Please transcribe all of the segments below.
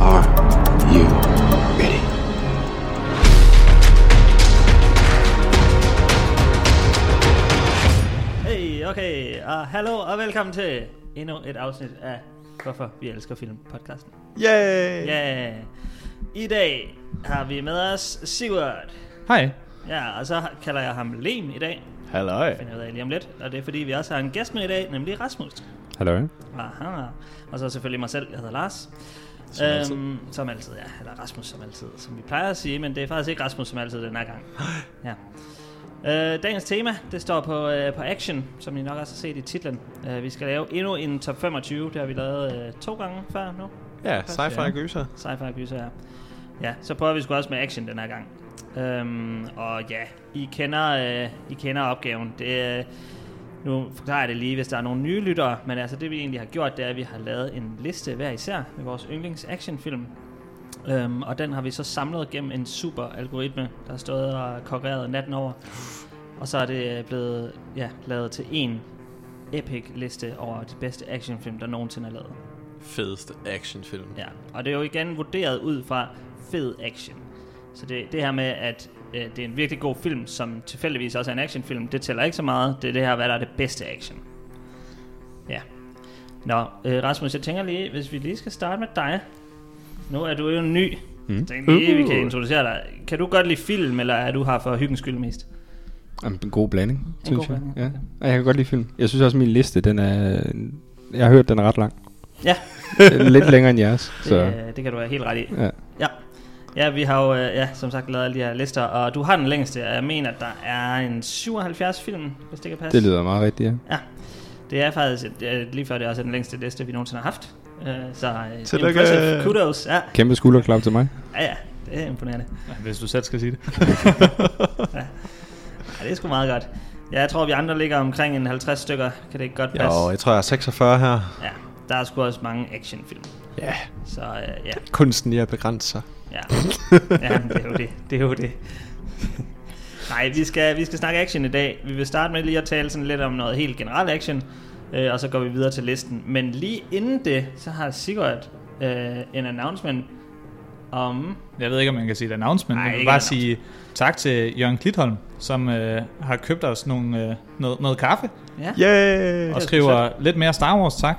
Are you ready? Hey, okay, og hallo og velkommen til endnu et afsnit af Hvorfor vi elsker film podcasten. Yay! Ja, yeah. i dag har vi med os Sigurd. Hej. Ja, og så kalder jeg ham Lem i dag, Halløj. finder jeg ud af lige om lidt. Og det er fordi, vi også har en gæst med i dag, nemlig Rasmus. Hallo. Aha. Og så selvfølgelig mig selv, jeg hedder Lars. Som altid. som altid, ja. Eller Rasmus som altid, som vi plejer at sige, men det er faktisk ikke Rasmus som altid den her gang. Ja. Øh, dagens tema, det står på, øh, på Action, som I nok også har set i titlen. Øh, vi skal lave endnu en top 25, det har vi lavet øh, to gange før nu. Ja, sci-fi gyser. Sci-fi gyser, ja. Ja, så prøver vi sgu også med action den her gang. Øhm, og ja, I kender, øh, I kender opgaven. Det, øh, nu forklarer jeg det lige, hvis der er nogle nye lyttere, men altså det vi egentlig har gjort, det er, at vi har lavet en liste hver især med vores yndlings actionfilm. Øhm, og den har vi så samlet gennem en super algoritme, der har stået og konkurreret natten over. Og så er det øh, blevet ja, lavet til en epic liste over de bedste actionfilm, der nogensinde er lavet. Fedeste actionfilm. Ja, og det er jo igen vurderet ud fra fed action. Så det, det her med, at øh, det er en virkelig god film, som tilfældigvis også er en actionfilm, det tæller ikke så meget. Det er det her, hvad der er det bedste action. Ja. Nå, øh, Rasmus, jeg tænker lige, hvis vi lige skal starte med dig. Nu er du jo ny. Mm. Jeg tænker lige, vi kan introducere dig. Kan du godt lide film, eller er du her for hyggens skyld mest? Jamen, en god blanding, synes god jeg. blanding, Ja. Og jeg kan godt lide film. Jeg synes også, at min liste, den er... Jeg har hørt, den er ret lang. Ja, Lidt længere end jeres. Så. det, øh, det kan du være helt ret i. Ja. Ja. Ja, vi har jo øh, ja, som sagt lavet alle de her lister, og du har den længste, og jeg mener, at der er en 77 film, hvis det kan passe. Det lyder meget rigtigt, ja. Ja, det er faktisk et, øh, lige før det er også den længste liste, vi nogensinde har haft. Øh, så øh, Tillykke. impressive. kudos. Ja, Kæmpe skulderklap til mig. ja, ja, det er imponerende. Hvis du selv skal sige det. Ja, det er sgu meget godt. Ja, jeg tror, vi andre ligger omkring en 50 stykker. Kan det ikke godt passe? Jo, jeg tror, jeg er 46 her. Ja, der er sgu også mange actionfilm. Ja. Så øh, ja, Kunsten i at begrænse sig. Ja, ja men det er jo det. Det er jo det. Nej, vi skal, vi skal snakke action i dag. Vi vil starte med lige at tale sådan lidt om noget helt generelt action, øh, og så går vi videre til listen. Men lige inden det, så har Sigurd øh, en announcement om... Jeg ved ikke, om man kan sige et announcement, Nej, men jeg vil ikke bare announcement. sige tak til Jørgen Klitholm, som øh, har købt os nogle, øh, noget, noget kaffe, Ja, Yay! og sgu skriver lidt mere Star Wars, tak.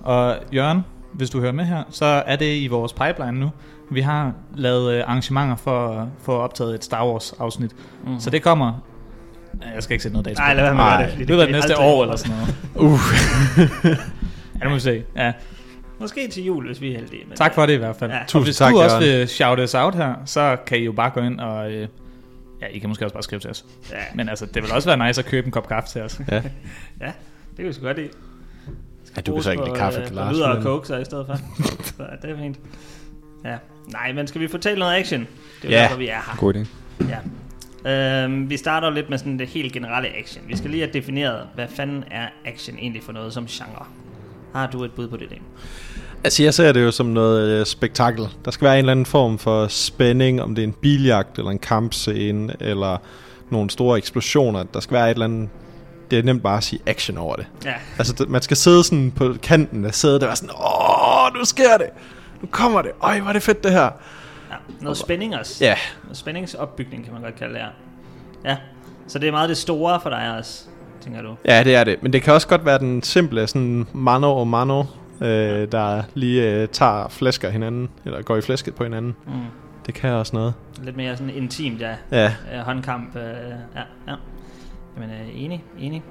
Og Jørgen, hvis du hører med her, så er det i vores pipeline nu. Vi har lavet øh, arrangementer for at få optaget et Star Wars afsnit, mm. så det kommer... Jeg skal ikke sætte noget dato. på. Mhm. Nej, lad være med at gøre det, fordi Det det lyder kan I næste aldrig- år eller sådan noget. Uh. ja, det må vi se. Ja. måske til jul, hvis vi er heldige. Men Tak for det i hvert fald. Ja. Ja. Tusind og hvis tak, du også Jørgen. vil shout us out her, så kan I jo bare gå ind og... Øh, ja, I kan måske også bare skrive til os. Ja, Men altså, det vil også være nice at købe en kop kaffe til os. Ja. ja det kan vi sgu godt lide. Ja, du kan så ikke lide kaffe øh, til Lars. Lyder og men- coke så i stedet for. så det er fint. Ja. Nej, men skal vi fortælle noget action? Det er jo Ja. derfor, vi er her. God idé. Ja. Øhm, vi starter jo lidt med sådan det helt generelle action. Vi skal lige have defineret, hvad fanden er action egentlig for noget som genre? Har du et bud på det, Dem? Altså, jeg ser det jo som noget øh, spektakel. Der skal være en eller anden form for spænding, om det er en biljagt, eller en kampscene, eller nogle store eksplosioner. Der skal være et eller andet... Det er nemt bare at sige action over det. Ja. Altså, det- man skal sidde sådan på kanten af sædet og være sådan, åh, nu sker det! Nu kommer det! Øj, hvor er det fedt, det her! ja. Noget spænding også. Ja, Noget spændingsopbygning, kan man godt kalde det her. Ja. Så det er meget det store for dig også, tænker du. Ja, det er det. Men det kan også godt være den simple, sådan mano og mano, øh, der lige øh, tager flæsker hinanden, eller går i flæsket på hinanden. Mm. Det kan også noget. Lidt mere sådan intimt, ja. Ja. Øh, håndkamp, øh, ja, ja. Jamen, øh, enig, enig.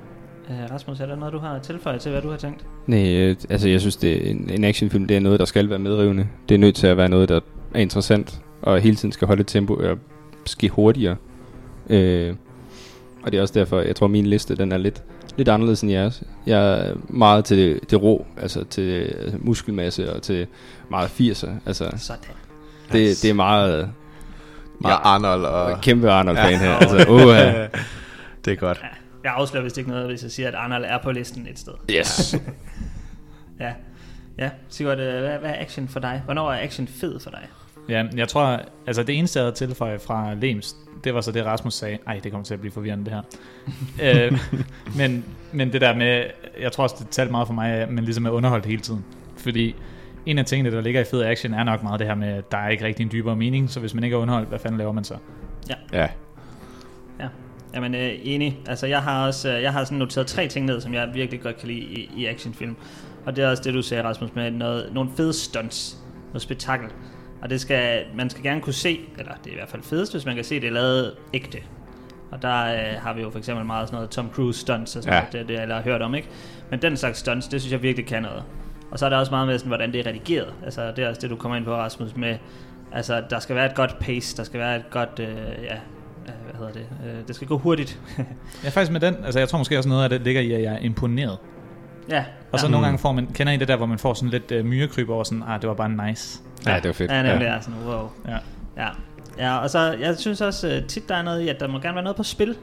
Øh, Rasmus, er der noget, du har tilføjet til, hvad du har tænkt? Nej, øh, altså jeg synes, det er en, en actionfilm det er noget, der skal være medrivende. Det er nødt til at være noget, der er interessant, og hele tiden skal holde et tempo, og ske hurtigere. Øh, og det er også derfor, jeg tror, min liste den er lidt, lidt anderledes end jeres. Jeg er meget til det, det rå, altså til øh, muskelmasse og til meget 80'er. Altså, Sådan. det, det er meget, Meget ja. Arnold og... meget kæmpe Arnold-fan her. Altså, oh, ja. Det er godt. Jeg afslører vist ikke noget, hvis jeg siger, at Arnold er på listen et sted. Yes. Ja. Ja, Sigurd, øh, hvad, hvad er action for dig? Hvornår er action fed for dig? Ja, jeg tror, altså det eneste, jeg havde tilføjet fra Lems, det var så det, Rasmus sagde. Ej, det kommer til at blive forvirrende, det her. øh, men, men det der med, jeg tror også, det talte meget for mig, men ligesom er underholdt hele tiden. Fordi en af tingene, der ligger i fed action, er nok meget det her med, at der er ikke rigtig en dybere mening, så hvis man ikke er underholdt, hvad fanden laver man så? Ja. Ja, jamen øh, enig. Altså jeg har også øh, jeg har sådan noteret tre ting ned, som jeg virkelig godt kan lide i, i actionfilm. Og det er også det, du sagde, Rasmus, med noget, nogle fede stunts, noget spektakel. Og det skal, man skal gerne kunne se, eller det er i hvert fald fedest, hvis man kan se, det er lavet ægte. Og der øh, har vi jo for eksempel meget sådan noget Tom Cruise stunts, og sådan Ja. ja. det, det alle har hørt om, ikke? Men den slags stunts, det synes jeg virkelig kan noget. Og så er der også meget med, sådan, hvordan det er redigeret. Altså, det er også det, du kommer ind på, Rasmus, med, altså, der skal være et godt pace, der skal være et godt, øh, ja, øh, hvad hedder det, øh, det skal gå hurtigt. Ja, faktisk med den, altså jeg tror måske også noget af det ligger i, at jeg er imponeret. ja, Og så ja. Mm. nogle gange får man, kender I det der, hvor man får sådan lidt øh, myrekryb over sådan, ah, det var bare nice. Ja, det var fedt. Ja, nemlig, ja. sådan, wow. Ja. Ja. ja, og så jeg synes også øh, tit, der er noget i, at der må gerne være noget på spil.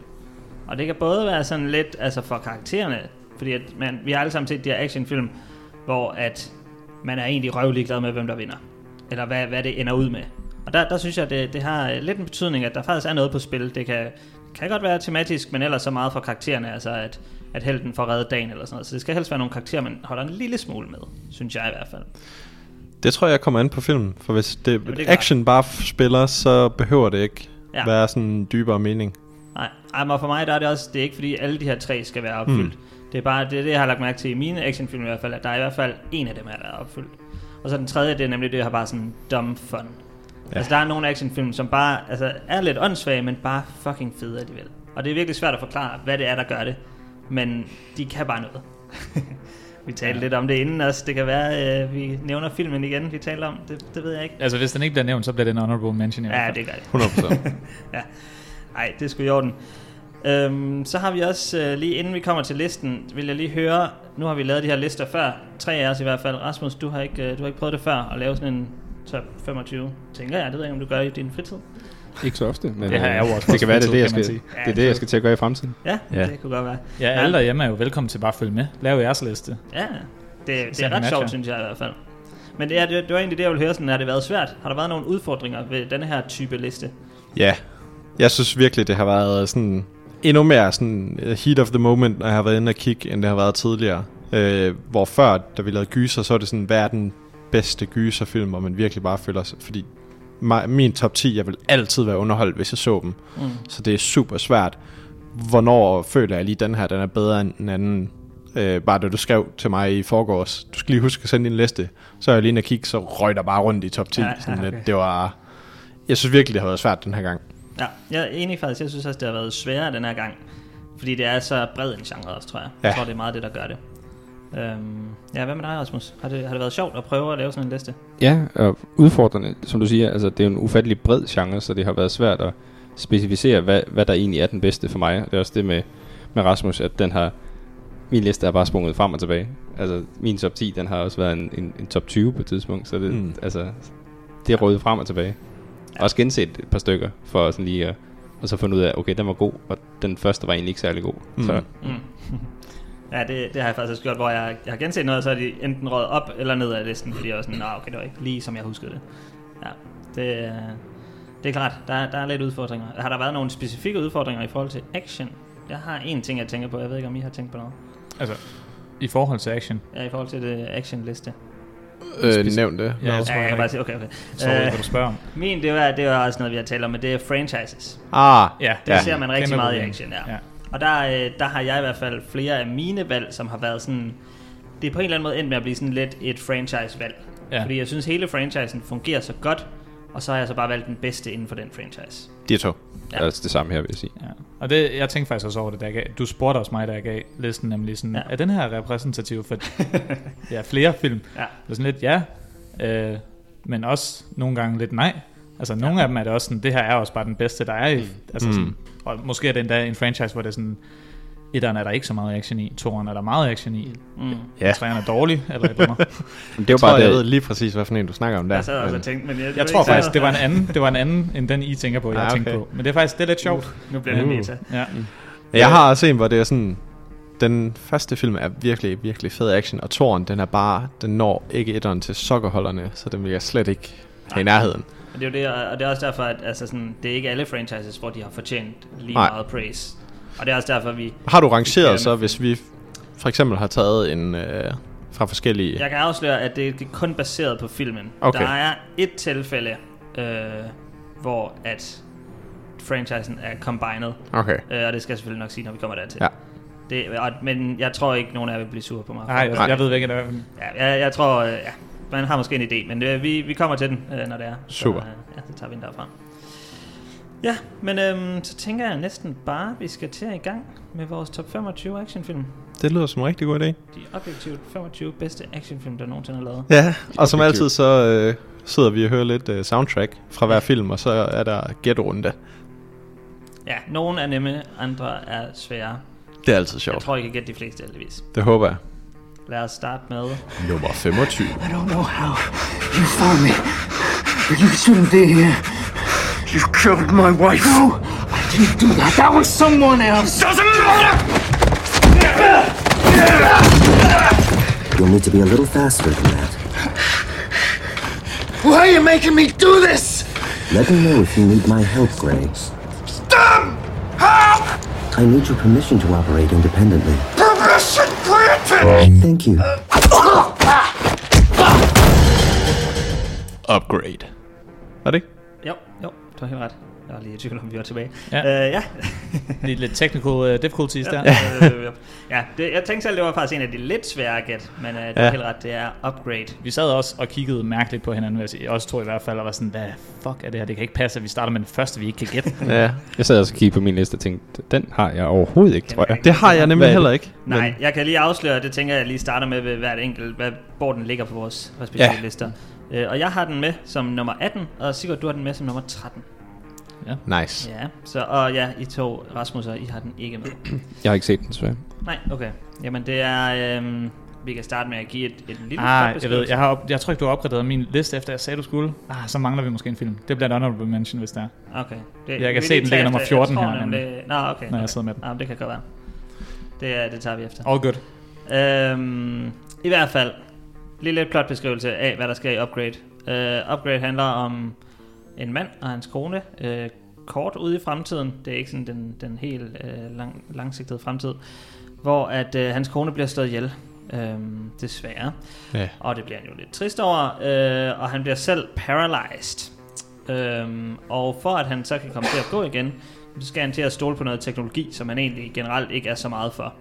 Og det kan både være sådan lidt altså for karaktererne, fordi at man, vi har alle sammen set de her actionfilm, hvor at man er egentlig røvlig glad med, hvem der vinder. Eller hvad, hvad det ender ud med. Og der, der synes jeg, det, det har øh, lidt en betydning, at der faktisk er noget på spil. Det kan, kan godt være tematisk, men ellers så meget for karaktererne, altså at, at helten får reddet dagen eller sådan noget. Så det skal helst være nogle karakterer, man holder en lille smule med, synes jeg i hvert fald. Det tror jeg kommer an på filmen, for hvis det, er klart. action bare f- spiller, så behøver det ikke Ja. ja. være sådan en dybere mening. Nej, ej, men for mig der er det også, det er ikke fordi alle de her tre skal være opfyldt. Mm. Det er bare det, er det, jeg har lagt mærke til i mine actionfilm i hvert fald, at der er i hvert fald en af dem her, der er opfyldt. Og så den tredje, det er nemlig det, jeg har bare sådan dumb fun. Ja. Altså der er nogle actionfilm, som bare altså, er lidt åndssvage, men bare fucking fede alligevel. Og det er virkelig svært at forklare, hvad det er, der gør det. Men de kan bare noget. vi talte ja. lidt om det inden også. Det kan være, øh, vi nævner filmen igen, vi talte om. Det, det ved jeg ikke. Altså hvis den ikke bliver nævnt, så bliver det en honorable mention i hvert Ja, fald. det gør det. 100%. ja. Ej, det er sgu i orden. Øhm, så har vi også, øh, lige inden vi kommer til listen, vil jeg lige høre, nu har vi lavet de her lister før, tre af os i hvert fald. Rasmus, du har ikke, øh, du har ikke prøvet det før, at lave sådan en top 25, tænker jeg. Det ved jeg ikke, om du gør i din fritid. Ikke så ofte, men Det har øh, jeg jo også det kan være, det er det, jeg kan man skal, sige. det, er det, jeg skal til at gøre i fremtiden. Ja, ja. Ja. det kunne godt være. Ja, alle derhjemme er jo velkommen til bare at følge med. Lav jeres liste. Ja, det, det Send er en ret match, sjovt, ja. synes jeg i hvert fald. Men det, er, det, det var egentlig det, jeg ville høre, sådan, har det været svært? Har der været nogle udfordringer ved den her type liste? Ja, jeg synes virkelig, det har været sådan endnu mere sådan øh, heat of the moment, når jeg har været inde og kigge, end det har været tidligere. Øh, hvor før, da vi lavede gyser, så er det sådan, hvad er den bedste gyserfilm, hvor man virkelig bare føler sig... Fordi mi- min top 10, jeg vil altid være underholdt, hvis jeg så dem. Mm. Så det er super svært. Hvornår føler jeg lige, den her den er bedre end den anden? Øh, bare det, du skrev til mig i forgårs. Du skal lige huske at sende din liste. Så er jeg lige inde og kigge, så røg der bare rundt i top 10. Ja, Ja, ja, sådan, okay. okay. Det var... Jeg synes virkelig, det har været svært den her gang. Ja, jeg er enig faktisk. Jeg synes også, det har været sværere den her gang. Fordi det er så bred en genre også, tror jeg. Ja. Ja. Jeg tror, det er meget det, der gør det. Øhm, ja, hvad med dig, Rasmus? Har det, har det været sjovt at prøve at lave sådan en liste? Ja, og udfordrende, som du siger, altså det er jo en ufattelig bred genre, så det har været svært at specificere, hvad, hvad der egentlig er den bedste for mig. Det er også det med, med Rasmus, at den har, min liste er bare sprunget frem og tilbage. Altså min top 10, den har også været en, en, en top 20 på et tidspunkt, så det, mm. Mm. altså, det er røget frem og tilbage. Ja. Også genset et par stykker, for sådan lige at, og så fundet ud af, okay, den var god, og den første var egentlig ikke særlig god. Mm. Så Ja, det, det har jeg faktisk også gjort, hvor jeg, jeg har genset noget, og så er de enten røget op eller ned af listen, fordi jeg var sådan, nej, okay, det var ikke lige som jeg huskede det. Ja, det, øh, det er klart, der, der er lidt udfordringer. Har der været nogle specifikke udfordringer i forhold til action? Jeg har en ting, jeg tænker på. Jeg ved ikke, om I har tænkt på noget. Altså, i forhold til action. Ja, i forhold til det action-liste. Øh, nævn det. Ja, jeg tror, Ja, jeg kan jeg bare bare sige, okay, okay. Sorry, Øh, hvad du spørger om. Min, det var, det var også noget, vi har talt om, men det er franchises. Ah, Ja, Det ja, ser man rigtig kæmpe meget i problem. action, ja. ja. Ja. Og der, øh, der har jeg i hvert fald flere af mine valg, som har været sådan... Det er på en eller anden måde endt med at blive sådan lidt et franchise-valg. Ja. Ja. Fordi jeg synes, hele franchisen fungerer så godt, og så har jeg så bare valgt den bedste inden for den franchise. de to. ja. altså det samme her, vil jeg sige. Ja. Og det, jeg tænkte faktisk også over det, der gav. Du spurgte også mig, der gav listen, nemlig sådan, Ja. ja. er den her repræsentativ for ja, flere film? Ja. Og sådan lidt ja, øh, men også nogle gange lidt nej. Altså nogle af dem er det også sådan, det her er også bare den bedste, der er i. Mm. Altså, sådan, og måske er det endda en franchise, hvor det er sådan, etteren er der ikke så meget action i, toeren er der meget action i, mm. Ja. treeren er dårlig, eller et eller andet. Men det Jeg var tror, bare jeg det, ved lige præcis, hvad for en du snakker om der. Jeg sad også men- og tænkte, men jeg, Jeg tror faktisk, det var en anden, det var en anden, end den I tænker på, jeg Ah, tænkte okay. Mm. på. Men det er faktisk, det er lidt sjovt. Nu bliver det meta. Ja. jeg har også en, hvor det er sådan... den første film er virkelig, virkelig fed action, og toren, den er bare, den når ikke etteren til sokkerholderne, så den vil jeg slet ikke have i nærheden. Og det er jo det, og- og det er også derfor, at altså sådan, det er ikke alle franchises, hvor de har fortjent lige Nej. meget praise. Og det er også derfor, vi... Har du Det kan rangeret så, jeg- hvis vi for eksempel har taget en øh, fra forskellige... Jeg kan afsløre, at det, det er kun baseret på filmen. Okay. Der er et tilfælde, øh, hvor at franchisen er combined. Okay. Øh, og det skal jeg selvfølgelig nok sige, når vi kommer dertil. Ja. Det, og, men jeg tror ikke, nogen af jer vil blive sure på mig. Nej, jeg, Nej. jeg ved ikke, hvad det er. Ja, jeg, jeg tror, øh, ja, man har måske en idé, men øh, vi, vi kommer til den, øh, når det er. Super. Så, øh, ja, så tager vi den derfra. Ja, men øhm, så tænker jeg næsten bare, at vi skal til at i gang med vores top 25 actionfilm. Det lyder som en rigtig god idé. De objektivt 25 bedste actionfilm, der nogensinde er lavet. Ja, og som Objektivt. altid så øh, sidder vi og hører lidt øh, soundtrack fra hver film, og så er der gætrunde. Ja, nogle er nemme, andre er svære. Det er altid Jeg sjovt. tror, I kan gætte de fleste, heldigvis. Det håber jeg. Lad os starte med... Nummer 25. I don't know how you found me, but you shouldn't be here. You killed my wife. No, I didn't do that. That was someone else. Doesn't matter. You'll need to be a little faster than that. Why are you making me do this? Let me know if you need my help, Gray. Stop! Help! I need your permission to operate independently. Permission granted. Thank you. Upgrade. Er det ikke? Jo, jo, du har helt ret. Jeg var lige i tvivl om, vi var tilbage. Ja. øh, ja. Lidt, lidt technical uh, difficulties der. Øh, ja. ja det, jeg tænkte selv, det var faktisk en af de lidt svære at gætte, men øh, du har Ja. helt ret, det er Upgrade. Vi sad også og kiggede mærkeligt på hinanden, vil jeg sige. Også to i hvert fald, og var sådan, hvad fuck er det her? Det kan ikke passe, at vi starter med den første, vi ikke kan gætte. Ja. Jeg sad også og kiggede på min liste og tænkte, den har jeg overhovedet ikke, tror jeg. Det har jeg Hvad nemlig er det? heller ikke. Nej, jeg kan lige afsløre, det tænker jeg lige starter med ved hvert enkelt, hvad, hvor den ligger på vores respektive Ja. ja. lister. Øh, og jeg har den med som nummer 18, og Sigurd, du har den med som nummer 13. Nice. Ja, så, og ja, I to, Rasmus og I har den ikke med. Jeg har ikke set den, desværre. Nej, okay. Jamen det er, øhm, vi kan starte med at give et, et lille ah, kort jeg ved, beskrivelse. jeg, har op, jeg tror ikke, du har opgraderet min liste, efter jeg sagde, du skulle. Ah, så mangler vi måske en film. Det bliver et honorable mention, hvis der. er. Okay. Det, Jeg kan vi se, lige den tage ligger nummer efter. Jeg 14 tror her, nemlig- Nå, okay. Når jeg okay. sidder med den. Nå, men det kan godt være. Det, er- det tager vi efter. All good. Øhm, I hvert fald, lige lidt plotbeskrivelse af, hvad der sker i Upgrade. Øh, Upgrade handler om en mand og hans kone, øh, kort ude i fremtiden. Det er ikke sådan den, den helt øh, lang, langsigtede fremtid. Hvor at øh, hans kone bliver slået ihjel, øh, desværre. Ja. Og det bliver han jo lidt trist over, øh, og han bliver selv paralyzed. Øhm, og for at han så kan komme til at gå igen, så skal han til at stole på noget teknologi, som han egentlig generelt ikke er så meget for.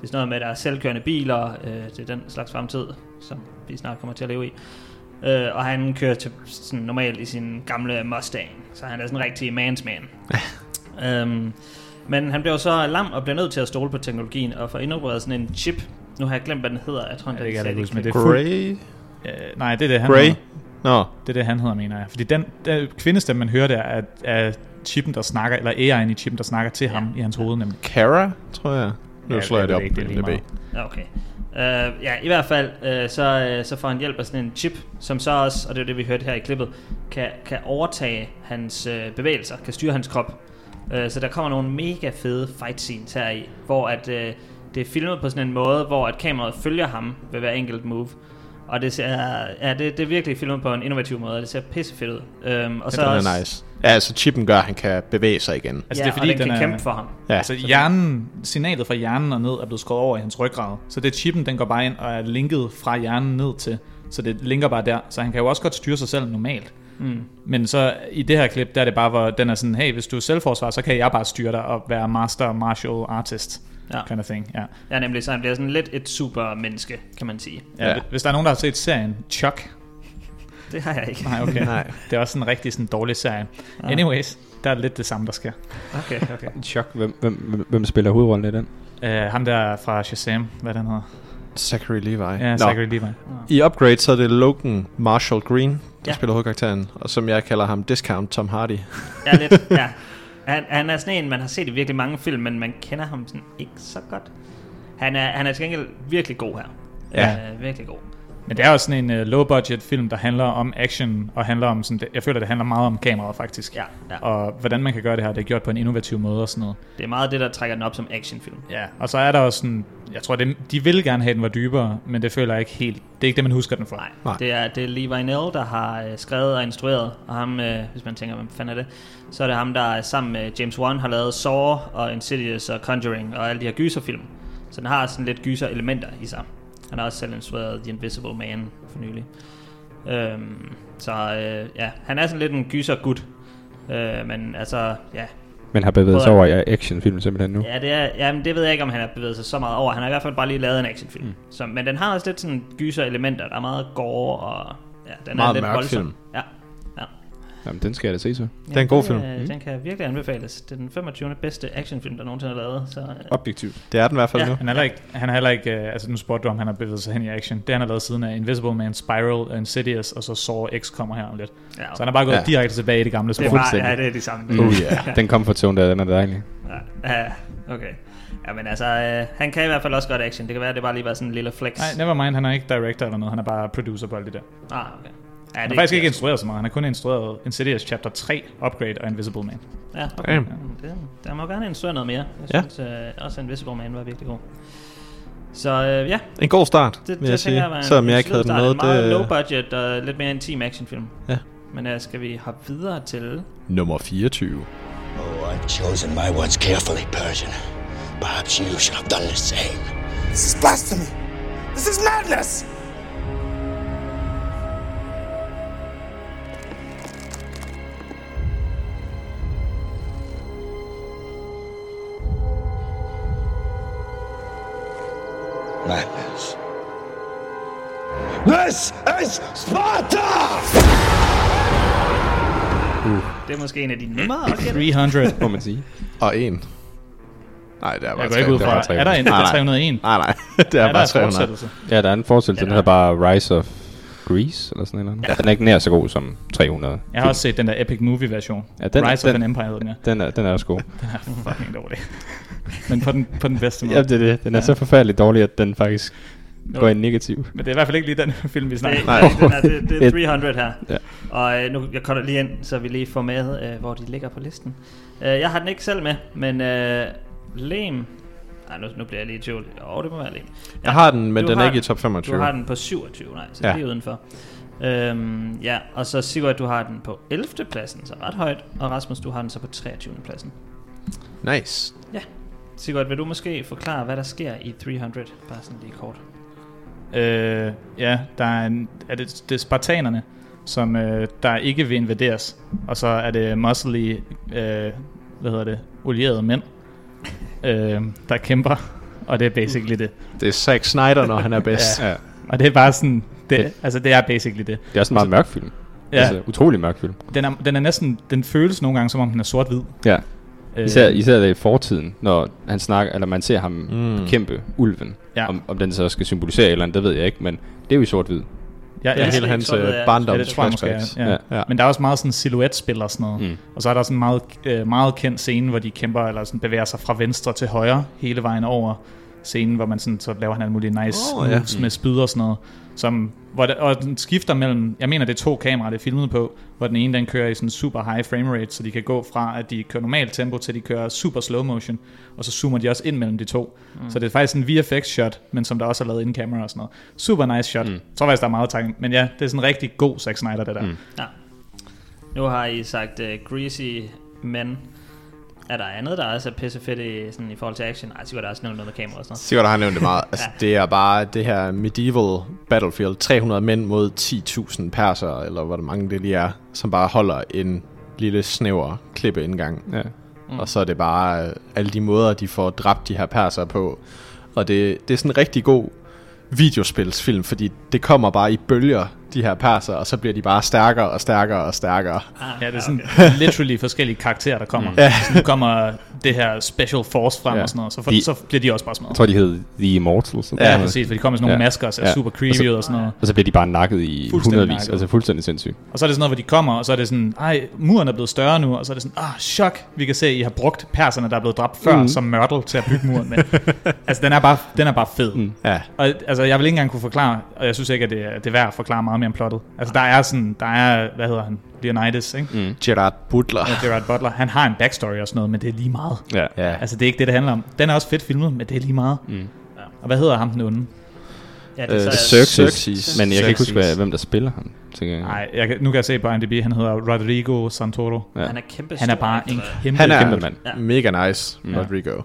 Det er sådan noget med, at der er selvkørende biler, øh, det er den slags fremtid, som vi snart kommer til at leve i. Øh, og han kører til, sådan normalt i sin gamle Mustang, så han er sådan en rigtig man's man. øhm, men han bliver jo så lam og bliver nødt til at stole på teknologien og får indopereret sådan en chip. Nu har jeg glemt, hvad den hedder. Jeg tror, Ja, den det kan jeg slet da ikke huske, men det er fuld. Gray? Uh, nej, det er det, han Gray? hedder. Nå, Det er det, han hedder, mener jeg. Fordi den, den kvindestemme, man hører der, er, er chippen, der snakker, eller AI'en i chippen, der snakker til ham i hans hoved, nemlig. Kara, tror jeg. Nu Ja, slår jeg jeg det ved op ikke, på det er lige IMDb. Ja, meget. Okay. Uh, ja, i hvert fald, uh, så, uh, så får han hjælp af sådan en chip, som så også, og det er det, vi hørte her i klippet, kan, kan overtage hans uh, bevægelser, kan styre hans krop. Uh, så der kommer nogle mega fede fight scenes her i, hvor at, uh, det er filmet på sådan en måde, hvor at kameraet følger ham ved hver enkelt move. Og det, ser, ja, det, det er virkelig filmet på en innovativ måde, og det ser pissefedt ud. Um, og så Den også, er nice. Ja, altså chippen gør, at han kan bevæge sig igen. Altså, ja, det er fordi, og den, den kan er- kæmpe for ham. Ja, Altså hjernen, signalet fra hjernen og ned er blevet skåret over i hans ryggrad. Så det er chippen, den går bare ind og er linket fra hjernen ned til. Så det linker bare der. Så han kan jo også godt styre sig selv normalt. Mm. Men så i det her klip, der er det bare, hvor den er sådan, hey, hvis du er selvforsvar, så kan jeg bare styre dig og være master martial artist. Ja. Kind of thing, ja. Ja, nemlig, så han bliver sådan lidt et supermenneske, kan man sige. Ja, Ja. Hvis der er nogen, der har set serien Chuck, Det har jeg ikke. nej, okay. Nej. det er også en rigtig sådan, dårlig serie. Anyways, der er lidt det samme, der sker. Okay, okay. Chok, hvem, hvem, hvem, hvem spiller hovedrollen i den? Uh, ham der fra Shazam, hvad den hedder. Zachary Levi. Ja, Nå. Zachary Levi. I Upgrade, så er det Logan Marshall Green, der Ja. ja. spiller hovedkarakteren, og som jeg kalder ham Discount Tom Hardy. Ja, lidt. Ja. Han, han er sådan en, man har set i virkelig mange film, men man kender ham sådan ikke så godt. Han er, han er til gengæld virkelig god her. Ja. Øh, virkelig god. Men det er også sådan en uh, low-budget film, der handler om action, og handler om sådan, jeg føler, det handler meget om kameraet faktisk. Ja, ja. Og hvordan man kan gøre det her, det er gjort på en innovativ måde og sådan noget. Det er meget det, der trækker den op som actionfilm. Ja, og så er der også sådan, jeg tror, det, de ville gerne have, at den var dybere, men det føler jeg ikke helt, det er ikke det, man husker den for. Nej, Nej. Det, er, det er Levi Nell, der har øh, skrevet og instrueret, og ham, øh, hvis man tænker, hvem fanden er det, så er det ham, der sammen med James Wan har lavet Saw og Insidious og Conjuring og alle de her gyserfilm. Så den har sådan lidt gyser-elementer i sig. Han har også selv instrueret The Invisible Man for nylig. Øhm, så øh, ja, han er sådan lidt en gyser-gut. Øh, men altså, ja, Men har bevæget sig Prøv over i actionfilm simpelthen nu. Ja, det, er, jamen, det ved jeg ikke, om han har bevæget sig så meget over. Han har i hvert fald bare lige lavet en actionfilm. Mm. Så, men den har også lidt sådan gyser-elementer. Der er meget gore, og ja, den er Meget lidt mørk voldsom. film. Ja. ja. Jamen, den skal jeg da se så. Det er en god film. Den, øh, den kan virkelig anbefales. Det er den 25. bedste actionfilm, der nogensinde er lavet. Så, øh, Objektivt. Det er den i hvert fald Ja. ja. nu. Han er heller ikke, han er heller ikke øh, altså nu spurgte du, om han har bevæget sig hen i action. Det han har lavet siden af Invisible Man, Spiral, og Insidious, og så Saw X kommer her om lidt. ja, Så han er bare gået ja. Ja. direkte tilbage i det gamle spor. det er bare, ja, det er de samme. Oh yeah. den kom fra Tone, der den er dejlig. Ja, ja, okay. Ja, men altså, øh, han kan i hvert fald også godt action. Det kan være, at det bare lige var sådan en lille flex. Nej, never mind, han er ikke director eller noget, han er bare producer på alt det der. Han ah, okay. Ja, har faktisk ikke instrueret så meget, han har kun instrueret Insidious Chapter 3, Upgrade og Invisible Man. Ja, okay. Damn. Mm, Det, der må gerne instruere noget mere. Jeg Ja. synes øh, også, at Invisible Man var virkelig god. Så øh, ja, En god start, det, vil det jeg tænker jeg sige. var en Selvom jeg ikke solid havde den start. med. En meget low Det budget og lidt mere intim actionfilm. Ja. Men øh, skal vi hoppe videre til... nummer 24. Oh, I've chosen my words carefully, Persian. Perhaps you should have done the same. This is blasphemy! This is madness! Madness. This is Sparta! Det er måske en af de nemmere at gætte. 300. Må man sige. Og en. Nej, det er bare Jeg går ikke ud Der er fra, tre- er der en, der Nej, er nej. 301? Nej, nej. Det er, Er der bare en 300. fortsættelse? Ja, der er en forskel. Den der hedder bare Rise of Greece, eller sådan noget. Ja. Den er ikke nær så god som 300. Jeg har også set den der Epic Movie version. Ja, den- Rise of den- an Empire hedder den, ja. Den er, den er også god. Fucking dårlig. Men på den, på den bedste måde. ja, det er det. Den er så forfærdeligt dårlig, at den faktisk går i negativ. Men det er i hvert fald ikke lige den film, vi snakker Det, om. nej, den er, det, det er Et- 300 her. Ja. Og øh, nu jeg kommer lige ind, så vi lige får med, øh, hvor de ligger på listen. Øh, jeg har den ikke selv med, men øh, Lem... Ej, nu, nu bliver jeg lige i tvivl. Åh, det må være Lem. Jeg har den, men Du den er har ikke i den. top 25. Du har den på 27, nej, så ja. Ja. det er udenfor. Øhm, ja, og så Sigurd, du har den på 11. pladsen, så ret højt. Og Rasmus, du har den så på 23. pladsen. Nice. Ja. Sigurd, vil du måske forklare, hvad der sker i 300? Bare sådan lige kort. Øh, ja, der er, en, er det, det er spartanerne, som øh, der ikke vil invaderes. Og så er det muscly, øh, hvad hedder det, olierede mænd, øh, der kæmper. Og det er basically det. Det er Zack Snyder, når han er bedst. Ja. Og det er bare sådan, det, altså det er basically det. Det er også en meget mørk film. Ja. Ja. Altså, utrolig mørk film. Den er, den er næsten, den føles nogle gange, som om den er sort-hvid. Ja. Øh, Især, især det i fortiden, når han snakker, eller man ser ham mm. kæmpe ulven. Ja. Ja. Om, om den så skal symbolisere et eller andet, det ved jeg ikke, men det er jo i sort-hvid. ja, Det ja, er hele slet hans ikke sådan, øh, det er. Ja, barndoms det tror jeg måske, flashbacks. ja. Ja. Ja. Men der er også meget sådan silhuetspil og sådan noget. Mm. Mm. Og så er der sådan en meget, øh, meget kendt scene, hvor de kæmper eller sådan bevæger sig fra venstre til højre hele vejen over scenen, hvor man sådan, så laver han alle mulige nice oh, Åh, ja. moves med spyd og sådan noget. Som, hvor det, og den skifter mellem, jeg mener det er to kameraer, det er filmet på, hvor den ene den kører i sådan super high frame rate, så de kan gå fra, at de kører normalt tempo, til de kører super slow motion, og så zoomer de også ind mellem de to. Mm. Så det er faktisk en VFX shot, men som der også er lavet in camera og sådan noget. Super nice shot. Mm. Jeg tror faktisk, der er meget tanke, men ja, det er sådan en rigtig god Zack Snyder, det der. Mm. Ja. Nu har I sagt uh, greasy men Er der andet, der også er pissefedt i, sådan, i forhold til action? Nej, Sigurd har også nævnt noget med kamera og sådan noget. Sigurd har nævnt det meget. Altså, Ja. det er bare det her medieval battlefield. 300 mænd mod 10.000 perser, eller hvor det mange det lige er, som bare holder en lille snæver klippeindgang. Ja. Mm. Og så er det bare øh, alle de måder, de får dræbt de her perser på. Og det, det er sådan en rigtig god videospilsfilm, fordi det kommer bare i bølger, de her perser, og så bliver de bare stærkere og stærkere og stærkere. Ja, det er sådan okay. literally forskellige karakterer, der kommer. Mm. Sådan, nu kommer det her special force frem Ja. ja. og sådan noget, så, for, De- så bliver de også bare smadret. Jeg tror, de hed The Immortals. eller Ja, sådan ja, noget. præcis, for de kommer med sådan nogle Ja. ja. masker og ser Ja. ja. super creepy ud og sådan noget. Og så bliver de bare nakket i Fuldstændig hundredvis. nakket. Altså fuldstændig sindssygt. Og så er det sådan noget, hvor de kommer, og så er det sådan, ej, muren er blevet større nu, og så er det sådan, ah, chok, vi kan se, at I har brugt perserne, der er blevet dræbt før, Mm. mm. som mørtel til at bygge muren med. altså, den er bare, den er bare fed. Mm. Ja. Og altså, jeg vil ikke engang kunne forklare, og jeg synes ikke, at det, er- det er værd at forklare meget mere om plottet. Altså, der er sådan, der er, hvad hedder han, Leonidas, ikke? Mm. Gerard Butler. Gerard Butler, han har en backstory og sådan noget, men det er lige meget. Ja. ja. Ja. Altså, det er ikke det, det handler om. Den er også fedt filmet, men det er lige meget. Mm. Og hvad hedder ham den onde? Ja, Øh, det er så, Cirque. øh, Xerxes. Xerxes. Men jeg kan ikke huske, hvad, Xerxes. hvem der spiller ham. Tænker jeg. Nej, jeg, kan- nu kan jeg se på IMDb, han hedder Rodrigo Santoro. Ja. han er kæmpe Han er stor, bare ikke? en kæmpe, Han Kæmpe er mand. Ja. mega nice, Rodrigo.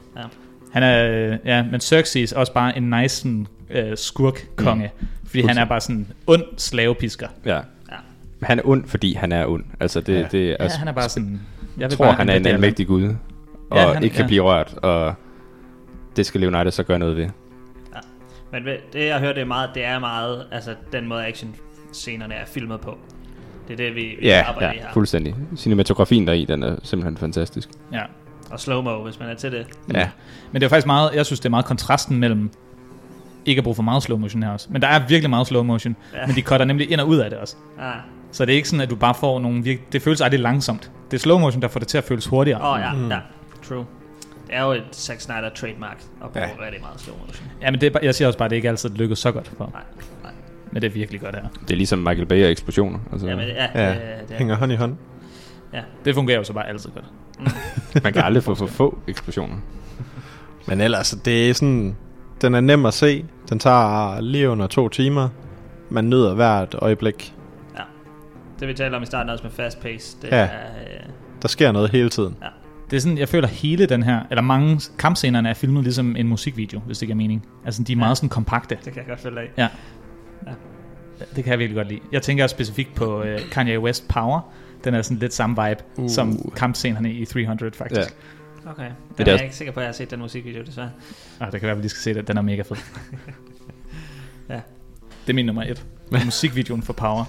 Han er, øh, ja, men Xerxes er også bare en nice sådan, øh, skurk-konge. Mm. Fordi han er bare sådan ond slavepisker. Ja. Ja. Men Han er ond, fordi han er ond. Altså, det, ja. det er, Ja, han er bare sådan... Jeg jeg tror, han er en almægtig gud, og ja, han, han- ikke kan ja. ja. blive rørt, og det skal Leonidas så gøre noget ved. Men ved- det jeg hører, det er meget, det er meget, altså den måde action scenerne er filmet på. Det er det, vi, vi Ja, arbejder i Ja, her. Mm. fuldstændig. Cinematografien deri, den er simpelthen fantastisk. Ja. Og slow-mo, hvis man er til det. Ja. Men det er faktisk meget... Jeg synes, det er meget kontrasten mellem... Ikke at bruge for meget slow motion her også. Men der er virkelig meget slow motion. Ja. Men de cutter nemlig ind og ud af det også. Ah. Så det er ikke sådan, at du bare får nogle... Virke, det føles aldrig langsomt. Det er slow motion, der får det til at føles hurtigere. Åh oh, ja, ja, true. Det er jo et Zack Snyder trademark at bruge ja. rigtig meget slow motion. Ja, men det er, bare- jeg siger også bare, at det ikke altid lykkedes så godt for. Nej, nej. Men det er virkelig godt her. Det er ligesom Michael Bay og eksplosioner. Altså, Jamen, ja, Ja. øh, det, er, Hænger hånd i hånd. Det fungerer jo så bare altid godt. man kan aldrig få for få eksplosioner. Men ellers, altså, det er sådan... Den er nem at se. Den tager lige under to timer. Man nyder hvert øjeblik. det vi taler om i starten også med fast pace, det Ja. ja. er... Øh, Der sker noget hele tiden. Det er sådan, jeg føler hele den her, eller mange kampscenerne er filmet ligesom en musikvideo, hvis det giver mening. Altså, de er meget sådan kompakte. det kan jeg godt følge af. Ja. Det kan jeg virkelig godt lide. Jeg tænker også specifikt på øh, Kanye West Power. Den er sådan lidt samme vibe uh. som kampscenerne i 300, faktisk. Ja. Ja. Okay. Den det det er er også- jeg ikke sikker på, at jeg har set den musikvideo, desværre. Ah, det kan være, vi lige skal se det. Den er mega fed. Ja. Det er min nummer et. Musikvideoen for Power.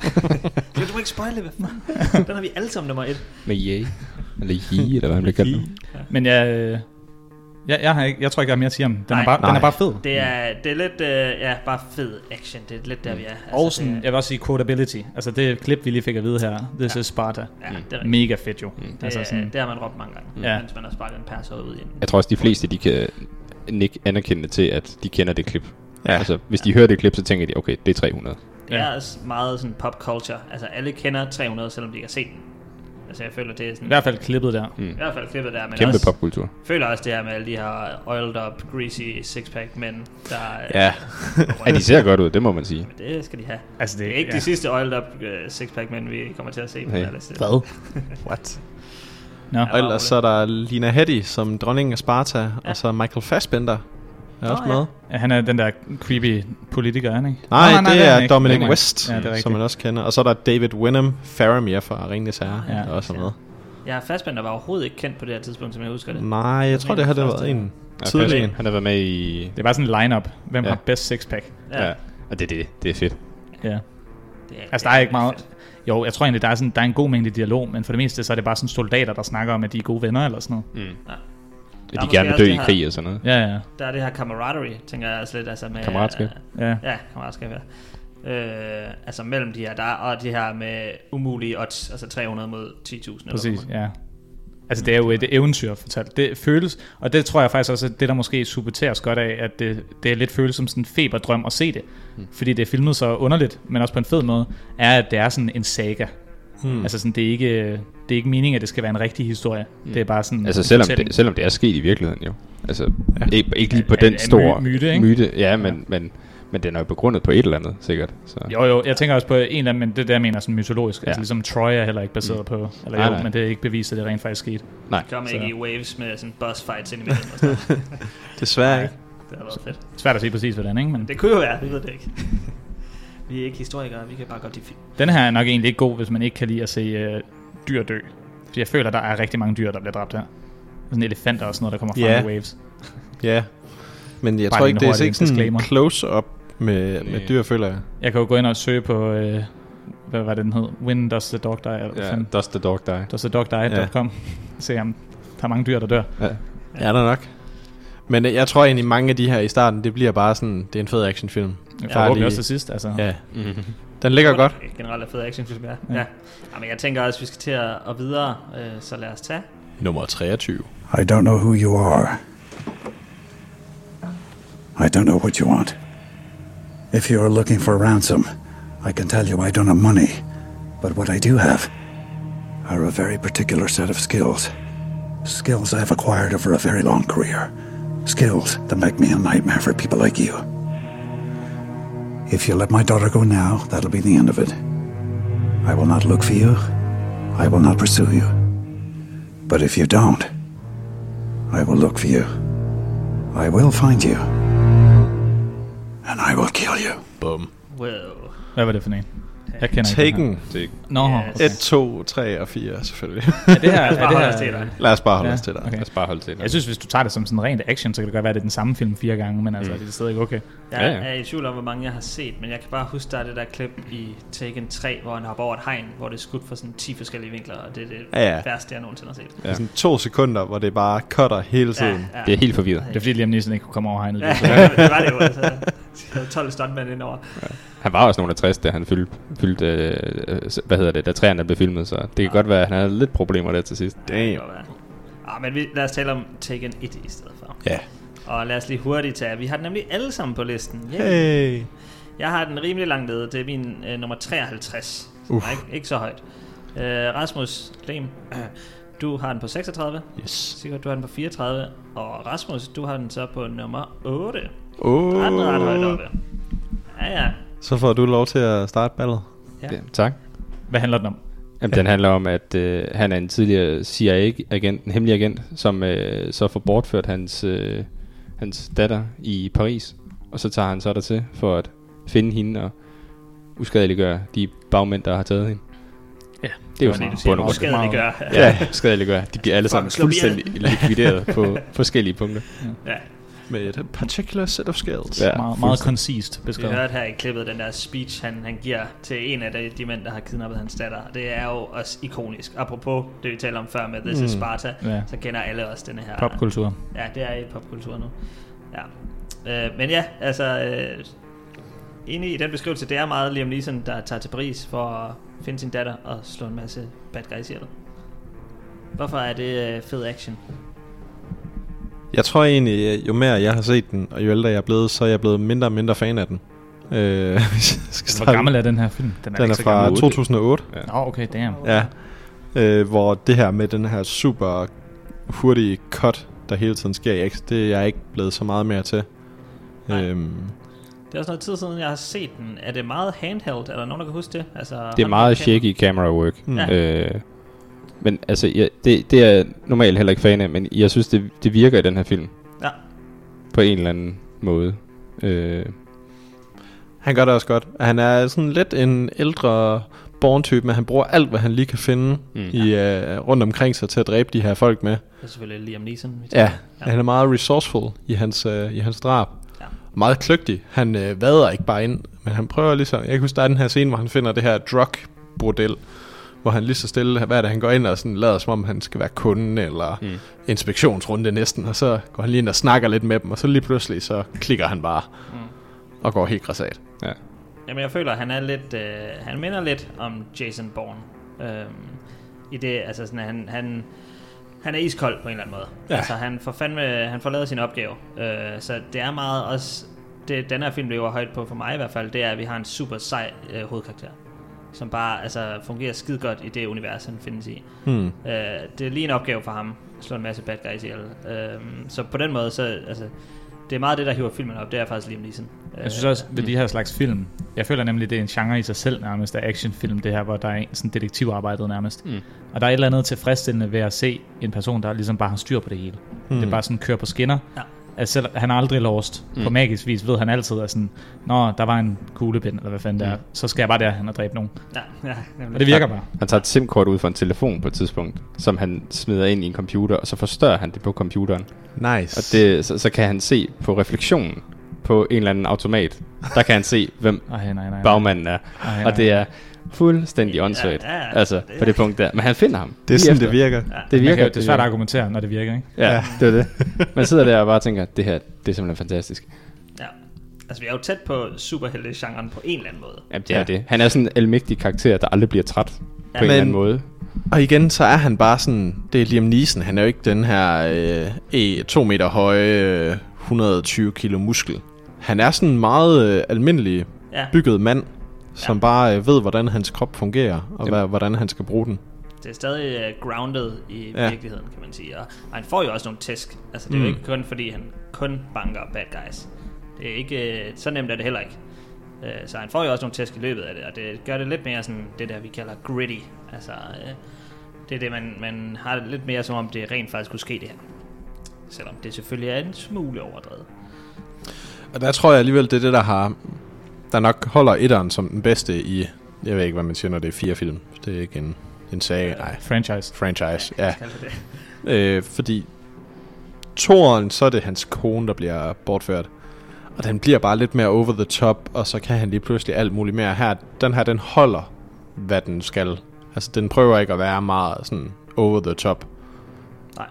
Du, du må ikke spoile det, hvad fanden? Den har vi alle sammen nummer et. Med Ye. Eller Ye, eller hvad han bliver kaldt. Men jeg, øh, jeg, jeg, har ikke, jeg tror ikke, jeg har mere at sige om den. Den, Nej. er bare, den Nej. er bare fed. Det er, det er lidt, øh, ja, bare fed action. Det er lidt der, vi er. Altså, Og sådan, det, jeg vil også sige quotability. Altså det klip, vi lige fik at vide her. This is Sparta. ja, det, er, Mega fedt jo. det, altså sådan, det har man råbt mange gange, Ja. ja. mens man har sparket en perser ud i en. Jeg tror også, de fleste, de kan ikke anerkende til, at de kender det klip. Ja. Altså, hvis de hører det klip, så tænker de, okay, det er 300. Det Ja. er også meget sådan pop culture. Altså, alle kender 300, selvom de ikke har set den. Altså, jeg føler, det er sådan... I hvert fald klippet der. I hvert fald klippet der, men Kæmpe også, popkultur. føler også det her med alle de her oiled up, greasy sixpack mænd, der... Ja. Ja, de ser godt ud, det må man sige. Det skal de have. Altså det, Det er ikke ja. ja. de sidste oiled up uh, sixpack mænd, vi kommer til at se. Hey. Hey. Ellers, Hvad? What? Nå, Og ellers så er der Lina Headey som dronningen af Sparta, ja. og så Michael Fassbender er Nå, også ja. med. han er den der creepy politiker, er han ikke? Nej, Nå, nej, det det er han er ikke. Dominic Det er han. West, Ja, det ja, er som rigtigt. man også kender. Og så er der David Wenham Faramir fra Ringnes Herre, Ja. ja, der også er med. Ja, Fassbender var overhovedet ikke kendt på det her tidspunkt, som jeg husker det. Nej, jeg tror, det har det været en tidlig en. Han har været med i... Det er bare sådan en line-up. Hvem Ja. ja. har bedst sixpack? Ja. ja. Og det er det. Det er fedt. Ja. det Altså der er ikke meget... fedt. Jo, jeg tror egentlig, der er, sådan, der er en god mængde dialog, men for det meste, så er det bare sådan soldater, der snakker om, at de er gode venner eller sådan noget. Mm. er At de måske gerne vil også dø det i her- krig og sådan noget. Ja, ja, Der er det her camaraderie, tænker jeg også lidt. Altså med, Kammeratskab. øh, ja. ja, kammeratskab, ja. Øh, altså mellem de her, der er- og de her med umulige odds, altså 300 mod 10.000. eller Præcis, hvad ja. Altså det er jo et eventyr fortalt. Det føles, og det tror jeg faktisk også, at det der måske supporteres godt af, at det, det er lidt føles som sådan en feberdrøm at se det. Hmm. Fordi det er filmet så underligt, men også på en fed måde, er at det er sådan en saga. Hmm. Altså sådan, det er ikke, det er ikke meningen, at det skal være en rigtig historie. Hmm. Det er bare sådan Altså en selvom fortælling. det, selvom det er sket i virkeligheden jo. Altså ikke, ikke lige på Ja, den ja, store my- myte, ikke? myte ja, men, men, men den er jo begrundet på et eller andet, sikkert. Så. Jo, jo, jeg tænker også på en eller anden, men det der jeg mener sådan mytologisk. Ja. Ja. Hmm. Altså ligesom Troy er heller ikke baseret mm. på, eller Nej, jo, nej. men det er ikke bevist, at det rent faktisk skete. Nej, Kom Så- ikke i waves med sådan boss fights ind imellem. Og sådan. noget. Desværre ikke. det har været fedt. Svært at sige præcis hvordan, ikke? Men Det kunne jo være, vi ved det ikke. vi er ikke historikere, vi kan bare godt lide film. den her er nok egentlig ikke god, hvis man ikke kan lide at se øh, dyr dø. Fordi jeg føler, der er rigtig mange dyr, der bliver dræbt her. Sådan elefanter og sådan noget, der kommer frem Ja. yeah. i waves. Ja. Men jeg Bare tror lige ikke, en det er hurtig ikke sådan en disclaimer. close-up med, med Næ. dyr, føler jeg. Jeg kan jo gå ind og søge på, øh, hvad var det, den hed? When does the dog die? Eller ja, yeah. Does the dog die? does the dog die.com. Se om der er mange dyr, der dør. Ja. Ja, der nok. Men øh, jeg tror egentlig, mange af de her i starten, det bliver bare sådan, det er en fed actionfilm. Jeg Bare forhåbentlig lige- også til sidst, altså. Ja. Mm-hmm. Den ligger godt. Generelt er fed actionfilm, ja. ja. Jamen, jeg tænker også, at vi skal til at, at videre, øh, så lad os tage. Nummer 23. I don't know who you are. I don't know what you want. If you are looking for ransom, I can tell you I don't have money. But what I do have are a very particular set of skills. Skills I've acquired over a very long career. Skills that make me a nightmare for people like you. If you let my daughter go now, that'll be the end of it. I will not look for you. I will not pursue you. But if you don't, I will look for you. I will find you. And I will kill you. Bum. Wow. Hvad var det for en? Jeg kender ikke den her. Taken. Nå, Yes. okay. 1, 2, 3 og 4 selvfølgelig. Er det her, er Bare det hold her, os til dig. Lad os bare holde Ja, os til dig. okay. Lad os bare holde til det. Jeg synes, hvis du tager det som sådan rent action, så kan det godt være, at det er den samme film fire gange, men Mm. altså, det er stadig okay. Jeg Ja, ja. er i tvivl om, hvor mange jeg har set, men jeg kan bare huske, der er det der klip i Taken 3, hvor han hopper over et hegn, hvor det er skudt fra sådan 10 forskellige vinkler, og det er det Ja, ja. værste, jeg nogensinde har set. Ja. Sådan to sekunder, hvor det bare cutter hele tiden. Ja. Det er helt forvirret. Det er fordi, Liam Neeson ikke kunne komme over hegnet. Ja. ja, det var det jo, altså. De havde 12 stuntmænd indover. Han var også nogen af 60, da han fyldte, fyldte øh, øh, hvad hedder det, da træerne blev filmet, så det kan godt være, at han havde lidt problemer der til sidst. Det Damn. kan godt være. Ah, men vi, lad os tale om Taken 1 i stedet for. Ja. Og lad os lige hurtigt tage, vi har den nemlig alle sammen på listen. Yay. Hey. Jeg har den rimelig langt nede, det er min øh, nummer 53. Så den er ikke, ikke så højt. Øh, Rasmus Lem, du har den på 36. Yes. Sikkert, du har den på 34. Og Rasmus, du har den så på nummer 8. Oh. Ret, ret højt oppe. Ja, ja. Så får du lov til at starte ballet. Ja. Ja. Tak. Hvad handler den om? Jamen, den handler om, at øh, han er en tidligere CIA-agent, en hemmelig agent, som øh, så får bortført hans, øh, hans datter i Paris. Og så tager han så dertil for at finde hende og uskadeliggøre de bagmænd, der har taget hende. Ja, det er jo det var sådan det, bund og grund. Uskadeligt meget. gør. Ja, uskadeliggøre. De bliver alle sammen slå ihjel. fuldstændig likvideret på forskellige punkter. ja. Med et particular set of skills. Ja, Ja, meget, meget koncist Vi beskrevet. hørte her i klippet den der speech, han, han giver til en af de, de mænd, der har kidnappet hans datter. Det er jo også ikonisk. Apropos det, vi talte om før med This is Sparta, Mm. Ja. så kender alle også denne her. Popkultur. Ja, det er i popkultur nu. Ja. Øh, men ja, altså... Øh, inde i den beskrivelse, det er meget Liam Neeson, der tager til Paris for at finde sin datter og slå en masse bad guys ihjel. Hvorfor er det øh, fed action? Jeg tror egentlig, jo mere jeg har set den, og jo ældre jeg er blevet, så er jeg blevet mindre og mindre fan af den. Øh, hvis jeg skal Hvor starte. gammel er den her film? Den ikke er så fra gammel. 2008. Nå, okay, damn. Ja. Øh, hvor det her med den her super hurtige cut, der hele tiden sker i X, det er jeg ikke blevet så meget mere til. Nej. Øhm, Det er også noget tid siden, jeg har set den. Er det meget handheld? Er der nogen, der kan huske det? Altså, Det er meget shaky camera work. Mm. Mm. Ja. Øh, men altså, ja, det, det er jeg normalt heller ikke fan af, men jeg synes, det, det virker i den her film. Ja. På en eller anden måde. Øh, han gør det også godt. Han er sådan lidt en ældre born-type, men han bruger alt, hvad han lige kan finde mm. i, øh, rundt omkring sig til at dræbe de her folk med. Det er selvfølgelig Liam Neeson. vi tager. Ja, ja. han er meget resourceful i hans, øh, i hans drab. Ja. Ja. Meget kløgtig. Han øh, vader ikke bare ind, men han prøver ligesom... Jeg kan huske, der er den her scene, hvor han finder det her drug-bordel, hvor han lige så stille, hvad er det, han går ind og sådan lader som om, han skal være kunden eller mm. inspektionsrunde næsten, og så går han lige ind og snakker lidt med dem, og så lige pludselig, så klikker han bare mm. og går helt græsat. ja. Jamen, jeg føler, han er lidt... Øh, han minder lidt om Jason Bourne. Øhm, I det, altså sådan, at han, han, han er iskold på en eller anden måde. Ja. Altså, han får fandme... Han får lavet sin opgave. Øh, så det er meget også... Det, den her film lever højt på for mig i hvert fald, det er, at vi har en super sej øh, hovedkarakter. Som bare altså, fungerer skide godt i det univers, han findes i. Hmm. Øh, det er lige en opgave for ham. At slå en masse bad guys ihjel. Øh, så på den måde, så... Altså, det er meget det, der hiver filmen op. Det er faktisk Liam Neeson. Øh, Jeg synes også, ved de her slags film, jeg føler nemlig, det er en genre i sig selv nærmest, af actionfilm, det her, hvor der er en sådan detektivarbejdet nærmest. Mm. Og der er et eller andet tilfredsstillende ved at se en person, der ligesom bare har styr på det hele. Mm. Det er bare sådan, kører på skinner. Ja. Altså, selv- han er aldrig lost. Mm. På magisk vis ved han altid, at sådan, Nå, der var en kuglepind, eller hvad fanden mm. der så skal jeg bare derhen og dræbe nogen. Ja, ja, nemlig. Og det virker bare. Han tager et SIM-kort ud fra en telefon på et tidspunkt, som han smider ind i en computer, og så forstørrer han det på computeren. Nice. Og det, så, så kan han se på refleksionen på en eller anden automat. Der kan han se, hvem Ej, nej, nej, nej. bagmanden er. Ej, Og det er fuldstændig åndssvagt. ja, ja, altså, det på det punkt der. Men han finder ham. Det er lige sådan, efter. det virker. Det Man virker. kan, det er svært at argumentere, når det virker, ikke? Ja, det er det. Man sidder der og bare tænker, det her, det er simpelthen fantastisk. Ja. Altså, vi er jo tæt på superhelte-genren på en eller anden måde. Jamen, det ja. er det. Han er sådan en almægtig karakter, der aldrig bliver træt på en Men- eller anden måde. Og igen, så er han bare sådan, det er Liam Neeson, han er jo ikke den her øh, e, to meter høje, øh, 120 kilo muskel. Han er sådan en meget øh, almindelig Ja. bygget mand, som bare øh, ved, hvordan hans krop fungerer, og hvad, hvordan han skal bruge den. Det er stadig øh, grounded i Ja. ja. virkeligheden, kan man sige. Og, og han får jo også nogle tæsk. Altså, det er mm. jo ikke kun, fordi han kun banker bad guys. Det er ikke... Øh, så nemt er det heller ikke. Øh, så han får jo også nogle tæsk i løbet af det, og det gør det lidt mere sådan det der, vi kalder gritty. Altså, øh, det er det, man, man har det lidt mere som om, det rent faktisk kunne ske det her. Selvom det selvfølgelig er en smule overdrevet. Og der tror jeg alligevel, det er det, der har der nok holder etteren som den bedste i, jeg ved ikke, hvad man siger, når det er fire film. Det er ikke en, en sag, nej, Franchise. franchise, ja. Kalder det. Øh, fordi toeren, så er det hans kone, der bliver bortført. Og den bliver bare lidt mere over the top, og så kan han lige pludselig alt muligt mere. Her, den her, den holder, hvad den skal. Altså, den prøver ikke at være meget sådan over the top. Nej,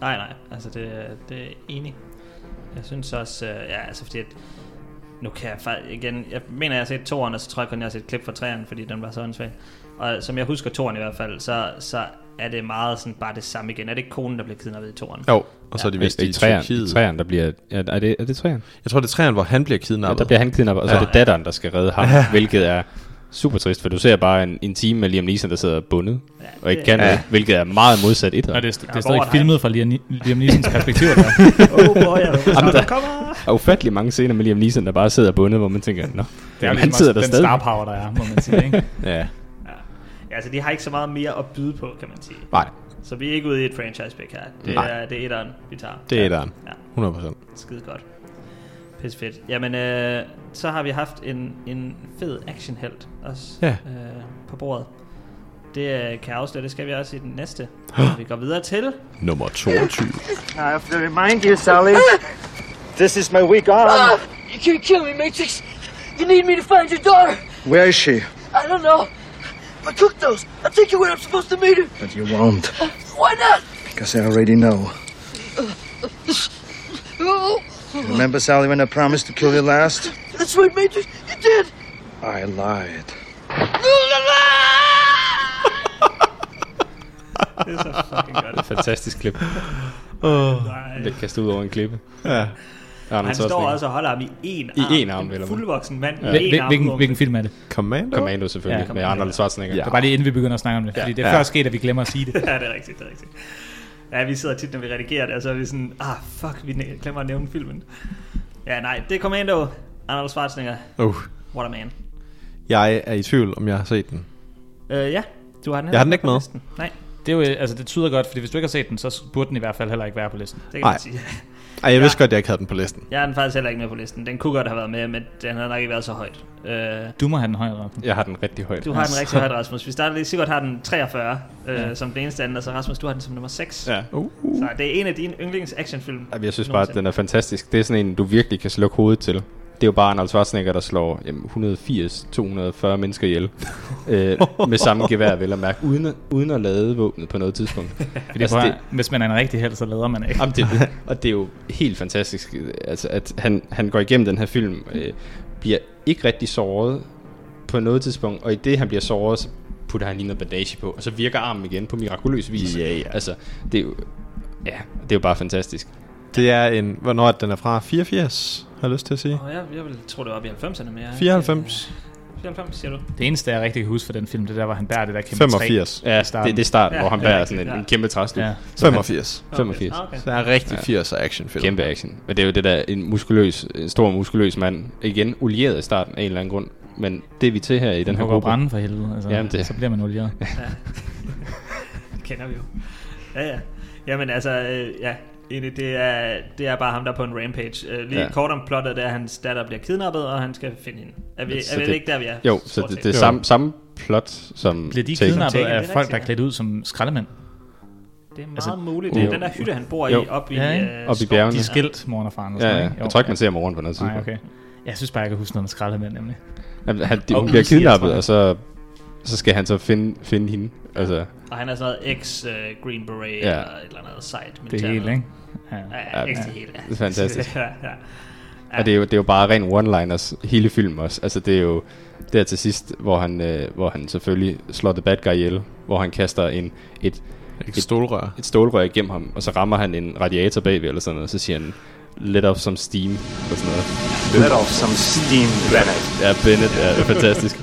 nej, nej. Altså, det, det er enig. Jeg synes også, øh, ja, altså fordi at, nu kan jeg faktisk, igen, jeg mener, jeg har set toeren, og så tror jeg kun, jeg har set et klip fra træerne, fordi den var så åndssvag. Og som jeg husker toeren i hvert fald, så, så er det meget sådan bare det samme igen. Er det ikke konen, der bliver kidnappet i toeren? Jo, og så er de Hvis vist det i er træerne, Tyrkiet. træerne, der bliver... Ja, er, det, er det træerne? Jeg tror, det er træerne, hvor han bliver Ja, kidnappet. der bliver han kidnappet, og så er det datteren, der skal redde ham, ja. hvilket er super trist, for du ser bare en, en time med Liam Neeson, der sidder bundet, ja, og ikke det- kan noget, hvilket er meget modsat et. Og det, er- det Ja, er stadig hvor er filmet fra Liam Liam Neesons perspektiv. Der. Åh, oh, hvor er jeg? Så der kommer! Og ufattelig mange scener med Liam Neeson, der bare sidder bundet, hvor man tænker, nå, det er han jo ligesom sidder også der den star stadig. power, der er, må man sige. Ikke? Ja, Ja, altså, de har ikke så meget mere at byde på, kan man sige. nej, Så vi er ikke ude i et franchise pick her. Det Nej. er, det er etteren, vi tager. det er Ja. etteren. Ja. 100%. Skide godt. Pisse fedt. Jamen, øh, så har vi haft en, en fed actionhelt også Ja. øh, på bordet. Det øh, kan jeg afsløre, det skal vi også i den næste. Og vi går videre til... Nummer 22. I have to remind you, Sally. This is my weak arm. Ah, You can't kill me, Matrix. You need me to find your daughter. Where is she? I don't know. But cook those. I'll take you where I'm supposed to meet her. But you won't, Why not? because I already know. Oh, Remember, Sally, when I promised to kill you last? that's right, Matrix. You did. I lied. Det er så fucking godt. Fantastisk klip. Nej. Det kaster ud over en klippe. Ja. Han står også og holder ham i en arm. én arm, En eller hvad? fuldvoksen mand ja. i en Hvil- arm. Hvilken, hvilken film er det? Commando? Commando selvfølgelig, Ja, ja, med Arnold Schwarzenegger. Ja. Ja. Det er bare lige inden vi begynder at snakke om det, fordi det er Ja. først sket, at vi glemmer at sige det. Ja, det er rigtigt, det er rigtigt. Ja, vi sidder tit, når vi redigerer det, og så er vi sådan, ah, fuck, vi næ- glemmer at nævne filmen. Ja, nej, det er Commando. Arnold Schwarzenegger. Uh, What a man. jeg er i tvivl, om jeg har set den. Øh, ja, du har den Jeg har heller den ikke på med. listen. Nej, Det, er jo, altså, det tyder godt, fordi hvis du ikke har set den, så burde den i hvert fald heller ikke være på listen. det kan Nej. man sige. Ej, jeg vidste godt, jeg ikke havde den på listen. Jeg har den faktisk heller ikke med på listen. Den kunne godt have været med, men den har nok ikke været så højt. Øh, Du må have den højere op. Jeg har den rigtig højt. du har den rigtig højt, Rasmus. Vi starter lige. Sigurd har den 43 øh, som den eneste anden, og så Rasmus, du har den som nummer 6. Ja. Så det er en af dine yndlings actionfilm. Jamen, Jeg synes bare, at den er fantastisk. Det er sådan en, du virkelig kan slukke hovedet til. Det er jo bare Arnold Schwarzenegger, der slår jamen, 180-240 mennesker ihjel. øh, med samme gevær, vel at mærke. Uden at, uden at lade våbnet på noget tidspunkt. Fordi Altså, altså, det- det... Hvis man er en rigtig held, så lader man ikke. Jamen, det, er det. og det er jo helt fantastisk, øh, altså, at han, han går igennem den her film, øh, bliver ikke rigtig såret på noget tidspunkt, og i det han bliver såret, så putter han lige noget bandage på, og så virker armen igen på mirakuløs vis. Ja, ja. Altså, det er jo, ja, det er jo bare fantastisk. Det er en, hvornår er det, den er fra? 84, har jeg lyst til at sige. Og jeg, jeg vil tro, det var op i 90'erne, men jeg... 94, 94, siger du? Det eneste, jeg rigtig kan huske fra den film, det der, var han bærer det der kæmpe træ. 85. Ja, det, starten. det er starten, Ja, hvor han det er bærer rigtigt, sådan en, ja. en kæmpe træstue. Ja. 85. 85. Okay. Så er rigtig 80'er actionfilm. Kæmpe action. Men det er jo det der, en muskuløs, en stor muskuløs mand, igen, olieret i starten af en eller anden grund, men det er vi til her i den Den her hugger gruppe. branden for helvede, altså, Jamen, det- så bliver man olieret. Det kender vi jo. Ja, ja. Jamen altså, øh, ja. Egentlig, det er, det er bare ham, der er på en rampage. Øh, lige Ja. ja. kort om plottet, det er, at hans datter bliver kidnappet, og han skal finde hende. Er vi, Så er vi det- ikke der, vi er? Jo, så Stort det, set. det er samme, samme plot som Bliver de Taken. kidnappet Taken, af det er folk, rigtigt, der er ja. klædt ud som skraldemænd? Det er meget Altså, altså, muligt. Det er jo. den der hytte, han bor Jo. i, oppe Ja, i, ikke? øh, Oppe i skoven. bjergene. De er skilt, moren og faren. Og Ja, sådan, ja. ikke? Jo, Jeg tror ikke, ja. man ser moren på noget tidspunkt. Nej, okay. Jeg synes bare, jeg kan huske noget med skraldemænd, nemlig. Han, han, de, Og hun bliver Lucia, tror kidnappet, jeg. og så Så skal han så finde, finde hende. Altså, Og han er sådan noget ex-Green Beret Ja. eller et eller andet sejt militær. Det hele, ikke? Ja. Ja, ja, Ja, ex ja. det hele. ja. Det er fantastisk. ja, ja. Og det er, jo, det er jo bare ren one-liners, hele filmen også. Altså det er jo der til sidst, hvor han, øh, hvor han selvfølgelig slår The Bad Guy ihjel, hvor han kaster en, et, Et stålrør. et stålrør igennem ham, og så rammer han en radiator bagved eller sådan noget, og så siger han, let off some steam, eller sådan noget. Let off some steam, Bennett. Ja, Bennett, ja, det er fantastisk.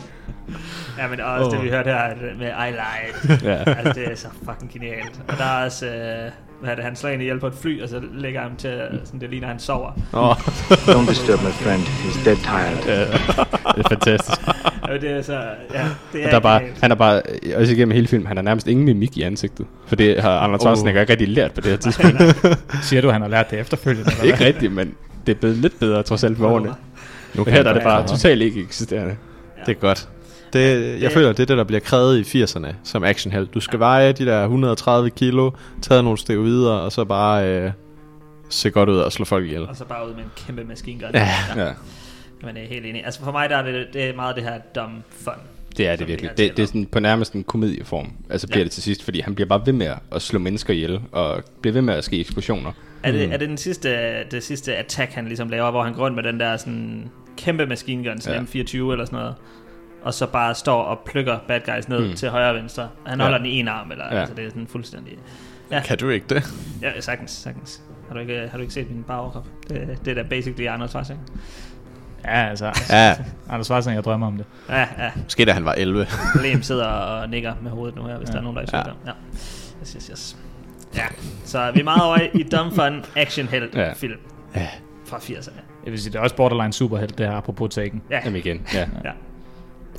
Ja, men også oh. det, vi hørte her med I lied. Ja. altså, det er så fucking genialt. Og der er også, øh, hvad er det, han slår en ihjel på et fly, og så lægger han til, øh, sådan det ligner, han sover. Don't disturb my friend. He's dead tired. Det er fantastisk. Og det er så, ja, det er, Og der er bare, genialt. han er bare, øh, også igennem hele filmen, han har nærmest ingen mimik i ansigtet. For det har Arnold Schwarzenegger ikke rigtig lært på det her tidspunkt. Siger du, han har lært det efterfølgende? Eller ikke rigtigt, men det er blevet lidt bedre trods alt med årene. Nu her der er det bare totalt ikke eksisterende. Det er godt. Det, jeg føler, det er det, der bliver krævet i 80'erne som actionheld. Du skal veje de der 130 kilo, tage nogle steroider, og så bare øh, se godt ud og slå folk ihjel. Og så bare ud med en kæmpe maskingun. Ja. Men jeg er helt enig. Altså for mig, der er det, det er meget det her dumb fun. Det er som det vi virkelig. har talt Det, det er om. sådan på nærmest en komedieform. Altså bliver Ja. det til sidst, fordi han bliver bare ved med at slå mennesker ihjel, og bliver ved med at ske eksplosioner. Er det, er det den sidste, det sidste attack, han ligesom laver, hvor han går rundt med den der sådan kæmpe maskingun, sådan ja. M24 eller sådan noget, og så bare står og plukker bad guys ned mm. til højre og venstre. Han Ja. holder den i en arm, eller ja. Ja. altså det er sådan fuldstændig... Kan du ikke det? Ja, sagtens, sagtens. Har du ikke, har du ikke set min bare overkrop? Det, det er da basically Arnold Schwarzenegger. hvad? Ja, altså. Ja, Anders Varsen, jeg drømmer om det. Ja, ja. måske da han var 11. Lem sidder og nikker med hovedet nu her, hvis ja. der er nogen, der ikke ja. Ja. Yes, yes, yes. Ja, så vi er meget over i dumb fun action held Ja. film Ja. fra 80'erne. Jeg vil sige, det er også borderline superhelt, det her apropos taken. Ja, Jamen igen, ja. ja.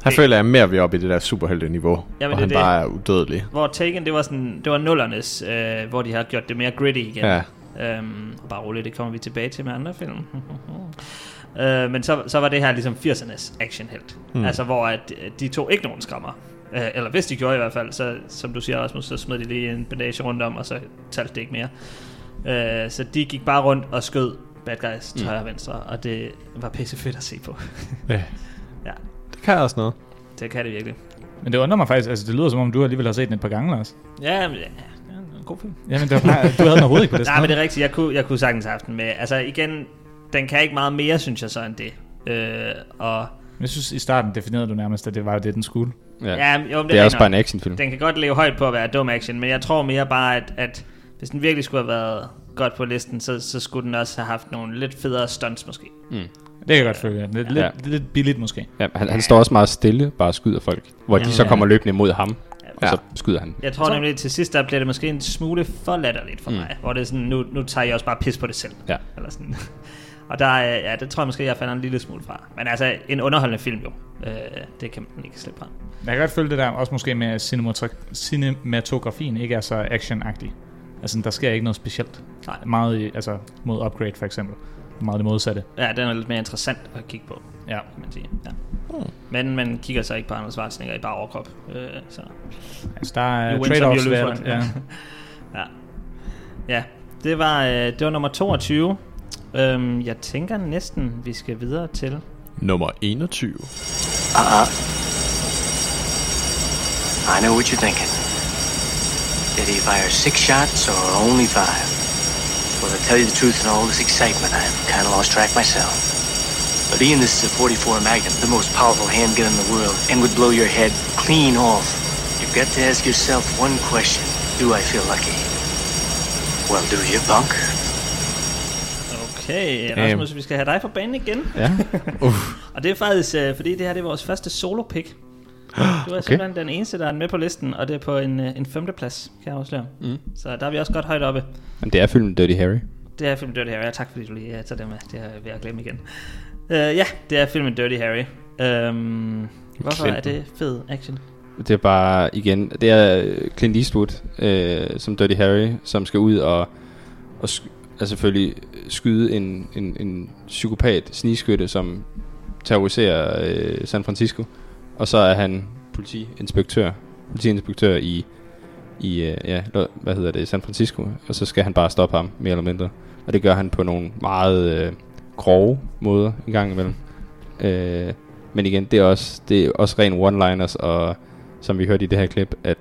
Her føler jeg mere, at vi er oppe i det der superhelte-niveau, Jamen, hvor det er han det. bare er udødelig. Hvor Taken, det var sådan, det var nullernes, øh, hvor de har gjort det mere gritty igen. Ja. Øhm, og bare roligt, det kommer vi tilbage til med andre film. øh, men så, så var det her ligesom 80'ernes actionhelt. Mm. Altså hvor at, øh, de tog ikke nogen skrammer. Øh, eller hvis de gjorde i hvert fald, så som du siger Rasmus, så smed de lige en bandage rundt om, og så talte det ikke mere. Øh, så de gik bare rundt og skød bad guys til højre og venstre, og det var pisse fedt at se på. Ja. ja, Det kan også noget. det kan det virkelig. Men det undrer mig faktisk, altså det lyder som om, du alligevel har set den et par gange, Lars. Ja, men, ja, ja, en god film. Jamen, det var, bare- du havde den overhovedet ikke på det. Nej, men det er rigtigt. Jeg kunne, jeg kunne sagtens have haft den med. Altså igen, den kan ikke meget mere, synes jeg så, end det. Øh, og Jeg synes, i starten definerede du nærmest, at det var jo det, den skulle. ja. ja, jo, men Det er også rigtig bare en nok. actionfilm. Den kan godt leve højt på at være dum action, men jeg tror mere bare, at, at hvis den virkelig skulle have været godt på listen, så, så skulle den også have haft nogle lidt federe stunts måske. Det kan jeg godt følge. Det er lidt, Ja. ja. lidt billigt måske. ja han, han står også meget stille, bare skyder folk. Hvor de så kommer løbende imod ham, og så skyder han. Jeg tror så... nemlig, at til sidst der bliver det måske en smule for latterligt for mm. mig, hvor det er sådan, nu, nu tager jeg også bare pis på det selv. Ja. Eller sådan. Og der, øh, ja, det tror jeg måske, jeg fandt en lille smule fra. Men altså, en underholdende film jo. Øh, det kan man ikke slippe fra. Jeg kan godt følge det der, også måske med at cinematra- cinematografien ikke er så actionagtig. Altså, der sker ikke noget specielt. Nej. Meget i, altså, mod Upgrade for eksempel. Meget det modsatte. Ja, den er lidt mere interessant at kigge på, Ja. kan man sige. Ja. Men man kigger så ikke på Arnold Schwarzenegger i bare overkrop. Øh, så. Altså, der er You win some, you trade-offs. lose ved one. at- Ja. Ja. ja, det var, øh, det var nummer 22. Øhm, jeg tænker næsten, vi skal videre til... Nummer 21. I know what you're thinking. Did he fire six shots or only five? Well, to tell you the truth, in all this excitement, I've kind of lost track myself. But Ian, this is a 44 Magnum, the most powerful handgun in the world, and would blow your head clean off. You've got to ask yourself one question. Do I feel lucky? Well, do you, punk? Okay, Rasmus, vi skal have dig på banen igen. Ja. Og det er faktisk, øh, fordi det her det er vores første solo-pick. Du er okay. simpelthen den eneste, der er med på listen, og det er på en, øh, en femteplads, kan jeg afsløre. Mm. Så der er vi også godt højt oppe. Men det er filmen Dirty Harry. Det er filmen Dirty Harry, og tak fordi du lige øh, tager det med. Det er ved at glemme igen. Uh, ja, det er filmen Dirty Harry. Um, hvorfor Clinton. er det fed action? Det er bare, igen, det er øh, Clint Eastwood øh, som Dirty Harry, som skal ud og, og sk- altså selvfølgelig skyde en, en, en psykopat snigskytte, som terroriserer øh, San Francisco. Og så er han politiinspektør, politiinspektør i, i øh, ja, lo- hvad hedder det, San Francisco. Og så skal han bare stoppe ham, mere eller mindre. Og det gør han på nogle meget øh, grove måder en gang imellem. Øh, men igen, det er også, det er også ren one-liners og som vi hørte i det her klip, at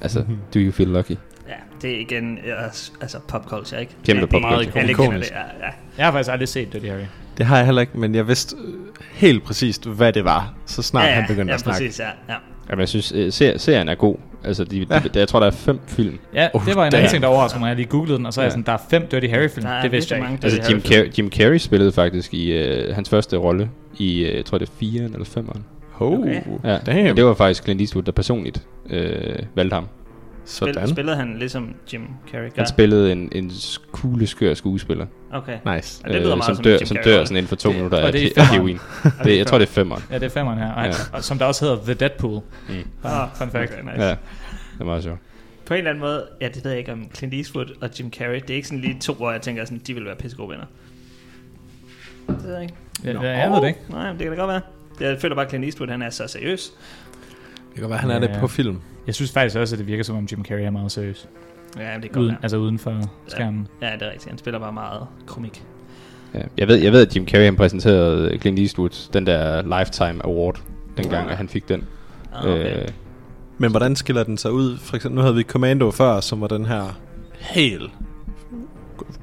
altså, do you feel lucky? Ja, det er igen øh, altså pop culture, ikke? Kæmpe Det- det er pop meget culture. Alle kender det, Ikonisk. ja, ja. Jeg har faktisk aldrig set Dirty Harry. Det har jeg heller ikke, men jeg vidste øh, helt præcist, hvad det var, så snart Ja, ja, han begyndte ja, at snakke. præcis, ja, ja. Jamen, jeg synes, øh, ser, serien er god. Altså, de, ja. de, jeg tror, der er fem film. Ja, oh, det var en damn. anden ting, der overraskede mig. Jeg lige googlede den, og så er jeg Ja. sådan, der er fem Dirty Harry-film. Der er Det vidste virkelig jeg ikke. mange Altså, Jim, Car- Jim Carrey spillede faktisk i øh, hans første rolle i, øh, jeg tror, det er 4'eren eller 5'eren. Oh, Ja, damn. og det var faktisk Clint Eastwood, der personligt øh, valgte ham. Spil, Spillede han ligesom Jim Carrey gør? Han spillede en, en kugleskør skuespiller. Okay. Nice. Ja, det lyder meget øh, som, som en dør, Jim som Carrey dør rolle. sådan inden for to Det- minutter og af, det er i he- af femmeren. heroin. Og det det, er jeg tror, det er femmeren. femmeren. Ja, det er femmeren her. Og, Ja. han, og som der også hedder The Deadpool. Mm. Mm. Ah, Fun fact. okay, Ja, det er meget sjovt. På en eller anden måde, ja, det ved jeg ikke om Clint Eastwood og Jim Carrey, det er ikke sådan lige to, hvor jeg tænker, sådan, de vil være pissegode venner. Det ved jeg ikke. Ja, jeg ved det ikke. Nej, men det kan da godt være. Jeg føler bare, at Clint Eastwood, han er så seriøs. Det kan godt være, han er det på film. Jeg synes faktisk også, at det virker som om Jim Carrey er meget seriøs. Ja, men det kan godt uden, være. Altså uden for skærmen. Ja, det er rigtigt. Han spiller bare meget komik. Ja. Jeg, ved, jeg ved, at Jim Carrey han præsenterede Clint Eastwood den der Lifetime Award, dengang, Ja. at han fik den. Ah, okay. Øh, Men hvordan skiller den sig ud? For eksempel, nu havde vi Commando før, som var den her helt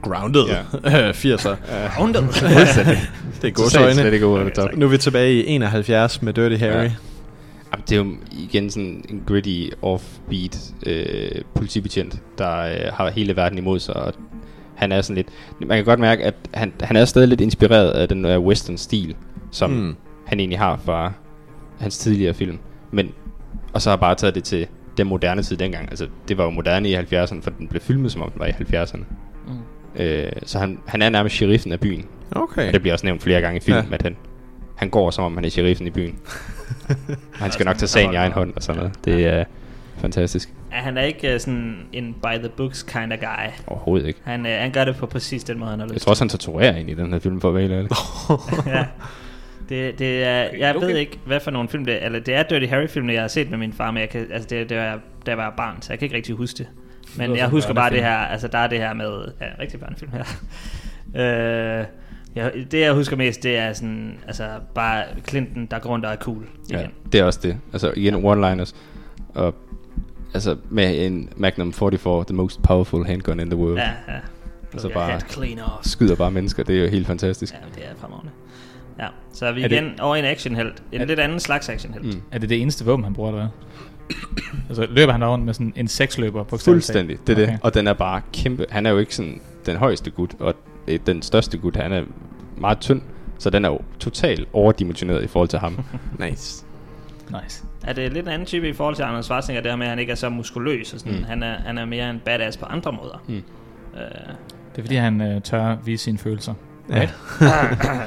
grounded Ja. ja. 80'er. Grounded? det er Totalt slet ikke over the top. Nu er vi tilbage i 71 med Dirty Harry. Ja. Jamen, det er jo igen sådan en gritty, offbeat øh, politibetjent, der øh, har hele verden imod sig. Og han er sådan lidt... Man kan godt mærke, at han, han er stadig lidt inspireret af den øh, western-stil, som Mm. mm. han egentlig har fra hans tidligere film. Men, og så har bare taget det til den moderne tid dengang. Altså, det var jo moderne i 70'erne, for den blev filmet, som om den var i 70'erne. Mm. Øh, så han, han er nærmest sheriffen af byen. Okay. Og det bliver også nævnt flere gange i filmen, Ja. ja. at han, han går, som om han er sheriffen i byen. Og han skal nok tage sagen i egen hånd og sådan noget. Det er fantastisk. Ja, han er ikke øh, sådan en by the books kind of guy. Overhovedet ikke. Han, øh, han gør det på præcis den måde, han har lyst Jeg tror også, han torturerer ind i den her film for at være helt ærlig. ja. Det, det er, okay, jeg okay. ved ikke, hvad for nogle film det er. Eller det er Dirty Harry-filmene, jeg har set med min far, men jeg kan, altså det, det var, da jeg var barn, så jeg kan ikke rigtig huske det. Det Men var jeg sådan husker bare det børnefilm. her, altså der er det her med, ja, rigtig børnefilm her. øh, jeg, det jeg husker mest, det er sådan, altså bare Clinton, der går rundt og er cool. Ja, det er også det. Altså igen, one-liners. Og altså med en Magnum 44, the most powerful handgun in the world. Ja, ja. Og så Blow your bare head clean off. skyder bare mennesker. Det er jo helt fantastisk. Ja, det er fremragende. Ja, så er vi Er det- igen over i en actionhelt. En lidt anden slags actionhelt. Mm. Er det det eneste våben, han bruger, eller hvad? altså, løber han der rundt med sådan en seksløber på Fuldstændig, det er okay. det. Og den er bare kæmpe. Han er jo ikke sådan den højeste gut, og øh, den største gut, han er meget tynd. Så den er jo totalt overdimensioneret i forhold til ham. nice. Nice. Er det lidt en anden type i forhold til Arnold Schwarzenegger, det her med, at han ikke er så muskuløs og sådan. Mm. Mm. Han, er, han er mere en badass på andre måder. Mm. Øh, Det er fordi, han øh, tør vise sine følelser. Ja. Right?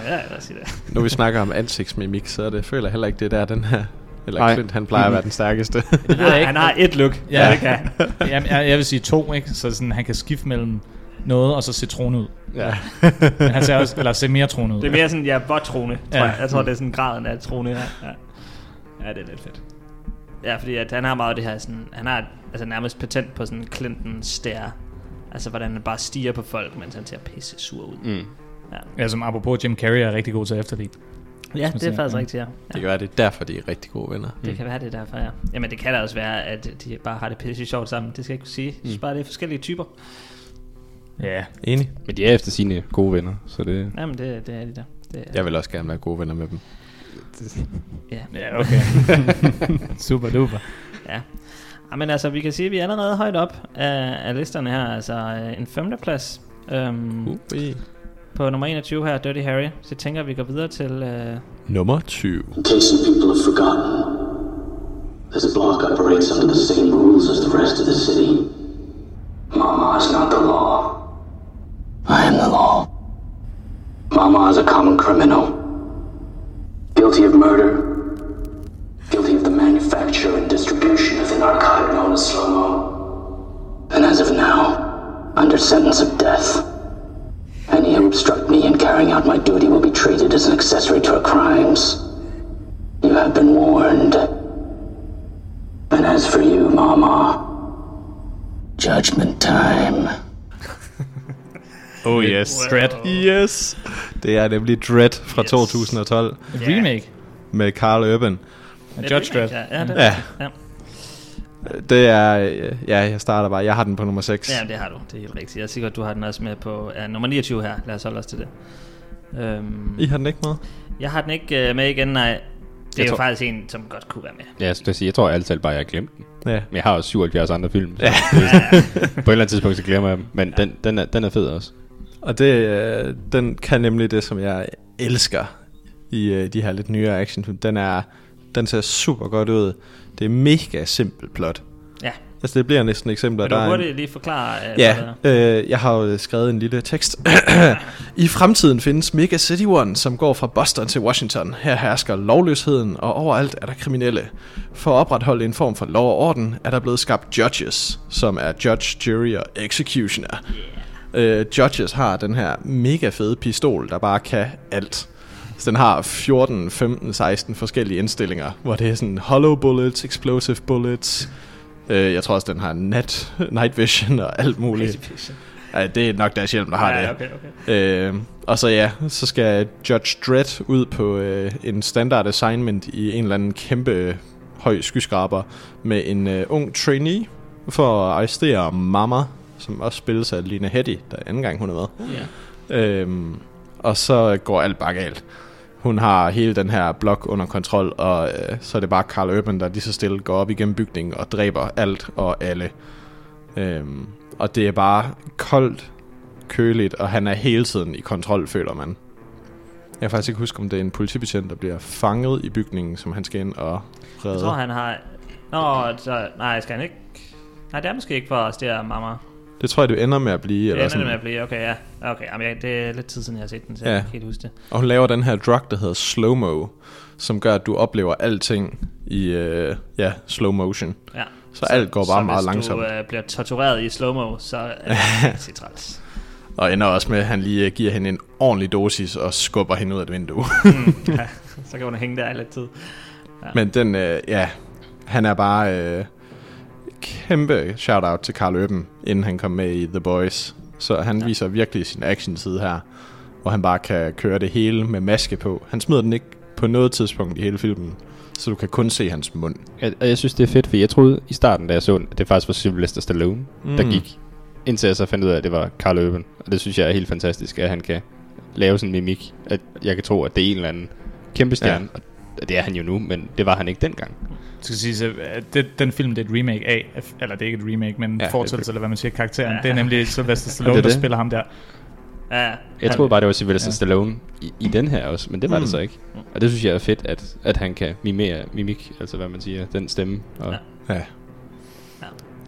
ja, lad os sige det. Nu vi snakker om ansigtsmimik, så er det, føler jeg heller ikke, det er der, den her... Eller Nej. Clint, han plejer at være den stærkeste. Det ved jeg ikke. Han har et look. Ja, det kan han. Jamen, jeg, jeg vil sige to, ikke? Så sådan, han kan skifte mellem noget og så se troende ud. ja. Men han ser, også, eller ser mere troende ud. Det er mere sådan, jeg er bot trone, tror Ja. jeg. jeg. tror, det er sådan graden af trone her. Ja. ja, det er lidt fedt. Ja, fordi at han har meget af det her sådan, han har altså nærmest patent på sådan Clinton stær. Altså, hvordan han bare stiger på folk, mens han ser pisse sur ud. Mm. Ja, Ja, som apropos Jim Carrey er rigtig god til at efterligne. ja man det er siger, faktisk ja. rigtigt, ja. Det kan være, det er derfor, de er rigtig gode venner. Det kan være, det er derfor, ja. Jamen, det kan da også være, at de bare har det pisse sjovt sammen. Det skal jeg ikke kunne sige. Jeg synes bare, det er forskellige typer. Ja. Enig. Men de er efter sine gode venner, så det... Jamen, det, det er det der. Det er, Jeg vil også gerne være gode venner med dem. ja. Ja, okay. Super duper. ja. Jamen, altså, vi kan sige, at vi er allerede højt op af, af listerne her. Altså, øh, en femteplads. Øhm, uh. Ui. På nummer 21 her, Dirty Harry. Så jeg tænker, at vi går videre til... Øh, Nummer 20. In case some people have forgotten, this block operates under the same rules as the rest of the city. Mama's not the law. I am the law. Mama's a common criminal. Guilty of murder. Guilty of the manufacture and distribution of the narcotic known as slow-mo. And as of now, under sentence of death. Any who obstruct me in carrying out my duty will be treated as an accessory to her crimes. You have been warned. And as for you, Mama, judgment time. Oh yes. Dread. Yes! Det er nemlig Dread fra yes. 2012 Remake. med Carl Urban. Judge Dredd. Ja, ja, det er Ja. rigtigt, ja. Det er... øh, Ja, jeg starter bare. Jeg har den på nummer 6. Ja, det har du. Det er helt rigtigt. Jeg er sikker, du har den også med på ja, nummer 29 her. Lad os holde os til det. Øhm, I har den ikke med? Jeg har den ikke øh, med igen, nej. Det er Jeg jo tror- faktisk en, som godt kunne være med. Ja, jeg, skulle sige, jeg tror altid bare, jeg har glemt den. Ja. Men jeg har også 77 andre film. Så Ja. det er sådan- på et eller andet tidspunkt, så glemmer jeg dem. Men den, den, er, den er fed også. Og det, øh, den kan nemlig det, som jeg elsker i øh, de her lidt nyere actionfilm. Den, er, den ser super godt ud. Det er mega simpelt plot. Ja. Altså det bliver næsten eksempler. Vil du Der er en- hurtigt lige forklare, øh, Ja, hvad øh, jeg har jo skrevet en lille tekst. I fremtiden findes Mega City One, som går fra Boston til Washington. Her hersker lovløsheden, og overalt er der kriminelle. For at opretholde en form for lov og orden, er der blevet skabt judges, som er judge, jury og executioner. Øh, judges har den her mega fede pistol, der bare kan alt. Så den har 14, 15, 16 forskellige indstillinger, hvor det er sådan hollow bullets, explosive bullets. Øh, jeg tror også, den har nat, night vision og alt muligt. Ja, det er nok deres hjelm, der har Ja, det. okay, Øh, og så ja, så skal Judge Dredd ud på øh, en standard assignment i en eller anden kæmpe øh, høj skyskraber med en øh, ung trainee for at arrestere Mama, som også spilles af Lina Heddy, der anden gang hun er med. Øhm, og så går alt bare galt. Hun har hele den her blok under kontrol, og øh, så er det bare Carl Urban, der lige så stille går op igennem bygningen og dræber alt og alle. Øhm, og det er bare koldt, køligt, og han er hele tiden i kontrol, føler man. Jeg kan faktisk ikke huske, om det er en politibetjent, der bliver fanget i bygningen, som han skal ind og redde. Jeg tror, han har... Nå, så, nej, skal han ikke... Nej, det er måske ikke for os, det er mamma. Det tror jeg, det ender med at blive. Det eller ender sådan. det med at blive, okay, ja. Okay, jamen, jeg, det er lidt tid siden, jeg har set den, så ja. jeg kan ikke helt huske det. Og hun laver den her drug, der hedder slow-mo, som gør, at du oplever alting i øh, ja, slow motion. Ja. Så, alt går bare så meget hvis langsomt. hvis du øh, bliver tortureret i slow-mo, så er det rigtig træls. Og ender også med, at han lige øh, giver hende en ordentlig dosis og skubber hende ud af et vindue. Mm, ja, så kan hun hænge der i lidt tid. Ja. Men den, øh, ja, han er bare øh, kæmpe shout-out til Carl Øben, inden han kom med i The Boys. Så han ja. viser virkelig sin action-side her, hvor han bare kan køre det hele med maske på. Han smider den ikke på noget tidspunkt i hele filmen, så du kan kun se hans mund. Jeg, og jeg synes, det er fedt, for jeg troede i starten, da jeg så den, at det faktisk var Sylvester Stallone, mm. der Mm. gik. Indtil jeg så fandt ud af, at det var Carl Urban. Og det synes jeg er helt fantastisk, at han kan lave sådan en mimik. At jeg kan tro, at det er en eller anden kæmpe stjerne. Ja. Og det er han jo nu, men det var han ikke dengang. Det skal siges, at det, den film, det er et remake af, af- eller det er ikke et remake, men Ja, ja, det- fortællelse, eller hvad man siger, karakteren, Ja. ja. det er nemlig Sylvester Stallone, Er det det der det? spiller ham der. Ja, Jeg Han- troede bare, det var Sylvester ja. Stallone i, i den her også, men det var mm. Mm. det så ikke. Og det synes jeg er fedt, at, at han kan mimere, mimik, altså hvad man siger, den stemme. Og Ja.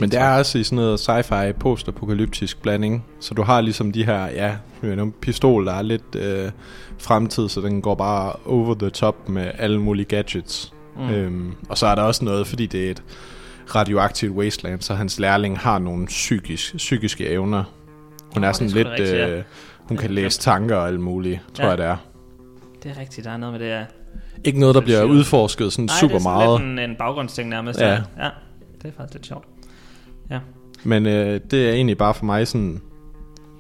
Men det er også i sådan noget sci-fi post-apokalyptisk blanding, så du har ligesom de her, ja, you know, pistol, der er lidt øh, fremtid, så den går bare over the top med alle mulige gadgets. Mm. Mm. Øhm, og så er der også noget, fordi det er et radioaktivt wasteland, så hans lærling har nogle psykisk, psykiske evner. Hun Nå, er det sådan er sgu lidt, da rigtigt, ja. øh, hun kan læse tanker og alt muligt, tror Ja. jeg det er. Det er rigtigt, der er noget med det her. Ikke noget, der bliver udforsket sådan Nej, super det er meget. sådan lidt en, en baggrundsting nærmest. Ja. Ja. ja. det er faktisk lidt sjovt. Ja. Men øh, det er egentlig bare for mig sådan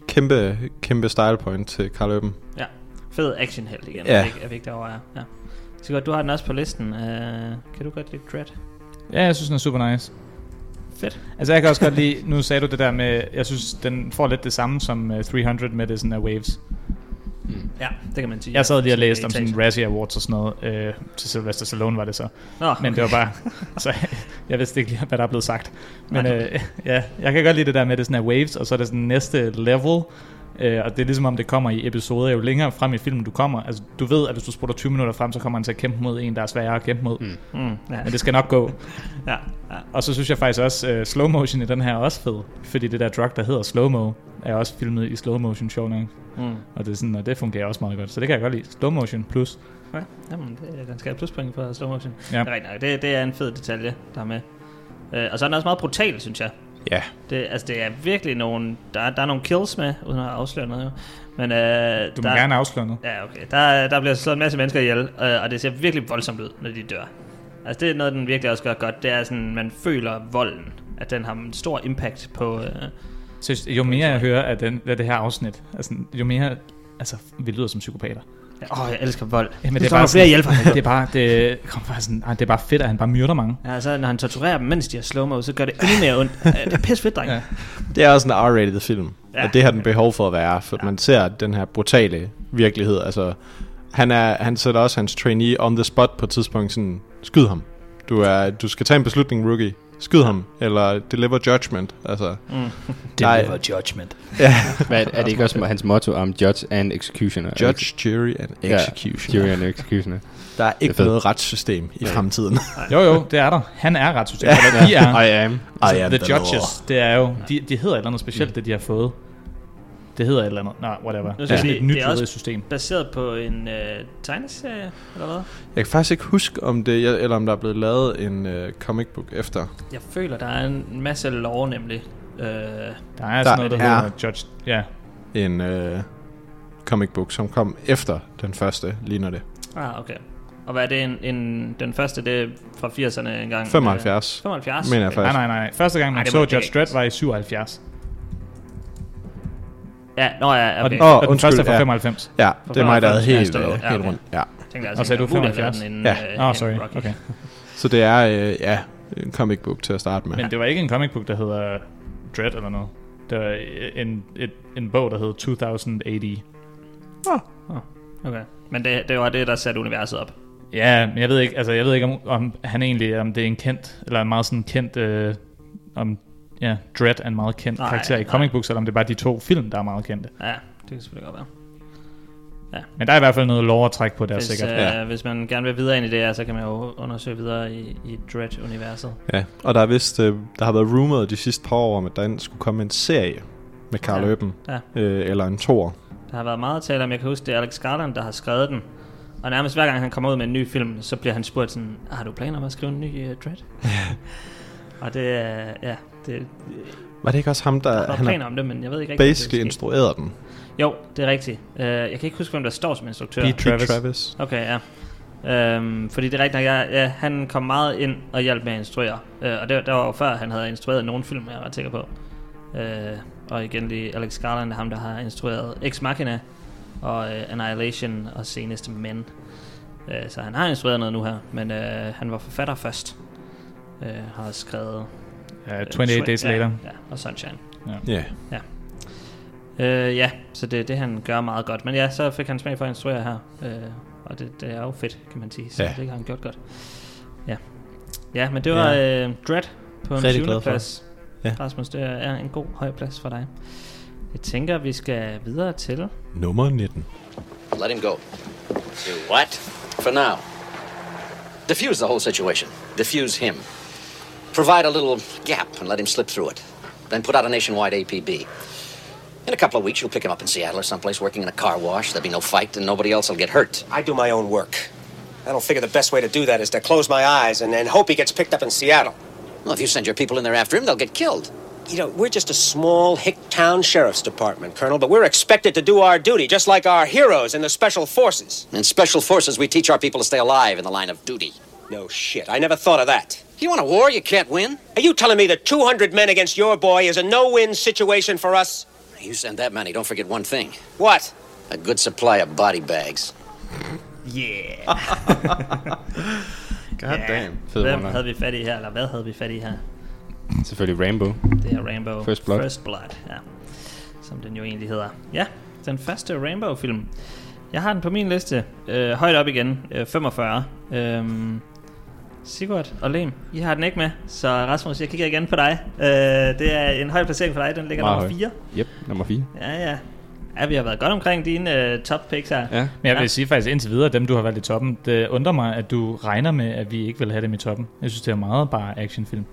kæmpe, kæmpe style point til Carl Øben. Ja, fed actionheld igen, Ja. ja. er, vi- er vi ikke derovre er. Ja. Så godt, du har den også på listen. Øh, kan du godt lide Dread? Ja, jeg synes, den er super nice. Fedt. Altså, jeg kan også godt lide, nu sagde du det der med, jeg synes, den får lidt det samme som øh, 300 med det sådan af waves. Ja, det kan man sige. Jeg sad lige og Sådan læste om irritation. sådan Razzie Awards og sådan noget. Øh, til Sylvester Stallone var det så. Nå, Men det var okay. bare... Så jeg vidste ikke lige, hvad der er blevet sagt. Men Nej. øh, ja, jeg kan godt lide det der med, at det sådan er waves, og så er det sådan næste level. Øh, og det er ligesom om, det kommer i episoder. Jo længere frem i filmen du kommer, altså du ved, at hvis du spurgte 20 minutter frem, så kommer han til at kæmpe mod en, der er sværere at kæmpe mod. Mm, ja. Men det skal nok gå. ja, ja. Og så synes jeg faktisk også, øh, slow motion i den her er også fed. Fordi det der drug, der hedder slow mo, er også filmet i slow motion, sjovt nok. Mm. Og, det er sådan, og det fungerer også meget godt. Så det kan jeg godt lide. Slow motion plus. Ja, jamen, det, den skal have pluspoint for slow motion. Ja. Ja. Det, er rigtigt nok. det, det er en fed detalje, der er med. Øh, og så er den også meget brutal, synes jeg. Ja. Det, altså, det er virkelig nogle... Der, er- der er nogle kills med, uden at afsløre noget jo. Men, øh, Du må der, gerne afsløre noget. Ja, okay. Der, der bliver slået en masse mennesker ihjel, øh, og det ser virkelig voldsomt ud, når de dør. Altså, det er noget, den virkelig også gør godt. Det er sådan, man føler volden, at den har en stor impact på... Øh, Så jo mere jeg hører af, den, af det her afsnit, altså, jo mere altså, vi lyder som psykopater. Åh, oh, jeg elsker vold. Jamen, Nu det er står der bare flere hjælper. sådan- det er bare, det, kom bare sådan, ah, det er bare fedt, at han bare myrder mange. Ja, så når han torturerer dem, mens de har slow mode, så gør det endnu mere ondt. Ja, det er pisse fedt, dreng. Ja. Det er også en R-rated film, ja. Ja. og det har den behov for at være, for ja. man ser den her brutale virkelighed. Altså, han, er, han sætter også hans trainee on the spot på et tidspunkt sådan, skyd ham. Du, er, du skal tage en beslutning, rookie. Skyd ham, eller deliver judgment. Altså, Mm. Nej. Deliver judgment. Ja. Hvad, er det ikke også hans motto om judge and executioner? Judge, Ikke? jury and executioner. Ja, jury and executioner. Der er ikke Det er fedt. noget retssystem i Nej. fremtiden. Jo, jo, det er der. Han er retssystem. Ja. Eller de er. I am. I am Altså, the, the judges, det er jo, de, de hedder et eller andet specielt, det de har fået. Det hedder et eller andet. Nej, whatever. Nu Det skal er Mm. jeg sige, sådan et nyt det er også juridisk system. baseret på en øh, tegneserie, eller hvad? Jeg kan faktisk ikke huske, om det, eller om der er blevet lavet en øh, comic book efter. Jeg føler, der er en masse lov, nemlig. Øh, der er sådan noget, der hedder Judge... Ja. En øh, comic book, som kom efter den første, ligner det. Ah, okay. Og hvad er det? En, en, den første, det er fra 80'erne engang? 75. Øh, 75? Mener jeg Okay. faktisk. Nej, nej, nej. Første gang, man Ej, det så må- Judge det- Dredd, var i 77. Ja, nå ja, okay. Og den- og den første er fra ja. 95. Ja, Fra det er mig, der havde 95, ja, helt, står øh, der. helt Ja, okay. rundt. Ja. Tænkte, altså, Og sagde du det var muligt at 75? lave den Ja. inden, øh, Åh, inden sorry. Rocky. Okay. Så det er, øh, ja, en comic book til at starte med. Men det var ikke en comic book, der hedder Dread eller noget. Det var en, et, en bog, der hed 2080. Okay. Men det, det var det, der satte universet op. Ja, men jeg ved ikke, altså jeg ved ikke om, om han egentlig om det er en kendt eller en meget sådan kendt øh, om ja, Dread er en meget kendt Nej, nej, karakter i nej. comic books, eller om det er bare de to film, der er meget kendte. Ja, det kan selvfølgelig godt være. Men der er i hvert fald noget lov at trække på der Hvis, sikkert. øh, ja. hvis man gerne vil videre ind i det her, så kan man jo undersøge videre i, i Dread-universet. Ja, og der er vist, øh, der har været rumored de sidste par år, om at der enten skulle komme en serie med Carl Ja. Urban, Ja. Øh, eller en tor. Der har været meget at tale om. Jeg kan huske, det er Alex Garland, der har skrevet den. Og nærmest hver gang han kommer ud med en ny film, så bliver han spurgt sådan, har du planer om at skrive en ny uh, Dread? og det er, ja, det, Var det ikke også ham, der... der var han har planer om det, men jeg ved ikke rigtig, om det Basically er sket. instrueret den. Jo, det er rigtigt. Uh, jeg kan ikke huske, hvem der står som instruktør. Pete Pete Travis. Travis. Okay, ja. Um, fordi det er rigtigt, at ja, han kom meget ind og hjalp med at instruere. Uh, og det, der var jo før, han havde instrueret nogle film, jeg er ret sikker på. Uh, og igen lige Alex Garland, ham der har instrueret Ex Machina og uh, Annihilation og seneste Men. Uh, så han har instrueret noget nu her, men uh, han var forfatter først. Uh, har skrevet... øh, Ja, 28 Swi- Days ja, Later. Ja, og Sunshine. Ja. Ja. Ja. Øh, ja, så det er det, han gør meget godt. Men ja, så fik han smag for at instruere her. Øh, og det, det er jo fedt, kan man sige. Så Ja. ja. det har han gjort godt. Ja, ja men det var ja. øh, Dread på en Rigtig 20. glad for. plads. Ja. Ja. Rasmus, det er en god høj plads for dig. Jeg tænker, vi skal videre til... Nummer 19. Let him go. Do what? For now. Diffuse the whole situation. Diffuse him. Provide a little gap and let him slip through it. Then put out a nationwide APB. In a couple of weeks, you'll pick him up in Seattle or someplace working in a car wash. There'll be no fight and nobody else will get hurt. I do my own work. I don't figure the best way to do that is to close my eyes and, and hope he gets picked up in Seattle. Well, if you send your people in there after him, they'll get killed. You know, we're just a small hick town sheriff's department, Colonel, but we're expected to do our duty, just like our heroes in the special forces. In special forces, we teach our people to stay alive in the line of duty. No shit, I never thought of that. You want a war you can't win? Are you telling me that 200 men against your boy is a no-win situation for us? You send that many, don't forget one thing What? a good supply of body bags. Yeah! God damn. Fed Hvem runner. havde vi fat i her, eller hvad havde vi fat i her? Selvfølgelig Rainbow. Det er Rainbow First Blood. First Blood, ja. Som den jo egentlig hedder. Ja, den første Rainbow-film. Jeg har den på min liste. Øh, højt op igen. Øh, 45. Øhm, Sigurd og Lem, I har den ikke med. Så Rasmus, jeg kigger igen på dig. Øh, det er en høj placering for dig. Den ligger Meget nummer høj. 4. Yep, nummer 4. Ja, ja. Ja, vi har været godt omkring dine øh, top picks her. Ja. Men jeg vil sige faktisk indtil videre, dem du har valgt i toppen, det undrer mig, at du regner med, at vi ikke vil have dem i toppen. Jeg synes, det er meget bare actionfilm.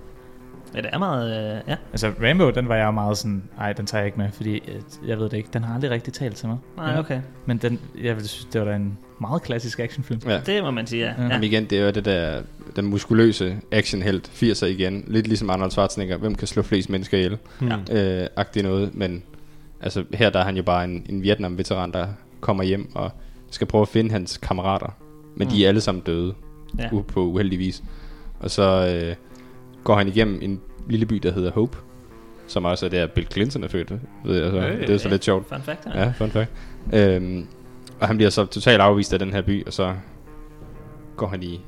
Ja, det er meget, øh, ja. Altså, Rainbow, den var jeg meget sådan, nej, den tager jeg ikke med, fordi øh, jeg ved det ikke, den har aldrig rigtig talt til mig. Nej, Ja. okay. Men den, jeg vil synes, det var da en meget klassisk actionfilm. Ja. Det må man sige, ja. Men igen, det er jo det der, den muskuløse actionhelt, 80'er igen. Lidt ligesom Arnold Schwarzenegger, hvem kan slå flest mennesker ihjel? Ja. Øh, agtig noget, men altså, her der er han jo bare en, en Vietnam-veteran, der kommer hjem og skal prøve at finde hans kammerater. Men mm. de Mm. er alle sammen døde, Ja. ja. u- på uheldig vis. Og så øh, går han igennem en lille by, der hedder Hope, som også er der Bill Clinton er født. Ved jeg så. Øh, det er så ja. lidt sjovt. Fun fact, ja. Ja, fun fact. Øhm, Og han bliver så totalt afvist af den her by, og så går han i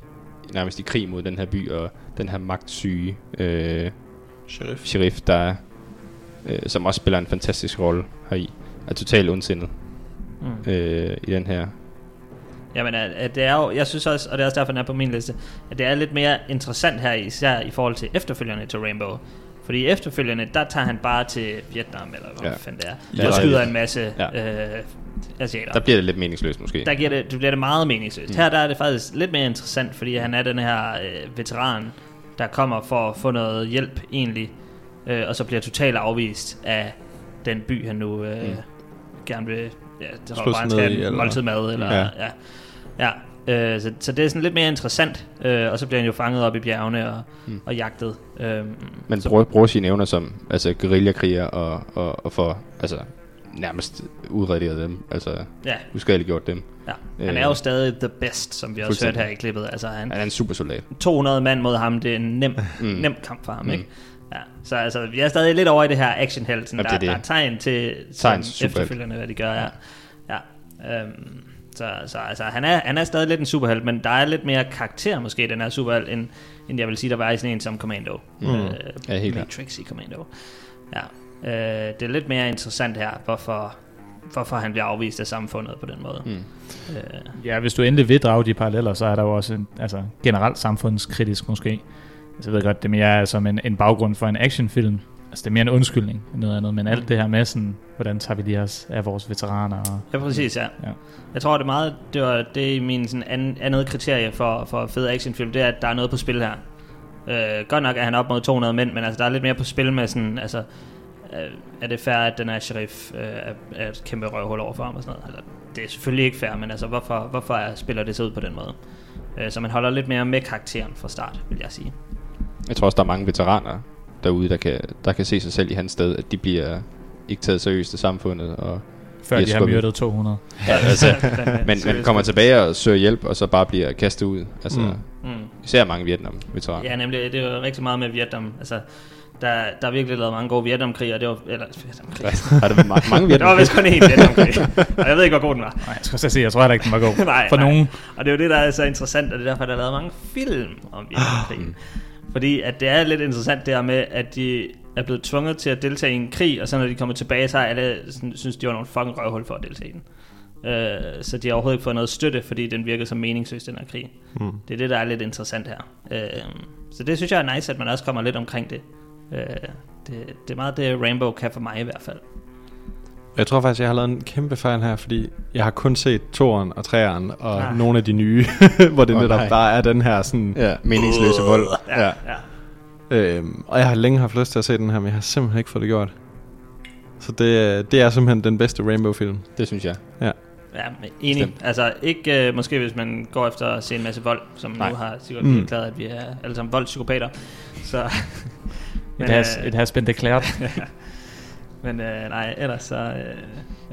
nærmest i krig mod den her by og den her magtsyge øh, sheriff. sheriff, der øh, som også spiller en fantastisk rolle heri, er totalt ondsindet Mm. mm. øh, i den her. Jamen, at, at det er jo, jeg synes også, og det er også derfor, den er på min liste, at det er lidt mere interessant her, især i forhold til efterfølgerne til Rainbow. Fordi efterfølgende, der tager han bare til Vietnam, eller hvad ja. Ja. fanden det er, Ja, og der- skyder en masse Ja. ja. øh, asiater. Der bliver det lidt meningsløst måske. Der giver det, det bliver det meget meningsløst. Mm. Mm. Her der er det faktisk lidt mere interessant, fordi han er den her øh, veteran, der kommer for at få noget hjælp egentlig, øh, og så bliver totalt afvist af den by, han nu øh, mm. Mm. gerne vil... Ja, det Slå tror jeg sig bare, han ned skal i, have en eller- måltid mad, eller... Ja. Ja. ja. ja. Øh, så, så det er sådan lidt mere interessant, øh, og så bliver han jo fanget op i bjergene og, mm. og jagtet. Øh, Man bruger, bruger sine evner som altså guerillakriger og, og, og får altså, nærmest udraderet dem, altså Ja. uskadeliggjort dem. ja. Han er jo stadig the best, som vi også hørte fuldstændig. her i klippet. Altså, han, Han er en supersoldat. 200 mand mod ham, det er en nem, mm. Mm. nem kamp for ham, mm. Mm. ikke? Ja, så altså, vi er stadig lidt over i det her actionhelsen. Jamen, Der, det er det. der er tegn til Tegn til som superhelt. efterfølgende, hvad de gør. Ja. ja. Øhm, så, så altså, han, er, han er stadig lidt en superhelt, men der er lidt mere karakter måske i den her superhelt, end, end jeg vil sige, der var i sådan en som Commando. Øh, Mm. Ja, helt klart. Matrix i Commando. Ja. Øh, det er lidt mere interessant her, hvorfor, hvorfor han bliver afvist af samfundet på den måde. Mm. Øh, Ja, hvis du endelig vil drage de paralleller, så er der jo også en, altså, generelt samfundskritisk måske. Altså, jeg ved godt, det er mere er som en, en baggrund for en actionfilm. Altså, det er mere en undskyldning end noget andet, men alt det her med sådan, hvordan tager vi lige os af vores veteraner? Og, Ja, præcis, ja. ja. Jeg tror, det er meget, det var det er min sådan anden, andet kriterie for, for fed actionfilm, det er, at der er noget på spil her. Øh, godt nok er han op mod 200 mænd, men altså, der er lidt mere på spil med sådan, altså, øh, er det fair, at den her sheriff øh, er, er et kæmpe røvhul over for ham og sådan noget? Eller, det er selvfølgelig ikke fair, men altså, hvorfor, hvorfor er- spiller det sig ud på den måde? Øh, så man holder lidt mere med karakteren fra start, vil jeg sige. Jeg tror også, der er mange veteraner derude, der kan, der kan se sig selv i hans sted, at de bliver ikke taget seriøst af samfundet. Og Før bliver de har skubbet. myrdet 200. Ja, altså, øh, men man Seriøst. kommer tilbage og søger hjælp, og så bare bliver kastet ud. Altså, Mm. mm. Mm. Især mange Vietnam-veteraner. Ja, nemlig. Det var rigtig meget med Vietnam. Altså, der, der er virkelig lavet mange gode Vietnamkriger. Det var, eller, Vietnamkriger. Har der været ma- mange Der altså. var vist kun én Vietnamkrig. og jeg ved ikke, hvor god den var. Nej, jeg skal også sige, jeg tror heller ikke, den var god. nej, For nej. nogen. Og det er jo det, der er så interessant, og det er derfor, der er lavet mange film om Vietnamkrigen. Ah. Fordi at det er lidt interessant det her med, at de er blevet tvunget til at deltage i en krig, og så når de kommer tilbage, så er alle sådan, synes, de var nogle fucking røvhul for at deltage i den. Øh, så de har overhovedet ikke fået noget støtte, fordi den virkede så meningsløs, den her krig. Hmm. Mm. Det er det, der er lidt interessant her. Øh, så det synes jeg er nice, at man også kommer lidt omkring det. Øh, det, det er meget det, Rainbow kan for mig i hvert fald. Jeg tror faktisk, jeg har lavet en kæmpe fejl her, fordi jeg har kun set toeren og træeren og Ah. ah. nogle af de nye, hvor det oh, Åh, netop nej. der er den her sådan... Ja, meningsløse vold. Ja, ja. Øhm, og jeg har længe haft lyst til at se den her, men jeg har simpelthen ikke fået det gjort. Så det, det er simpelthen den bedste Rainbow-film. Det synes jeg. Ja. Ja, men enig. Stemt. Bestemt. Altså ikke øh, måske, hvis man går efter at se en masse vold, som Nej. Nej. nu har sikkert Mm. mm. erklæret, at vi er alle sammen voldpsykopater. Så, It has- øh, it has been declared. ja. Men øh, nej, ellers så, øh,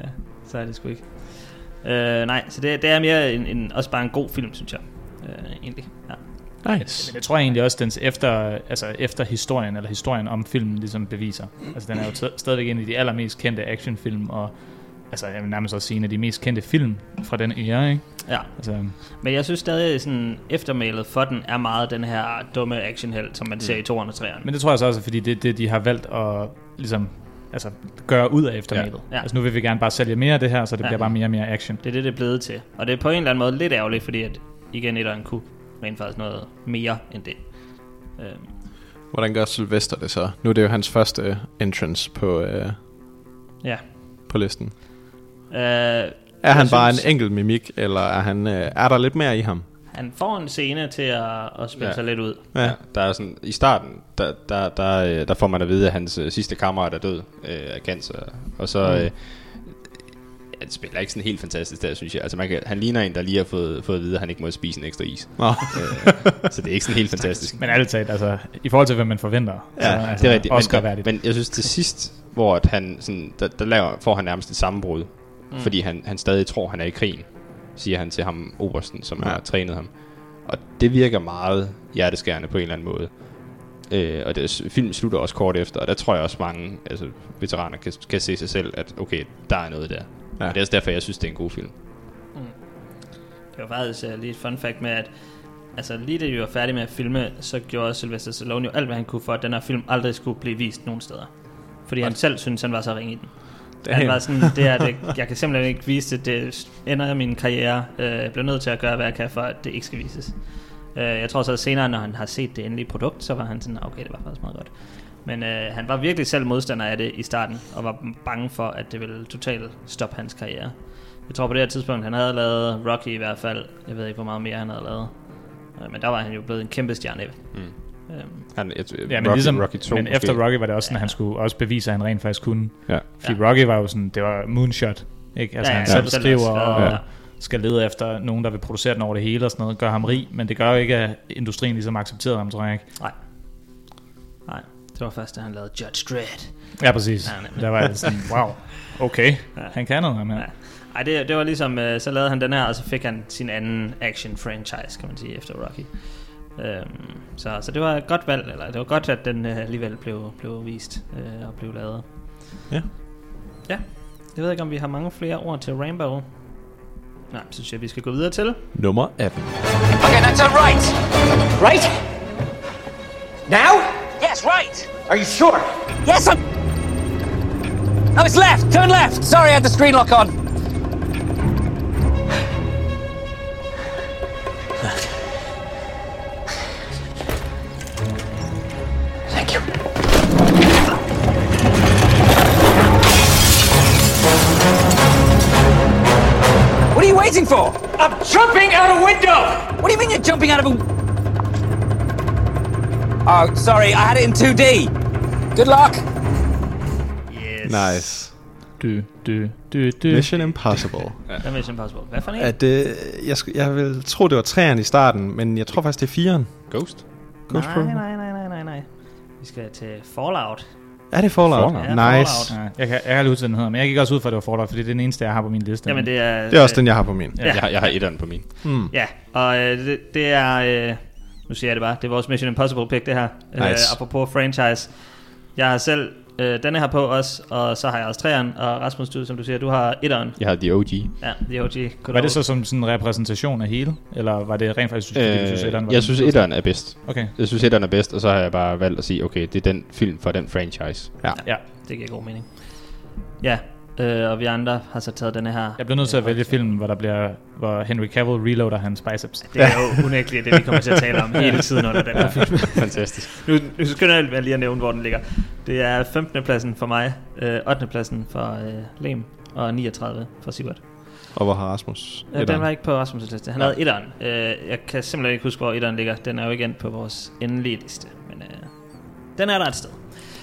ja, så er det sgu ikke. Øh, nej, så det, det er mere en, en, også bare en god film, synes jeg. Øh, egentlig. Ja. Nice. Men jeg tror egentlig også, dens efter, altså efter historien, eller historien om filmen, ligesom beviser. Altså, den er jo t- stadigvæk en af de allermest kendte actionfilm, og altså, jeg vil nærmest også sige, en af de mest kendte film fra den æra, ikke? Ja. Altså, Men jeg synes stadig, sådan eftermælet for den er meget den her dumme actionhelt, som man mm. ser i 2'eren og 3'eren. Men det tror jeg så også, er, fordi det er det, de har valgt at ligesom, altså, gøre ud af eftermælet. Ja. Ja. Ja. Ja. Altså nu vil vi gerne bare sælge mere af det her, så det Ja. ja. bliver bare mere og mere action. Det er det, det er blevet til. Og det er på en eller anden måde lidt ærgerligt, fordi at igen etteren kunne rent faktisk noget mere end det. Øhm, Hvordan gør Sylvester det så? Nu er det jo hans første øh, entrance på, øh, ja. på listen. Øh, er Er han bare en enkelt mimik, eller er, han, øh, er der lidt mere i ham? Han får en scene til at, at spille ja. sig lidt ud. Ja. Der er sådan, I starten, der, der, der, øh, der får man at vide, at hans øh, sidste kammerat er død øh, af cancer. Og så... Mm. Mm. Øh, ja, det spiller ikke sådan helt fantastisk der, synes jeg. Altså, man kan, han ligner en, der lige har fået, fået at vide, at han ikke må spise en ekstra is. Nå. Øh, så det er ikke sådan helt fantastisk. Men alt talt, altså, i forhold til, hvad man forventer. Ja, så, altså, det er rigtigt. Oscar men, værdigt. men jeg synes til sidst, hvor at han sådan, der, der laver, får han nærmest et sammenbrud, Mm. mm. fordi han, han stadig tror, han er i krigen, siger han til ham, Obersten, som ja. har trænet ham. Og det virker meget hjerteskærende på en eller anden måde. Øh, og det, filmen slutter også kort efter, og der tror jeg også mange altså, veteraner kan, kan se sig selv, at okay, der er noget der. Ja. Og det er også derfor, jeg synes, det er en god film. Det var faktisk uh, lige et fun fact med, at altså, lige da vi var færdige med at filme, så gjorde Sylvester Stallone jo alt, hvad han kunne for, at den her film aldrig skulle blive vist nogen steder. Fordi han selv synes han var så ring i den. Damn. Han var sådan, det her, det, jeg kan simpelthen ikke vise det, det ender min karriere. Øh, Jeg bliver nødt til at gøre, hvad jeg kan for, at det ikke skal vises. Øh, Jeg tror så at senere, når han har set det endelige produkt, så var han sådan, okay, det var faktisk meget godt. Men øh, han var virkelig selv modstander af det i starten, og var bange for, at det ville totalt stoppe hans karriere. Jeg tror på det her tidspunkt, han havde lavet Rocky i hvert fald. Jeg ved ikke, hvor meget mere han havde lavet. Øh, Men der var han jo blevet en kæmpe stjerne. Mm. Han, jeg, Ja, men, Rocky, ligesom, Rocky 2, men efter Rocky var det også sådan, at han skulle også bevise, at han rent faktisk kunne. Ja. Fordi ja. Rocky var jo sådan, det var moonshot. Ikke? Altså ja, ja, han selv skriver og Ja. ja. skal lede efter nogen, der vil producere den over det hele og sådan noget. Gør ham rig, men det gør jo ikke, at industrien ligesom accepterede ham, tror jeg ikke. Nej. Nej, det var først, da han lavede Judge Dredd. Ja, præcis. Ja, nemlig. Der var jeg sådan, wow, okay, han kan noget, ham her. Ej, det, det var ligesom, øh, så lavede han den her, og så fik han sin anden action-franchise, kan man sige, efter Rocky. Øhm, så, så det var et godt valg, eller det var godt, at den øh, alligevel blev, blev vist øh, og blev lavet. Ja. Ja, jeg ved ikke, om vi har mange flere ord til Rainbow. Nej, så synes jeg, vi skal gå videre til. Nummer 18. Okay, that's all right. Right? Now? Yes, right. Are you sure? Yes, I'm. No, it's left. Turn left. Sorry, I had the screen lock on. Thank you. What are you waiting for? I'm jumping out a window. What do you mean you're jumping out of a? Oh, sorry, I had it in 2D. Good luck. Yes. Nice. Du, du, du, du. Mission Impossible. Ja. Hvad er Mission Impossible? Hvad for en? At, øh, jeg, sk- jeg vil tro, det var træeren i starten, men jeg tror faktisk, det er firen. Ghost? Ghost nej, Protocol? nej, nej, nej, nej, nej. Vi skal til Fallout. Er det Fallout? Ja, Nice. Ja, jeg, kan, jeg kan aldrig huske, hvad den hedder, men jeg gik også ud fra, at det var Fallout, fordi det er den eneste, jeg har på min liste. Jamen, det er- øh, Det er også den, jeg har på min. Ja. Jeg, har, jeg har etteren på min. Mm. Ja, og øh, det, det er... Øh, nu siger jeg det bare. Det er vores Mission Impossible pick, det her. Øh, Nice. apropos franchise. Jeg har selv øh, denne her på også, og så har jeg også træeren, og Rasmus, du, som du siger, du har etteren. Jeg har The OG. Ja, The OG. Good Var old. det så som sådan en repræsentation af hele? Eller var det rent faktisk, fordi du synes, Øh, etteren var jeg den synes, bedste? etteren er bedst. Okay. Jeg synes, etteren er bedst, og så har jeg bare valgt at sige, okay, det er den film fra den franchise. Ja. ja. Det giver god mening. Ja, øh, og vi andre har så taget denne her. Jeg bliver nødt til at vælge filmen, hvor der bliver, hvor Henry Cavill reloader hans biceps. Det er jo unægteligt det, vi kommer til at tale om hele tiden under den her film. Fantastisk. nu, nu skynder jeg mig lige at nævne, hvor den ligger. Det er 15. pladsen for mig, øh, 8. pladsen for øh, Lem og 39 for Sivert. Og hvor har Rasmus? Øh, den etteren? var ikke på Rasmus' liste. Han Nå. havde etteren. Øh, jeg kan simpelthen ikke huske, hvor etteren ligger. Den er jo igen på vores endelige liste. Men øh, den er der et sted.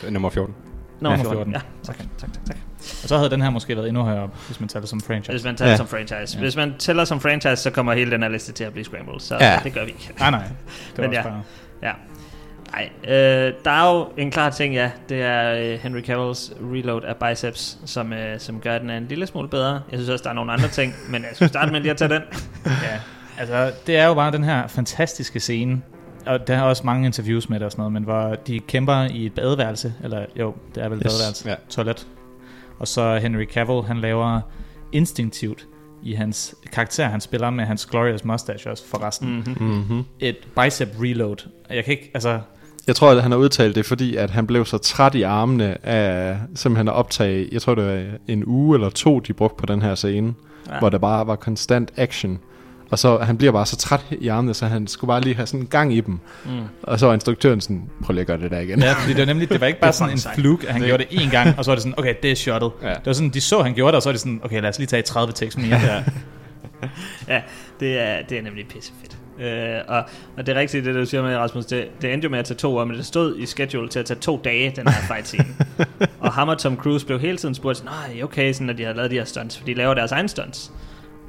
Nummer 14. Nummer Ja. 14. 14. Ja, tak, tak, tak, tak. Og så havde den her måske været endnu højere op, hvis man tager det som franchise. Hvis man tæller ja. som franchise. Ja. Hvis man tæller som franchise, så kommer hele den her liste til at blive scrambled. Så ja. Ja. det gør vi ikke. Nej, nej. Det var Men ja. også bare- ja. Nej, øh, der er jo en klar ting, ja. Det er øh, Henry Cavill's reload af biceps, som, øh, som gør, at den er en lille smule bedre. Jeg synes også, der er nogle andre ting, men jeg skulle starte med lige at tage den. ja. Altså, det er jo bare den her fantastiske scene, og der er også mange interviews med det og sådan noget, men hvor de kæmper i et badeværelse, eller jo, det er vel et Yes. badeværelse, ja. toilet. Og så Henry Cavill, han laver instinktivt i hans karakter, han spiller med hans glorious mustache også forresten. Mhm. Mhm. Et bicep reload. Jeg kan ikke, altså, Jeg tror, at han har udtalt det, fordi at han blev så træt i armene af simpelthen at optage, jeg tror det var en uge eller to, de brugte på den her scene, Ja. ja. hvor der bare var konstant action. Og så han bliver bare så træt i armene, så han skulle bare lige have sådan en gang i dem. Mm. Mm. Og så var instruktøren sådan, prøv lige at gøre det der igen. Ja, fordi det var nemlig, det var ikke bare sådan en fluke, at han gjorde det én gang, og så var det sådan, okay, det er shotet. Ja. Det var sådan, de så, han gjorde det, og så var det sådan, okay, lad os lige tage 30 tekst mere der. ja, det er, det er nemlig pissefedt. Øh, og, og det er rigtigt, det du siger med, Rasmus, det, det endte jo med at tage to år, men det stod i schedule til at tage to dage, den her fight scene. og ham og Tom Cruise blev hele tiden spurgt, sådan, nej, okay, sådan, at de havde lavet de her stunts, for de laver deres egen stunts.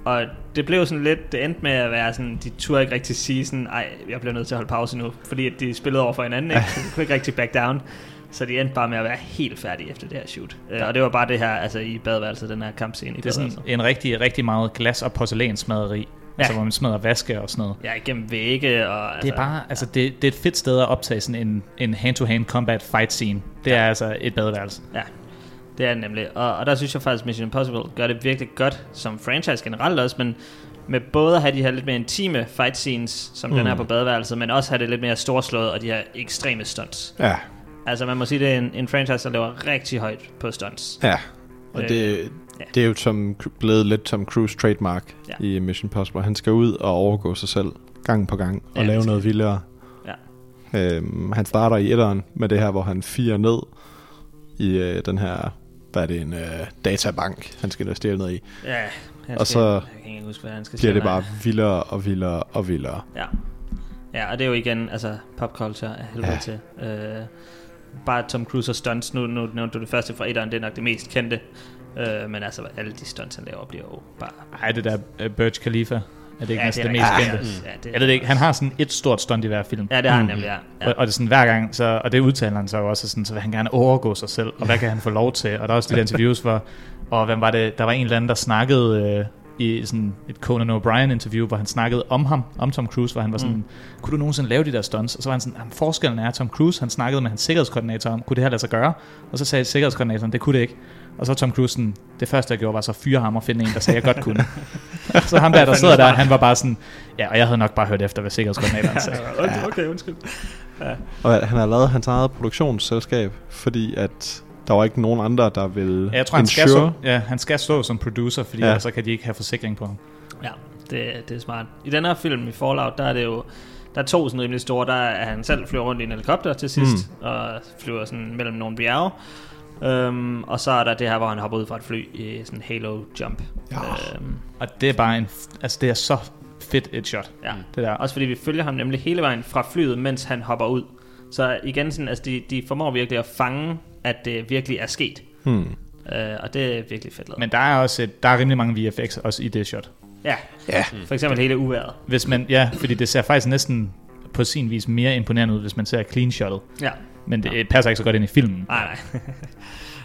Og det blev sådan lidt, det endte med at være sådan, de turde ikke rigtig sige sådan, ej, jeg bliver nødt til at holde pause nu, fordi at de spillede over for hinanden, ikke? Så de kunne ikke rigtig back down. Så de endte bare med at være helt færdige efter det her shoot. Øh, og det var bare det her, altså i badeværelset, den her kampscene i Det er sådan badeværelset. en rigtig, rigtig meget glas- og porcelænsmaderi. Ja. Altså, hvor man smadrer vaske og sådan noget. Ja, altså- igennem vægge og... Det er bare, altså, det, det er et fedt sted at optage sådan en, en hand-to-hand combat fight scene. Det er altså et badeværelse. Ja, det er det nemlig. Og, og der synes jeg faktisk, Mission Impossible gør det virkelig godt som franchise generelt også, men med både at have de her lidt mere intime fight scenes, som mm. den her på badeværelset, men også have det lidt mere storslået og de her ekstreme stunts. Ja. Altså man må sige, det er en, en franchise, der lever rigtig højt på stunts. Ja, og øh, det, ja. det er jo som, blevet lidt som Cruise trademark ja. i Mission Possible. Han skal ud og overgå sig selv gang på gang og Ja, ja, lave det noget vildere. Ja. Øhm, han starter i etteren med det her, hvor han firer ned i øh, den her, hvad er det, en øh, databank, han skal investere ned i. Ja, han skal- og så jeg kan ikke huske, hvad han skal bliver det sige, nej. bare vildere og vildere og vildere. Ja. Ja, og det er jo igen, altså popculture er helvede ja. til. Øh, bare Tom Cruise og stunts, nu, nu nævnte du det første fra etteren, det er nok det mest kendte. Øh, men altså, alle de stunts, han laver, bliver jo bare... Ej, det der øh, Burj Khalifa. Er det ikke Ja, ja, det, det er det mest rigtigt. kendte? Ja, det er- Ja, det er det ikke. Han har sådan et stort stunt i hver film. Ja, det har han nemlig, ja. Ja. Mm. Og, og, det er sådan hver gang, så, og det udtaler han så jo også, sådan, så vil han gerne overgå sig selv, og hvad kan han få lov til? Og der er også de der interviews, hvor, og hvem var det, der var en eller anden, der snakkede øh, i sådan et Conan O'Brien interview, hvor han snakkede om ham, om Tom Cruise, hvor han var sådan, Mm. mm. kunne du nogensinde lave de der stunts? Og så var han sådan, "Jamen, forskellen er, at Tom Cruise, han snakkede med hans sikkerhedskoordinator om, kunne det her lade sig gøre? Og så sagde sikkerhedskoordinatoren, det kunne det ikke. Og så var Tom Cruise sådan, det første jeg gjorde var så at fyre ham og finde en, der sagde, jeg godt kunne. så ham der, der sidder der, han var bare sådan, ja, og jeg havde nok bare hørt efter, hvad sikkerhedskoordinatoren sagde. Øh, okay, okay, undskyld. Ja. Og at han har lavet hans eget produktionsselskab, fordi at der var ikke nogen andre, der ville Ja, jeg tror, han skal, insure. så, ja, han skal stå som producer, fordi Ja. ja. ellers så kan de ikke have forsikring på ham. Ja, det, det er smart. I den her film, i Fallout, der er det jo... Der er to sådan rimelig store. Der er han selv flyver rundt i en helikopter til sidst, mm. og flyver sådan mellem nogle bjerge. Øhm, og så er der det her, hvor han hopper ud fra et fly i sådan en halo-jump. Ja. Øhm, og det er bare en... Altså, det er så fedt et shot. Ja. Det der. Også fordi vi følger ham nemlig hele vejen fra flyet, mens han hopper ud. Så igen, sådan, altså, de, de formår virkelig at fange, at det virkelig er sket. Hmm. Øh, og det er virkelig fedt lavet. Men der er også et, der er rimelig mange VFX også i det shot. Ja. Ja. Mm. For eksempel hele uværet. Hvis man, ja, fordi det ser faktisk næsten på sin vis mere imponerende ud, hvis man ser clean shottet. Ja. Men det øh, passer ikke så godt ind i filmen. Nej, nej.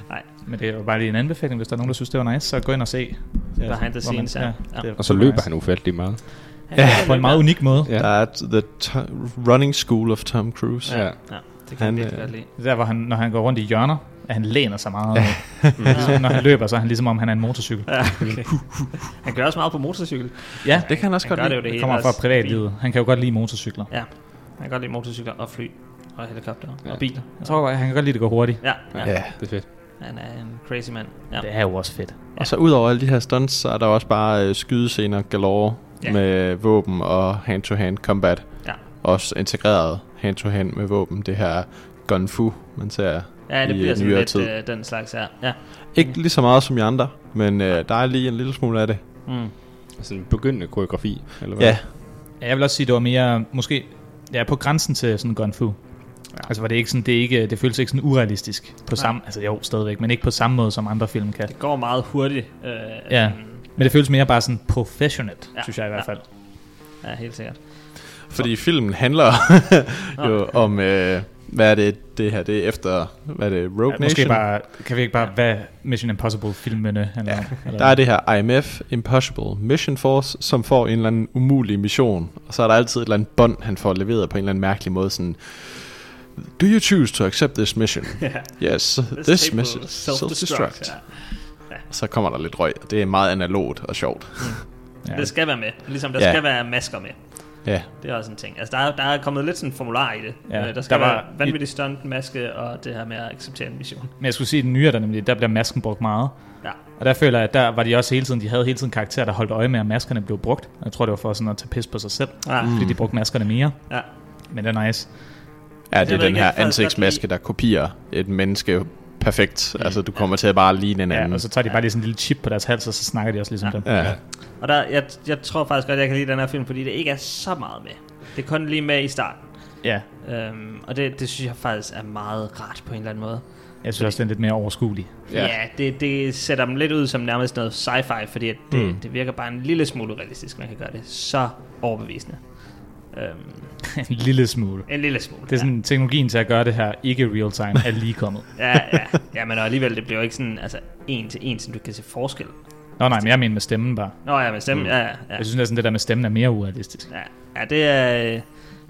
nej. Men det er jo bare lige en anbefaling, hvis der er nogen, der synes, det var nice, så gå ind og se. Ja, Behind the hvor scenes, ja. Ja. det er Og så super løber nice. han ufattelig meget. Ja, på en meget unik måde. Ja. Der er The t- Running School of Tom Cruise. Ja. Ja, det han, øh, Det er der, hvor han, når han går rundt i hjørner, at han læner sig meget. Ja. når han løber, så er han ligesom om, han er en motorcykel. Ja, okay. Han gør også meget på motorcykel. Ja, det kan han også han godt gør lide. Det, jo det, Det hele, kommer fra altså. privatlivet. Han kan jo godt lide motorcykler. Ja, han kan godt lide motorcykler og fly og helikopter ja. og biler. Jeg tror, han kan godt lide, at det går hurtigt. Ja, ja. Ja. Det er fedt. Han er en crazy mand. Ja. Det er jo også fedt. Og så ud over alle de her stunts, så er der også bare øh, skydescener galore Ja. ja. med våben og hand-to-hand combat. Ja. Også integreret hand-to-hand med våben. Det her gun fu, man ser Ja, det i bliver øh, sådan nyere lidt tid. øh, den slags her. Ja. Ikke lige så meget som i andre, men øh, der er lige en lille smule af det. Mm. Altså en begyndende koreografi, eller hvad? Ja. Ja, Jeg vil også sige, det var mere, måske, ja, på grænsen til sådan gun fu. Ja. Altså var det ikke sådan, det, er ikke, det føles ikke sådan urealistisk på samme, altså jo, stadigvæk, men ikke på samme måde, som andre film kan. Det går meget hurtigt. Øh, Ja, men det føles mere bare sådan professionelt, Ja, ja. synes jeg i hvert ja. fald. Ja, helt sikkert. Fordi filmen handler jo om, øh, hvad er det, det her, det er efter, hvad er det, Rogue Ja, Nation? måske bare, kan vi ikke bare, hvad Mission Impossible-filmene handler ja. om? Der er det her IMF, Impossible Mission Force, som får en eller anden umulig mission. Og så er der altid et eller andet bånd, han får leveret på en eller anden mærkelig måde, sådan... Do you choose to accept this mission? Ja. Yes, This this, tape will mission self-destruct." self-destruct. Og Så kommer der lidt røg, og det er meget analogt og sjovt. Ja. Det skal være med. Ligesom der ja. Ja. skal være masker med. Ja. Det er også en ting. Altså, der er, der er kommet lidt sådan en formular i det. Ja, Øh, der skal der der var- være vanvittig stunt, maske og det her med at acceptere en mission. Men jeg skulle sige, at den nye er der nemlig, der bliver masken brugt meget. Ja. Og der føler jeg, at der var de også hele tiden, de havde hele tiden karakterer, der holdt øje med, at maskerne blev brugt. Og Jeg tror, det var for sådan at tage pis på sig selv, Ja. ja. fordi de brugte maskerne mere. Ja. Men det er nice. Ja, det er ved den ikke, her jeg kan faktisk godt ansigtsmaske, der kopierer et menneske perfekt. Altså, du kommer til at bare ligne en anden. Og så tager de bare lige sådan en lille chip på deres hals, og så snakker de også ligesom dem. Ja. Og der, jeg, jeg tror faktisk godt, jeg kan lide den her film, fordi det ikke er så meget med. Det er kun lige med i starten. Ja. Øhm, og det, det synes jeg faktisk er meget rart på en eller anden måde. Jeg synes også, den er lidt mere overskuelig. Ja, ja det, det sætter dem lidt ud som nærmest noget sci-fi, fordi at det, mm. Mm. det virker bare en lille smule realistisk, man kan gøre det så overbevisende. Øhm, en lille smule. En lille smule, Det er sådan, teknologien til at gøre det her ikke real time er lige kommet. ja, ja, ja, men alligevel, det bliver jo ikke sådan altså, en til en, som du kan se forskel. Nå nej, men jeg mener med stemmen bare. Nå ja, med stemmen, ja, ja, ja. Mm. Jeg synes næsten, det der med stemmen er mere urealistisk. Ja, ja det, er,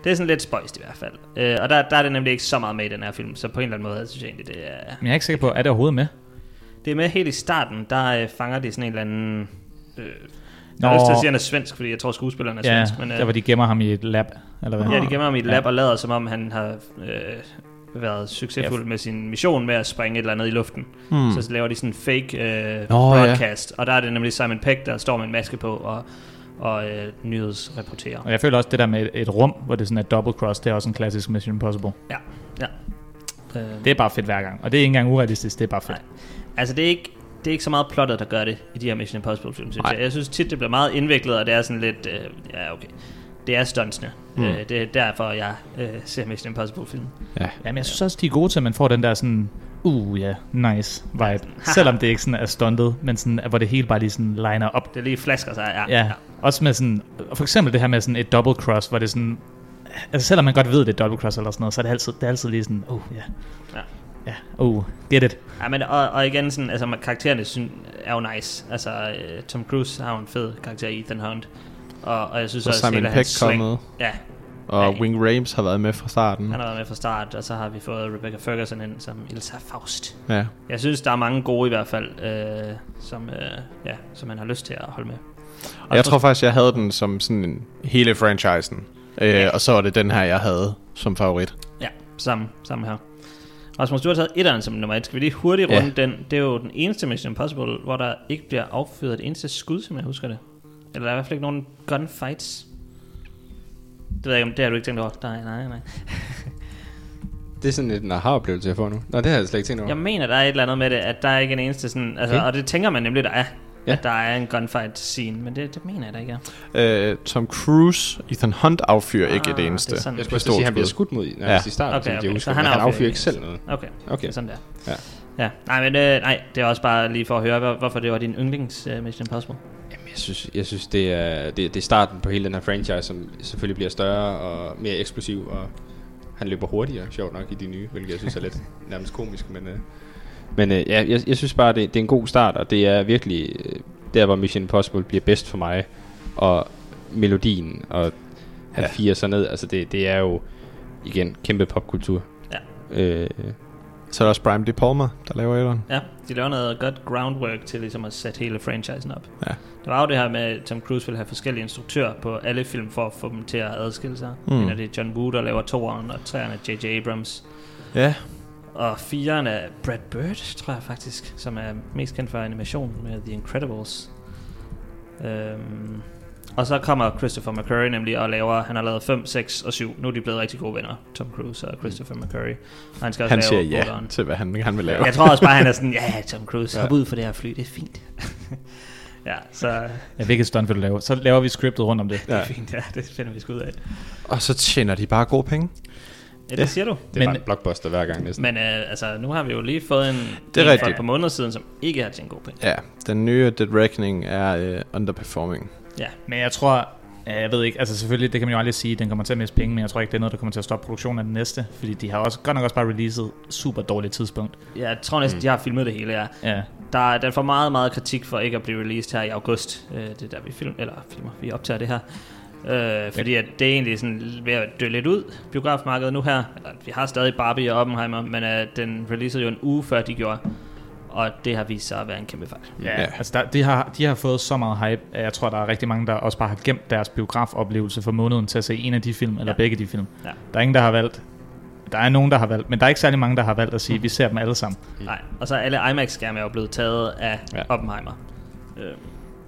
det er sådan lidt spøjst i hvert fald. Øh, og der, der er det nemlig ikke så meget med i den her film, så på en eller anden måde, synes jeg egentlig, det er... Men jeg er ikke sikker på, er det overhovedet med? Det er med helt i starten, der øh, fanger de sådan en eller anden... Øh, Jeg har lyst til at sige, at han er svensk, fordi jeg tror, skuespilleren er ja, svensk. men, Men, øh, der hvor de gemmer ham i et lab, eller hvad? Ja, de gemmer ham i et lab og lader, som om han har øh, været succesfuld med sin mission med at springe et eller andet i luften. Hmm. Så laver de sådan en fake øh, Nå, ja. broadcast, og der er det nemlig Simon Peck, der står med en maske på og, og øh, nyhedsreporterer. Og jeg føler også det der med et, et rum, hvor det sådan er double cross, det er også en klassisk Mission Impossible. Ja, ja. Øh, Det er bare fedt hver gang, og det er ikke engang urealistisk, det er bare fedt. Altså det er ikke det er ikke så meget plottet, der gør det i de her Mission Impossible film, synes jeg. Jeg synes tit, det bliver meget indviklet, og det er sådan lidt, øh, ja okay, det er stuntsene. Mm. Mm. Øh, det er derfor, jeg øh, ser Mission Impossible film. Ja. Jamen jeg synes også, de er gode til, at man får den der sådan, uh ja, yeah, nice vibe. Selvom det ikke sådan er stuntet, men sådan, hvor det hele bare lige sådan liner op. Det lige flasker sig, ja. Ja, også med sådan, for eksempel det her med sådan et double cross, hvor det sådan, altså selvom man godt ved, det er double cross eller sådan noget, så er det altid, det er altid lige sådan, oh ja, Ja. ja, oh, get it. Ja, men, og, og igen, sådan, altså, man- karaktererne syn, er jo nice. Altså, øh, Tom Cruise har jo en fed karakter i Ethan Hunt. Og, og jeg synes Og også, Simon hele hans Peck kom sling- med. Ja, Og Wing Rames har været med fra starten. han har været med fra start, og så har vi fået Rebecca Ferguson ind som Elsa Faust. Ja. Jeg synes, der er mange gode i hvert fald, øh, som, øh, ja, som man har lyst til at holde med. Og jeg tror faktisk, jeg havde den som sådan en hele franchisen. Øh, Og så var det den her, jeg havde som favorit. Ja, samme, samme her. Rasmus, du har taget etteren som nummer et. Skal vi lige hurtigt Ja. runde den? Det er jo den eneste Mission Impossible, hvor der ikke bliver affyret et eneste skud, som jeg husker det. Eller der er i hvert fald ikke nogen gunfights. Det ved jeg ikke, om det har du ikke tænkt over. Nej, nej, nej. Det er sådan lidt en aha-oplevelse, jeg får nu. Nå, det har jeg slet ikke tænkt over. Jeg mener, der er et eller andet med det, at der er ikke en eneste sådan... Altså, Okay. okay. Og det tænker man nemlig, der er. Ja. At der er en gunfight scene, men det, det mener jeg da ikke er. Øh, Tom Cruise, Ethan Hunt affyrer ah, ikke Ah, det eneste. det er sådan. Jeg skulle også sige, at han bliver skudt mod i, nærmest i starten, som Okay, de okay. husker, Så han, men han affyrer affyrer ikke en selv eneste. noget. Okay, Okay. okay. sådan der. Ja. ja. Nej, men øh, nej, det er også bare lige for at høre, hvor- hvorfor det var din yndlings uh, Mission Impossible. Jeg synes, jeg synes det, er, det, det er starten på hele den her franchise, som selvfølgelig bliver større og mere eksplosiv, og han løber hurtigere, sjovt nok, i de nye, hvilket jeg synes er lidt nærmest komisk, men... Øh, men øh, ja, jeg, jeg synes bare, det, det er en god start, og det er virkelig øh, der, hvor Mission Impossible bliver bedst for mig. Og melodien, og han ja. firer sig ned, altså det, det er jo, igen, kæmpe popkultur. Ja. Øh, Så er der også Brian De Palma, der laver etteren. Ja, de laver noget godt groundwork til ligesom at sætte hele franchisen op. Ja. Der var jo det her med, at Tom Cruise ville have forskellige instruktører på alle film for at få dem til at adskille sig. Mm. Mm. En af det er John Woo, der laver toeren, og træerne er J.J. Abrams. Ja. Og fireren er Brad Bird, tror jeg faktisk, som er mest kendt for animation med The Incredibles. Øhm, og så kommer Christopher McCurry nemlig og laver, han har lavet 5, 6 og 7. Nu er de blevet rigtig gode venner, Tom Cruise og Christopher McCurry. Og han skal også Mm. Han lave siger ja otteren. til, hvad han gerne vil lave. Jeg tror også bare, han er sådan, ja, ja, Tom Cruise, Ja. hop ud for det her fly, det er fint. ja, så Ja, hvilket stunt vil du lave? Så laver vi scriptet rundt om det. det er fint, ja, det finder vi sgu ud af. Og så tjener de bare gode penge. Ja, det siger du. Det er men, bare en blockbuster hver gang næsten. Men øh, altså, nu har vi jo lige fået en, Det er en for rigtigt. et par måneder siden, som ikke har tjent god penge. Ja, den nye Dead Reckoning er øh, underperforming. Ja. Men jeg tror, ja, jeg ved ikke, altså selvfølgelig, det kan man jo aldrig sige, den kommer til at miste penge, men jeg tror ikke, det er noget, der kommer til at stoppe produktionen af den næste, fordi de har også, godt nok også bare releaset super dårligt tidspunkt. Jeg tror næsten, Mm. mm. de har filmet det hele, ja. Ja. Der, er- den får meget, meget kritik for ikke at blive released her i august. Øh, det er der, vi film, eller filmer, vi optager det her. Øh, fordi at det er egentlig sådan ved at dø lidt ud, biografmarkedet nu her. Eller, vi har stadig Barbie og Oppenheimer, men øh, den releasede jo en uge før de gjorde. Og det har vist sig at være en kæmpe fejl. Ja, altså der, de, har, de har fået så meget hype, at jeg tror, der er rigtig mange, der også bare har gemt deres biografoplevelse for måneden til at se en af de film, eller ja. begge de film. Ja. Der er ingen, der har valgt. Der er nogen, der har valgt, men der er ikke særlig mange, der har valgt at sige, vi ser dem alle sammen. Nej, og så er alle IMAX-skærme er jo blevet taget af ja. Oppenheimer. Øh,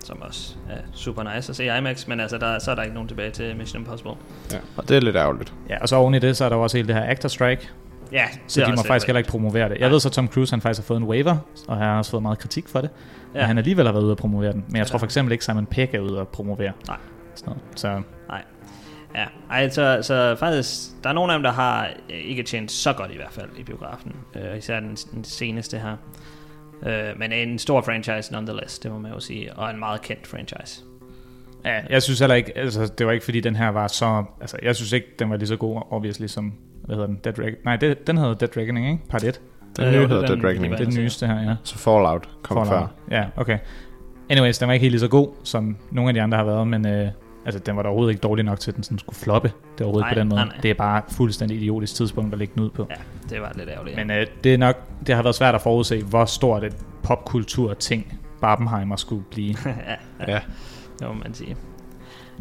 som også er super nice at se i IMAX, men altså, der, så er der ikke nogen tilbage til Mission Impossible. Ja. Og det er lidt ærgerligt. Ja, og så oven i det, så er der jo også hele det her actor strike. Ja, det så er de må også faktisk lidt heller ikke promovere det. Jeg ved så, at Tom Cruise han faktisk har fået en waiver, og han har også fået meget kritik for det. Ja. Ja. Men han alligevel har været ude at promovere den. Men jeg tror for eksempel ikke, Simon Peck er ude at promovere. Nej. Sådan noget. Så Nej. Ja, ej, så, så faktisk, der er nogle af dem, der har øh, ikke tjent så godt i hvert fald i biografen. Øh, især den, den seneste her. Øh, men en stor franchise nonetheless, det må man jo sige. Og en meget kendt franchise. ja, jeg synes heller ikke, altså det var ikke fordi den her var så, altså jeg synes ikke, den var lige så god, obviously, som, hvad hedder den, Dead Reckoning. Nej, det, den hedder Dead Reckoning, ikke? Part 1. Den Øh, nye hedder Dead Reckoning. Det er den nyeste her, ja. Så Fallout kom Fallout. før. Ja, okay. Anyways, den var ikke helt lige så god, som nogle af de andre har været, men øh, altså, den var da overhovedet ikke dårlig nok til, at den sådan skulle floppe. Det var overhovedet Nej, på den måde. nej, nej. Det er bare fuldstændig idiotisk tidspunkt at lægge den ud på. Ja, Det var lidt ærgerligt. Men øh, det, er nok, det har været svært at forudse, hvor stort et popkultur-ting Barbenheimer skulle blive. ja. Ja. det må man sige.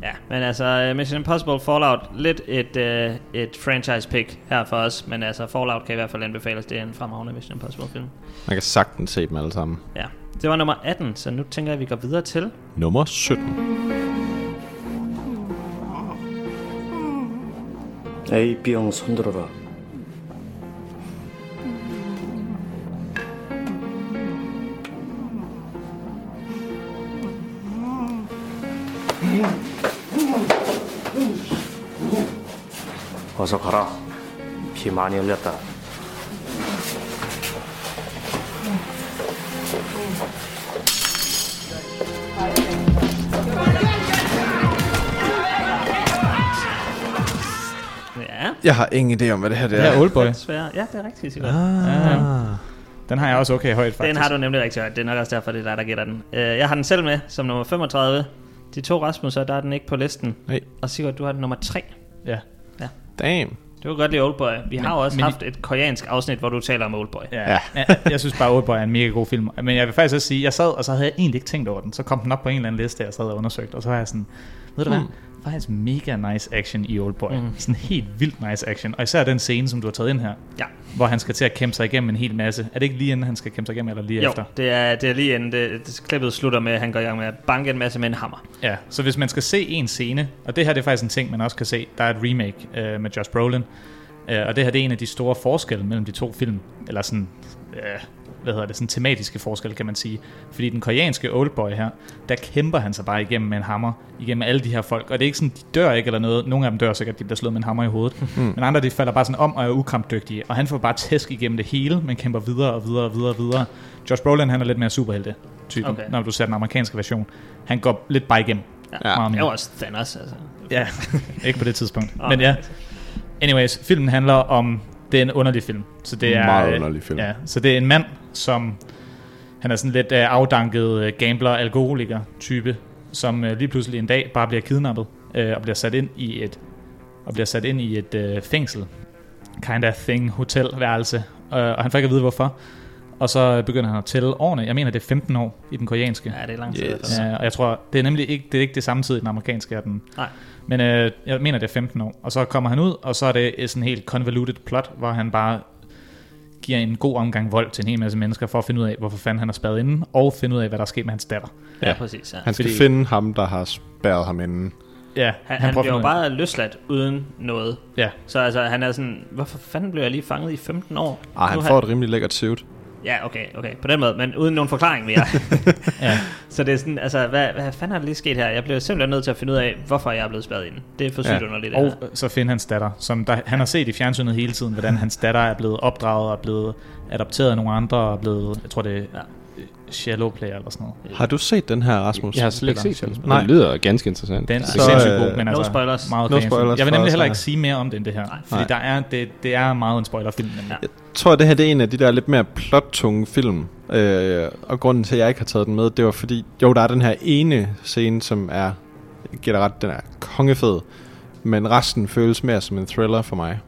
Ja, men altså øh, Mission Impossible Fallout, lidt et, øh, et franchise pick her for os, men altså Fallout kan i hvert fald anbefales, det er en fremragende Mission Impossible film. Man kan sagtens se dem alle sammen. Ja, det var nummer 18, så nu tænker jeg, at vi går videre til Nummer 17. A, B형 손들어라. 어서 가라. 비 많이 흘렸다. Ja. Jeg har ingen idé om, hvad det her det Det er er. Oldboy. Svær. Ja, det er rigtigt, Sigurd. Ah. Den har jeg også okay højt, faktisk. Den har du nemlig rigtig højt. Det er nok også derfor, det er dig, der gætter den. Øh, jeg har den selv med som nummer 35. De to Rasmusser, der er den ikke på listen. Nej. Og Sigurd, du har den nummer 3. Ja. ja. Damn. Det var godt lige Oldboy. Vi har Men- jo også men- haft et koreansk afsnit, hvor du taler om Oldboy. Ja. ja. jeg synes bare, Oldboy er en mega god film. Men jeg vil faktisk også sige, jeg sad, og så havde jeg egentlig ikke tænkt over den. Så kom den op på en eller anden liste, jeg sad og undersøgte. Og så var jeg sådan, ved du hvad? Mm. Faktisk mega nice action i Oldboy. Mm. Mm. Sådan helt vildt nice action. Og især den scene, som du har taget ind her. Ja. Hvor han skal til at kæmpe sig igennem en hel masse. Er det ikke lige inden, han skal kæmpe sig igennem, eller lige Jo, efter? det er, det er lige inden det, det, klippet slutter med, at han går i gang med at banke en masse med en hammer. Ja, så hvis man skal se en scene, og det her det er faktisk en ting, man også kan se, der er et remake øh, med Josh Brolin, øh, og det her det er en af de store forskelle mellem de to film, eller sådan, øh, hvad hedder det, sådan tematiske forskel, kan man sige. Fordi den koreanske oldboy her, der kæmper han sig bare igennem med en hammer, igennem alle de her folk, og det er ikke sådan, de dør ikke eller noget, nogle af dem dør sikkert, de bliver slået med en hammer i hovedet, Mm. mm. men andre de falder bare sådan om og er ukampdygtige, og han får bare tæsk igennem det hele, men kæmper videre og videre og videre og videre. Josh Brolin, han er lidt mere superhelte typen, Okay. okay. når du ser den amerikanske version. Han går lidt bare igennem. Meget Det mere. er jo også Thanos, altså. Ja, ikke på det tidspunkt. Åh, Men ja. nej. Anyways, filmen handler om... Det er en underlig film. Så det er, Meget øh, underlig film. Ja, så det er en mand, som... Han er sådan lidt øh, afdanket øh, gambler, alkoholiker type, som øh, lige pludselig en dag bare bliver kidnappet øh, og bliver sat ind i et og bliver sat ind i et øh, fængsel. Kind of thing, hotelværelse. Øh, og han får ikke at vide, hvorfor. Og så begynder han at tælle årene. Jeg mener, det er 15 år i den koreanske. Ja, det er lang tid, Yes. altså. Ja, og jeg tror, det er nemlig ikke, det er ikke det samme tid i den amerikanske og den. Nej. Men øh, jeg mener, det er 15 år. Og så kommer han ud, og så er det sådan en helt convoluted plot, hvor han bare giver en god omgang vold til en hel masse mennesker, for at finde ud af, hvorfor fanden han har spadet inden, og finde ud af, hvad der er sket med hans datter. Han skal Fordi- finde ham, der har spærret ham inden. Ja, Han, han han, prøver bliver jo at finde bare løsladt uden noget. Ja. Så altså, han er sådan, hvorfor fanden blev jeg lige fanget i 15 år? Ej, Nu han har- får et rimelig lækkert suit. Ja, okay, okay. På den måde, men uden nogen forklaring mere. ja. Så det er sådan, altså, hvad, hvad fanden har der lige sket her? Jeg bliver simpelthen nødt til at finde ud af, hvorfor jeg er blevet spadet inde. Det er for sygt ja. underligt. det Og her. så finde hans datter, som der, han har set i fjernsynet hele tiden, hvordan hans datter er blevet opdraget og er blevet adopteret af nogle andre og er blevet, jeg tror det er ja. shallow player eller sådan noget. Har du set den her, Rasmus? Jeg har slet ikke set den. Nej. Det lyder ganske interessant. Den er Så, sindssygt øh, god, men no altså spoilers. meget No okay. spoilers Jeg vil for nemlig os, heller nej. ikke sige mere om det end det her, Nej. fordi Nej. der er, det, det er meget en spoilerfilm. Men ja. tror, det her det er en af de der lidt mere plottunge film. Øh, og grunden til, at jeg ikke har taget den med, det var fordi... Jo, der er den her ene scene, som er... Jeg gætter ret, den er kongefed. Men resten føles mere som en thriller for mig.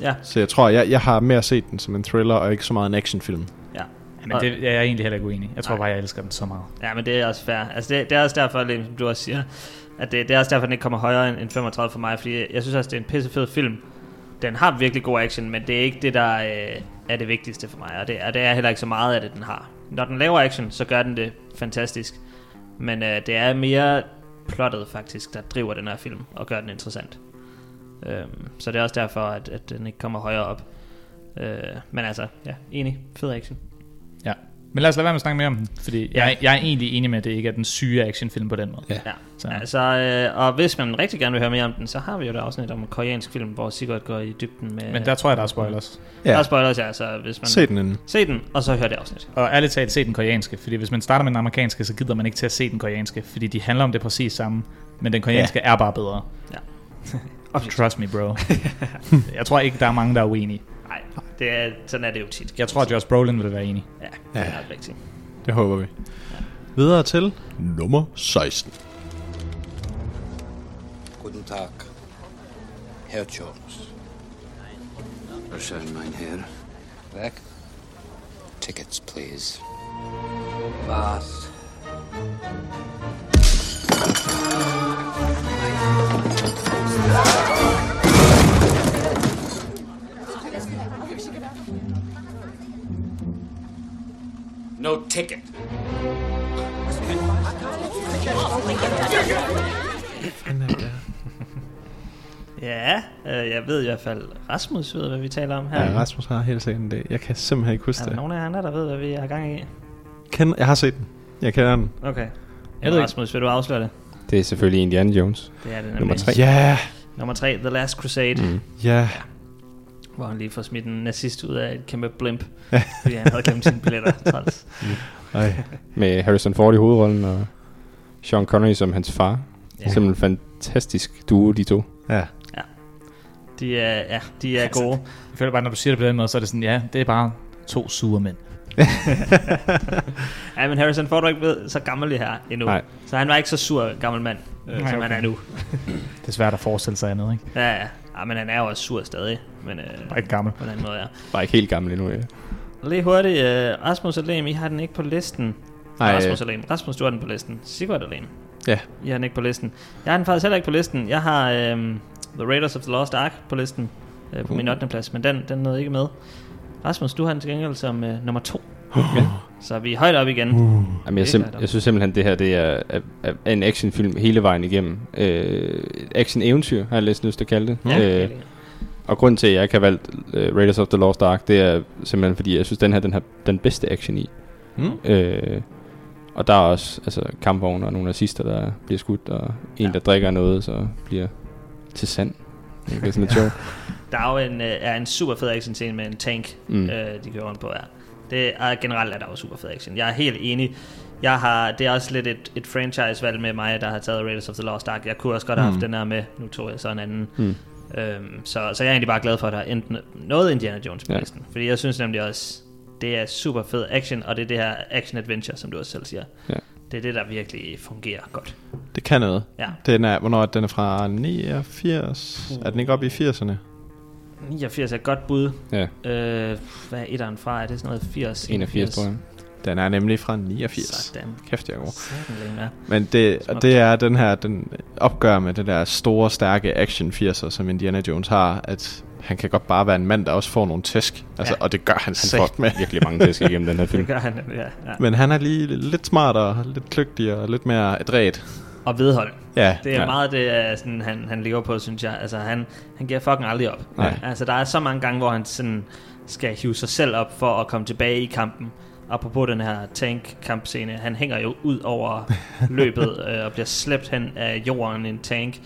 Ja. Så jeg tror, jeg, jeg har mere set den som en thriller, og ikke så meget en actionfilm. Ja. Men det jeg er jeg egentlig heller ikke uenig. i. Jeg tror bare, jeg elsker den så meget. Ja, men det er også fair. Altså, det, det er også derfor, ligesom du også siger, at det, det er også derfor, den ikke kommer højere end, end 35 for mig, fordi jeg synes også, det er en pissefed film. Den har virkelig god action, men det er ikke det, der øh, er det vigtigste for mig, og det, og det er heller ikke så meget af det, den har. Når den laver action, så gør den det fantastisk, men øh, det er mere plottet faktisk, der driver den her film og gør den interessant. Øhm, så det er også derfor, at, at den ikke kommer højere op. Øh, men altså, ja, enig. Fed action. Ja. Men lad os lade være med at snakke mere om den, fordi ja. jeg, jeg er egentlig enig med, at det ikke er den syge actionfilm på den måde. Ja. Så. Altså, øh, og hvis man rigtig gerne vil høre mere om den, så har vi jo et afsnit om en koreansk film, hvor Sigurd går i dybden med... Men der tror jeg, der er spoilers. Ja. Ja. Der er spoilers, ja, så hvis man... Se den inden. Se den, og så hør det afsnit. Og ærligt talt, se den koreanske, fordi hvis man starter med den amerikanske, så gider man ikke til at se den koreanske, fordi de handler om det præcis samme, men den koreanske ja. er bare bedre. Ja. Trust me, bro. jeg tror ikke, der er mange, der er uenige. Nej, det er, sådan er det jo tit. Jeg tror, at Josh Brolin vil være enig. Ja, det er ret rigtigt. Det håber vi. Videre til nummer 16. Guten Tag, Herr Jones. Return, mein Herr. Back. Tickets, please. Was? no ticket. Ja, øh, jeg ved i hvert fald, Rasmus ved, hvad vi taler om her. Ja, Rasmus har helt sikkert en dag. Jeg kan simpelthen ikke huske Er der det. nogen af jer andre, der ved, hvad vi har gang i? Kender, jeg har set den. Jeg kender den. Okay. Jeg Jeg ved ved ikke. Rasmus, vil du afsløre det? Det er selvfølgelig Indiana Jones. Det er det nemlig. Nummer 3. Ja. Nummer 3, The Last Crusade. Mm. Ja. Hvor han lige får smidt en nazist ud af et kæmpe blimp, fordi han havde glemt sine billetter. Træls. Ej. Med Harrison Ford i hovedrollen og Sean Connery som hans far. Ja. Ja. Som en fantastisk duo, de to. Ja. De er, ja, de er Altså, gode. Jeg føler bare, når du siger det på den måde, så er det sådan, ja, det er bare to sure mænd. ja, men Harrison Ford var ikke blevet så gammel det her endnu. Nej. Så han var ikke så sur gammel mand, øh, Nej, som han okay. er nu. Det er svært at forestille sig andet, ikke? Ja, ja. ja men han er jo også sur stadig. Men, øh, Bare ikke gammel. På den måde, ja. Bare ikke helt gammel endnu, ja. Lige hurtigt, øh, Rasmus og Lem, I har den ikke på listen. Nej, Nej, øh. Rasmus og Lem. Rasmus, du har den på listen. Sigurd og Lem. Ja. I har den ikke på listen. Jeg har den faktisk heller ikke på listen. Jeg har øh, The Raiders of the Lost Ark på listen øh, på min 8. plads, men den, den nåede ikke med. Rasmus, du har den til gengæld som øh, nummer 2. Okay. Så vi er højt op igen. Uh. Jamen, jeg, sim- jeg synes simpelthen, det her det er, er, er en actionfilm hele vejen igennem. Øh, et action-eventyr, har jeg læst lyst til at kalde det. Ja, helt øh, og grunden til, at jeg ikke har valgt øh, Raiders of the Lost Ark, det er simpelthen, fordi jeg synes, den her den har den bedste action i. Mm. Øh, og der er også altså, kampvogne og nogle nazister, der bliver skudt, og en, ja. der drikker noget, så bliver til sand. Det er sådan lidt sjovt. Der er jo en, øh, er en super fed action scene med en tank, Mm. mm. øh, de kører rundt på her. Det er generelt er der jo super fed action. Jeg er helt enig. Jeg har, det er også lidt et, et franchise-valg med mig, der har taget Raiders of the Lost Ark. Jeg kunne også godt have haft Mm. den her med. Nu tog jeg så en anden. Mm. Øhm, så, så jeg er egentlig bare glad for, at der er enten noget Indiana Jones på Ja. ja. listen. Fordi jeg synes nemlig også, det er super fed action, og det er det her action-adventure, som du også selv siger. Ja. Det er det, der virkelig fungerer godt. Det kan noget. Ja. Den er, hvornår er den er fra 89? Uh. Er den ikke oppe i 80'erne? 89 er et godt bud. Ja. Øh, hvad er etteren fra? Er det sådan noget 80? Den er nemlig fra 89. Sådan. Kæft, jeg er god. Sådan, ja. Men det, og det er den her, den opgør med det der store, stærke action 80'er, som Indiana Jones har, at han kan godt bare være en mand, der også får nogle tæsk. Altså, Ja. Og det gør han, Han sat får med. virkelig mange tæsk igennem den her Det film. gør han, ja. ja. Men han er lige lidt smartere, lidt kløgtigere, og lidt mere adræt. Og vedhold. Ja. Det er ja. ja. meget det, øh, sådan, han, han lever på, synes jeg. Altså, han, han giver fucking aldrig op. Nej. Altså, der er så mange gange, hvor han sådan skal hive sig selv op for at komme tilbage i kampen. Apropos den her tank-kampscene, han hænger jo ud over løbet øh, og bliver slæbt hen af jorden i en tank.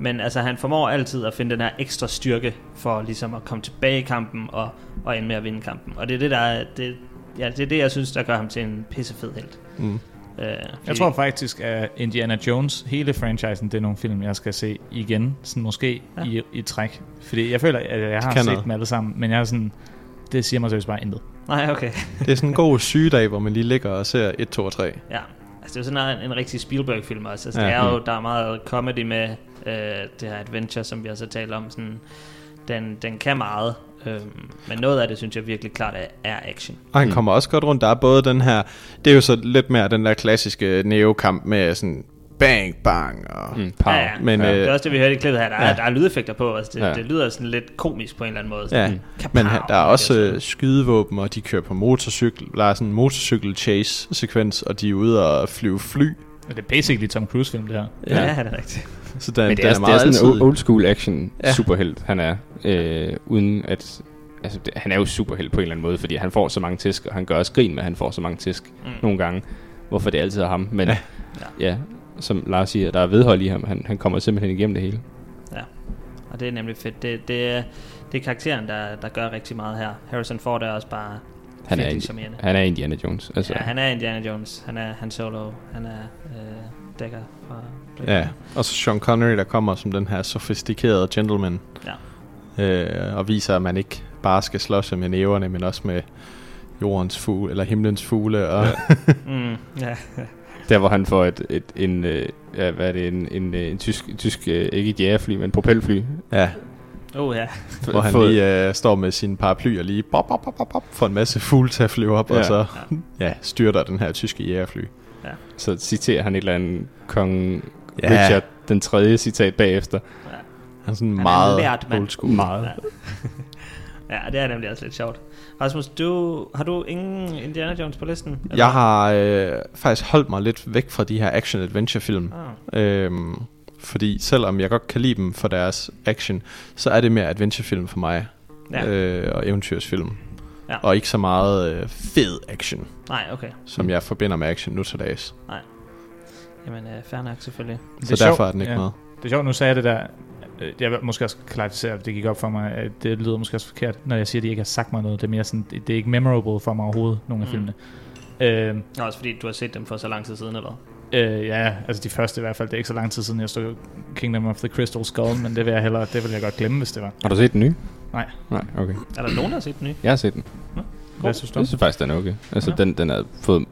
Men altså, han formår altid at finde den her ekstra styrke for ligesom at komme tilbage i kampen og, og ende med at vinde kampen. Og det er det, der er, det, ja, det er det, jeg synes, der gør ham til en pissefed helt. Mm. Øh, Jeg fordi- tror faktisk, at Indiana Jones, hele franchisen, det er nogle film, jeg skal se igen. Sådan måske ja. i, i træk. Fordi jeg føler, at jeg har kan set noget. dem alle sammen, men jeg er sådan, det siger mig seriøst bare intet. Nej, okay. Det er sådan en god sygedag, hvor man lige ligger og ser 1, 2 og 3. Ja, altså det er jo sådan en, en rigtig Spielberg-film også. Altså, Ja. ja. det er jo, Mm. der er meget comedy med øh, det her adventure, som vi også har talt om. Sådan, den, den kan meget, øh, men noget af det, synes jeg virkelig klart er, er action. Og Mm. han kommer også godt rundt. Der er både den her... Det er jo så lidt mere den der klassiske Neo-kamp med sådan bang, bang og... Mm, Ja, ja. Men, ja. det er også det, vi hørte i klippet her. Der, ja. ja. er, der er lydeffekter på, altså det, Ja. ja. det lyder sådan lidt komisk på en eller anden måde. Ja, Sådan, Mm. men han, der er også øh, skydevåben, og de kører på motorcykel. Der er sådan en motorcykel-chase-sekvens, og de er ude og flyve fly. Og det er basically Tom Cruise-film, det her. Ja. Ja, det er rigtigt. Så den, Men det den er, er det er meget sådan en alsidig. o- old school action Ja. ja. superhelt, han er. Øh, uden at... Altså, det, han er jo superhelt på en eller anden måde, fordi han får så mange tæsk, og han gør også grin med, at han får så mange tæsk Mm. mm. nogle gange. Hvorfor det altid er ham. Men Ja. ja. ja, som Lars siger, der er vedhold i ham. Han, han kommer simpelthen igennem det hele. Ja, og det er nemlig fedt. Det, det, er- det er karakteren, der, der gør rigtig meget her. Harrison Ford er også bare Han er, virkelig en, charmerende. han er Indiana Jones. Altså, Ja, han er Indiana Jones. Han er Han Solo. Han er øh, Decker fra Blade Ja, og så Sean Connery, der kommer som den her sofistikerede gentleman. Ja. Øh, og viser, at man ikke bare skal slås med næverne, men også med jordens fugle, eller himlens fugle. Og ja. Mm, ja. Der hvor han får et, et en, øh, ja, hvad er det, en, en, øh, en tysk, tysk øh, ikke et jægerfly, men propelfly. Ja. Oh ja. Hvor han Fået- lige øh, står med sine paraply og lige bop, bop, bop, bop, bop, får en masse fugle til at flyve op, ja. Ja. og så ja, styrter den her tyske jægerfly. Ja. Så citerer han et eller andet kong Ja. ja. Richard den tredje citat bagefter. Han er sådan Han er meget en lærd mand. old school. Meget. Ja, det er nemlig også lidt sjovt. Rasmus, du, har du ingen Indiana Jones på listen? Eller? Jeg har øh, faktisk holdt mig lidt væk fra de her action-adventure-film. Ah. Øhm, fordi selvom jeg godt kan lide dem for deres action, så er det mere adventure-film for mig. Ja. Øh, og eventyrsfilm. Ja. Og ikke så meget øh, fed action. Nej, okay. Som mm. jeg forbinder med action nu til dags. Nej. Jamen, øh, fair nok selvfølgelig. Så det er derfor sjov. er den ikke ja. med. Det er sjovt, nu sagde jeg det der øh, jeg vil måske også klarificere, at det gik op for mig, at det lyder måske også forkert, når jeg siger, at de ikke har sagt mig noget. Det er mere sådan, det er ikke memorable for mig overhovedet, nogle af mm. filmene. Øh, uh, også fordi du har set dem for så lang tid siden, eller Øh, uh, ja, altså de første i hvert fald. Det er ikke så lang tid siden, jeg stod Kingdom of the Crystal Skull, men det vil jeg hellere, det vil jeg godt glemme, hvis det var. Har du set den nye? Nej. Nej, okay. Er der nogen, der har set den nye? Jeg har set den. Nå, Hvad synes du? Jeg synes faktisk, den er okay. Altså ja. den, den har fået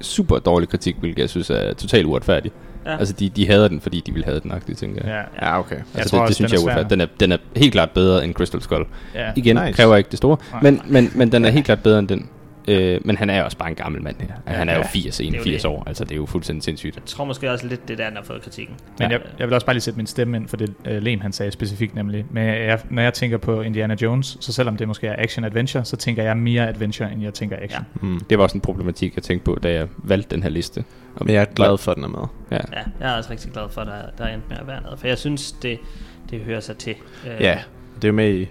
super dårlig kritik, hvilket jeg synes er totalt uretfærdigt. Ja. Altså, de, de hader den, fordi de vil have den, agtigt, tænker jeg. Ja, ja okay. Altså, jeg det, tror, det, det synes den jeg er den er, den er helt klart bedre end Crystal Skull. Ja. Igen, nice. kræver ikke det store, Nej. men, men, men den er helt klart bedre end den. Øh, men han er jo også bare en gammel mand her. Ja, han er jo 80, 81 år, altså det er jo fuldstændig sindssygt. Jeg tror måske også lidt, det der, han har fået kritikken. Men ja. jeg, jeg vil også bare lige sætte min stemme ind for det, uh, Lem han sagde specifikt nemlig. Men jeg, når jeg tænker på Indiana Jones, så selvom det måske er action-adventure, så tænker jeg mere adventure, end jeg tænker action. Ja. Mm. Det var også en problematik, jeg tænkte på, da jeg valgte den her liste. Og men jeg er glad for, at den er med. Ja. ja, jeg er også rigtig glad for, at der, der endte med at være noget, for jeg synes, det, det hører sig til. Øh, Uh, ja, det er jo med i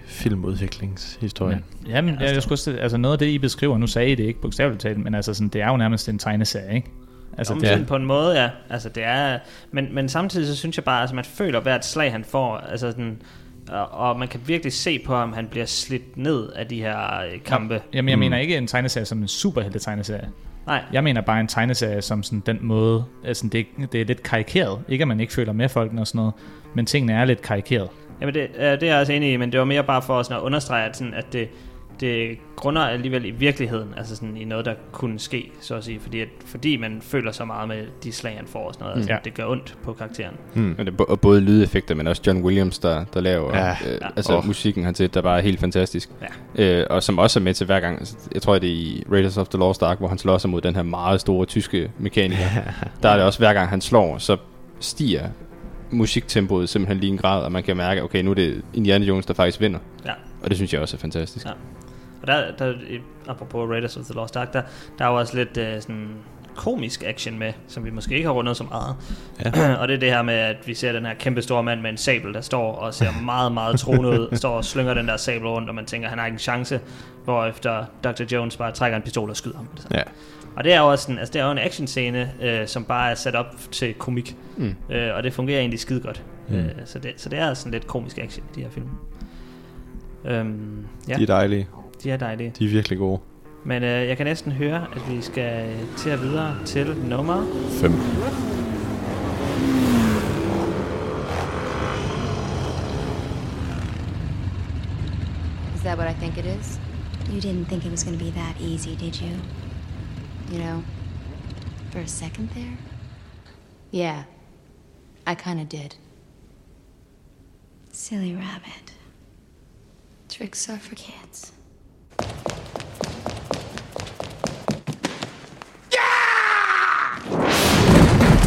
filmudviklingshistorien. Ja, ja men jeg, jeg skulle også, altså noget af det, I beskriver, nu sagde I det ikke bogstaveligt talt, men altså sådan, det er jo nærmest en tegneserie, ikke? Altså, Jamen, det er. på en måde, ja. Altså, det er, men, men samtidig så synes jeg bare, at altså, man føler hvert slag, han får, altså sådan, og, og man kan virkelig se på ham, han bliver slidt ned af de her øh, kampe. Ja, jamen, jeg mm. mener ikke en tegneserie som en superhelte-tegneserie. Nej. Jeg mener bare en tegneserie som sådan den måde, altså det, det er lidt karikeret. Ikke at man ikke føler med folkene og sådan noget, men tingene er lidt karikeret. Jamen det, øh, det er jeg også enig i, men det var mere bare for sådan at understrege, at, sådan, at det, det grunder alligevel i virkeligheden, altså sådan i noget, der kunne ske, så at sige, fordi, at, fordi man føler så meget med de slag, han får og sådan noget, mm. altså, ja. det gør ondt på karakteren. Mm. Og, det, og både lydeffekter, men også John Williams, der, der laver ja. øh, ja. altså oh. musikken hertil, der bare er helt fantastisk, ja. øh, og som også er med til hver gang, altså, jeg tror det er i Raiders of the Lost Ark, hvor han slår sig mod den her meget store tyske mekaniker, ja. der er det også hver gang han slår, så stiger musiktempoet simpelthen lige en grad, og man kan mærke, okay, nu er det Indiana Jones, der faktisk vinder. Ja. Og det synes jeg også er fantastisk. Ja. Og der, der apropos Raiders of the Lost Ark, der, der er jo også lidt øh, sådan komisk action med, som vi måske ikke har rundet så meget. Ja. og det er det her med, at vi ser den her kæmpe store mand med en sabel, der står og ser meget, meget troende ud, står og slynger den der sabel rundt, og man tænker, han har ikke en chance, hvorefter Dr. Jones bare trækker en pistol og skyder ham. Ja. Og det er jo også en, altså det er jo en actionscene, øh, som bare er sat op til komik. Mm. Øh, og det fungerer egentlig skide godt. Mm. Øh, så, det, så det er sådan lidt komisk action, de her film. Øhm, ja. De er dejlige. De er dejlige. De er virkelig gode. Men øh, jeg kan næsten høre, at vi skal til at videre til nummer 5. Is that what I think it is? You didn't think it was going to be that easy, did you? you know, for a second there? Yeah, I kind of did. Silly rabbit. Tricks are for kids.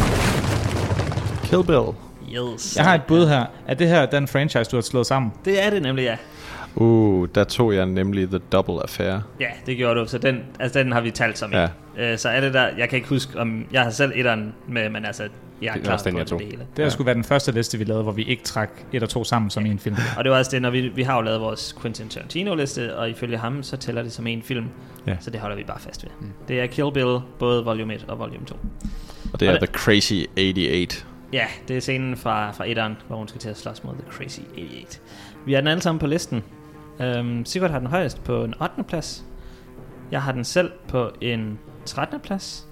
Yeah! Kill Bill. Yes. Jeg har et bud her. Er det her den franchise, du har slået sammen? Det er det nemlig, ja. Uh, der tog jeg nemlig The Double Affair. Ja, det gjorde du, så den, altså den har vi talt som ja. øh, Så er det der, jeg kan ikke huske, om jeg har selv etteren med, men altså, jeg er klar på den, jeg tog. det hele. Det ja. skulle være den første liste, vi lavede, hvor vi ikke trak et og to sammen som en film. og det var også det, når vi, vi har jo lavet vores Quentin Tarantino-liste, og ifølge ham, så tæller det som en film. Ja. Så det holder vi bare fast ved. Mm. Det er Kill Bill, både volume 1 og volume 2. Og det er og The Crazy 88. Ja, det er scenen fra, fra etteren, hvor hun skal til at slås mod The Crazy 88. Vi er den alle sammen på listen. Øhm, Sigurd har den højest på en 8. plads. Jeg har den selv på en 13. plads.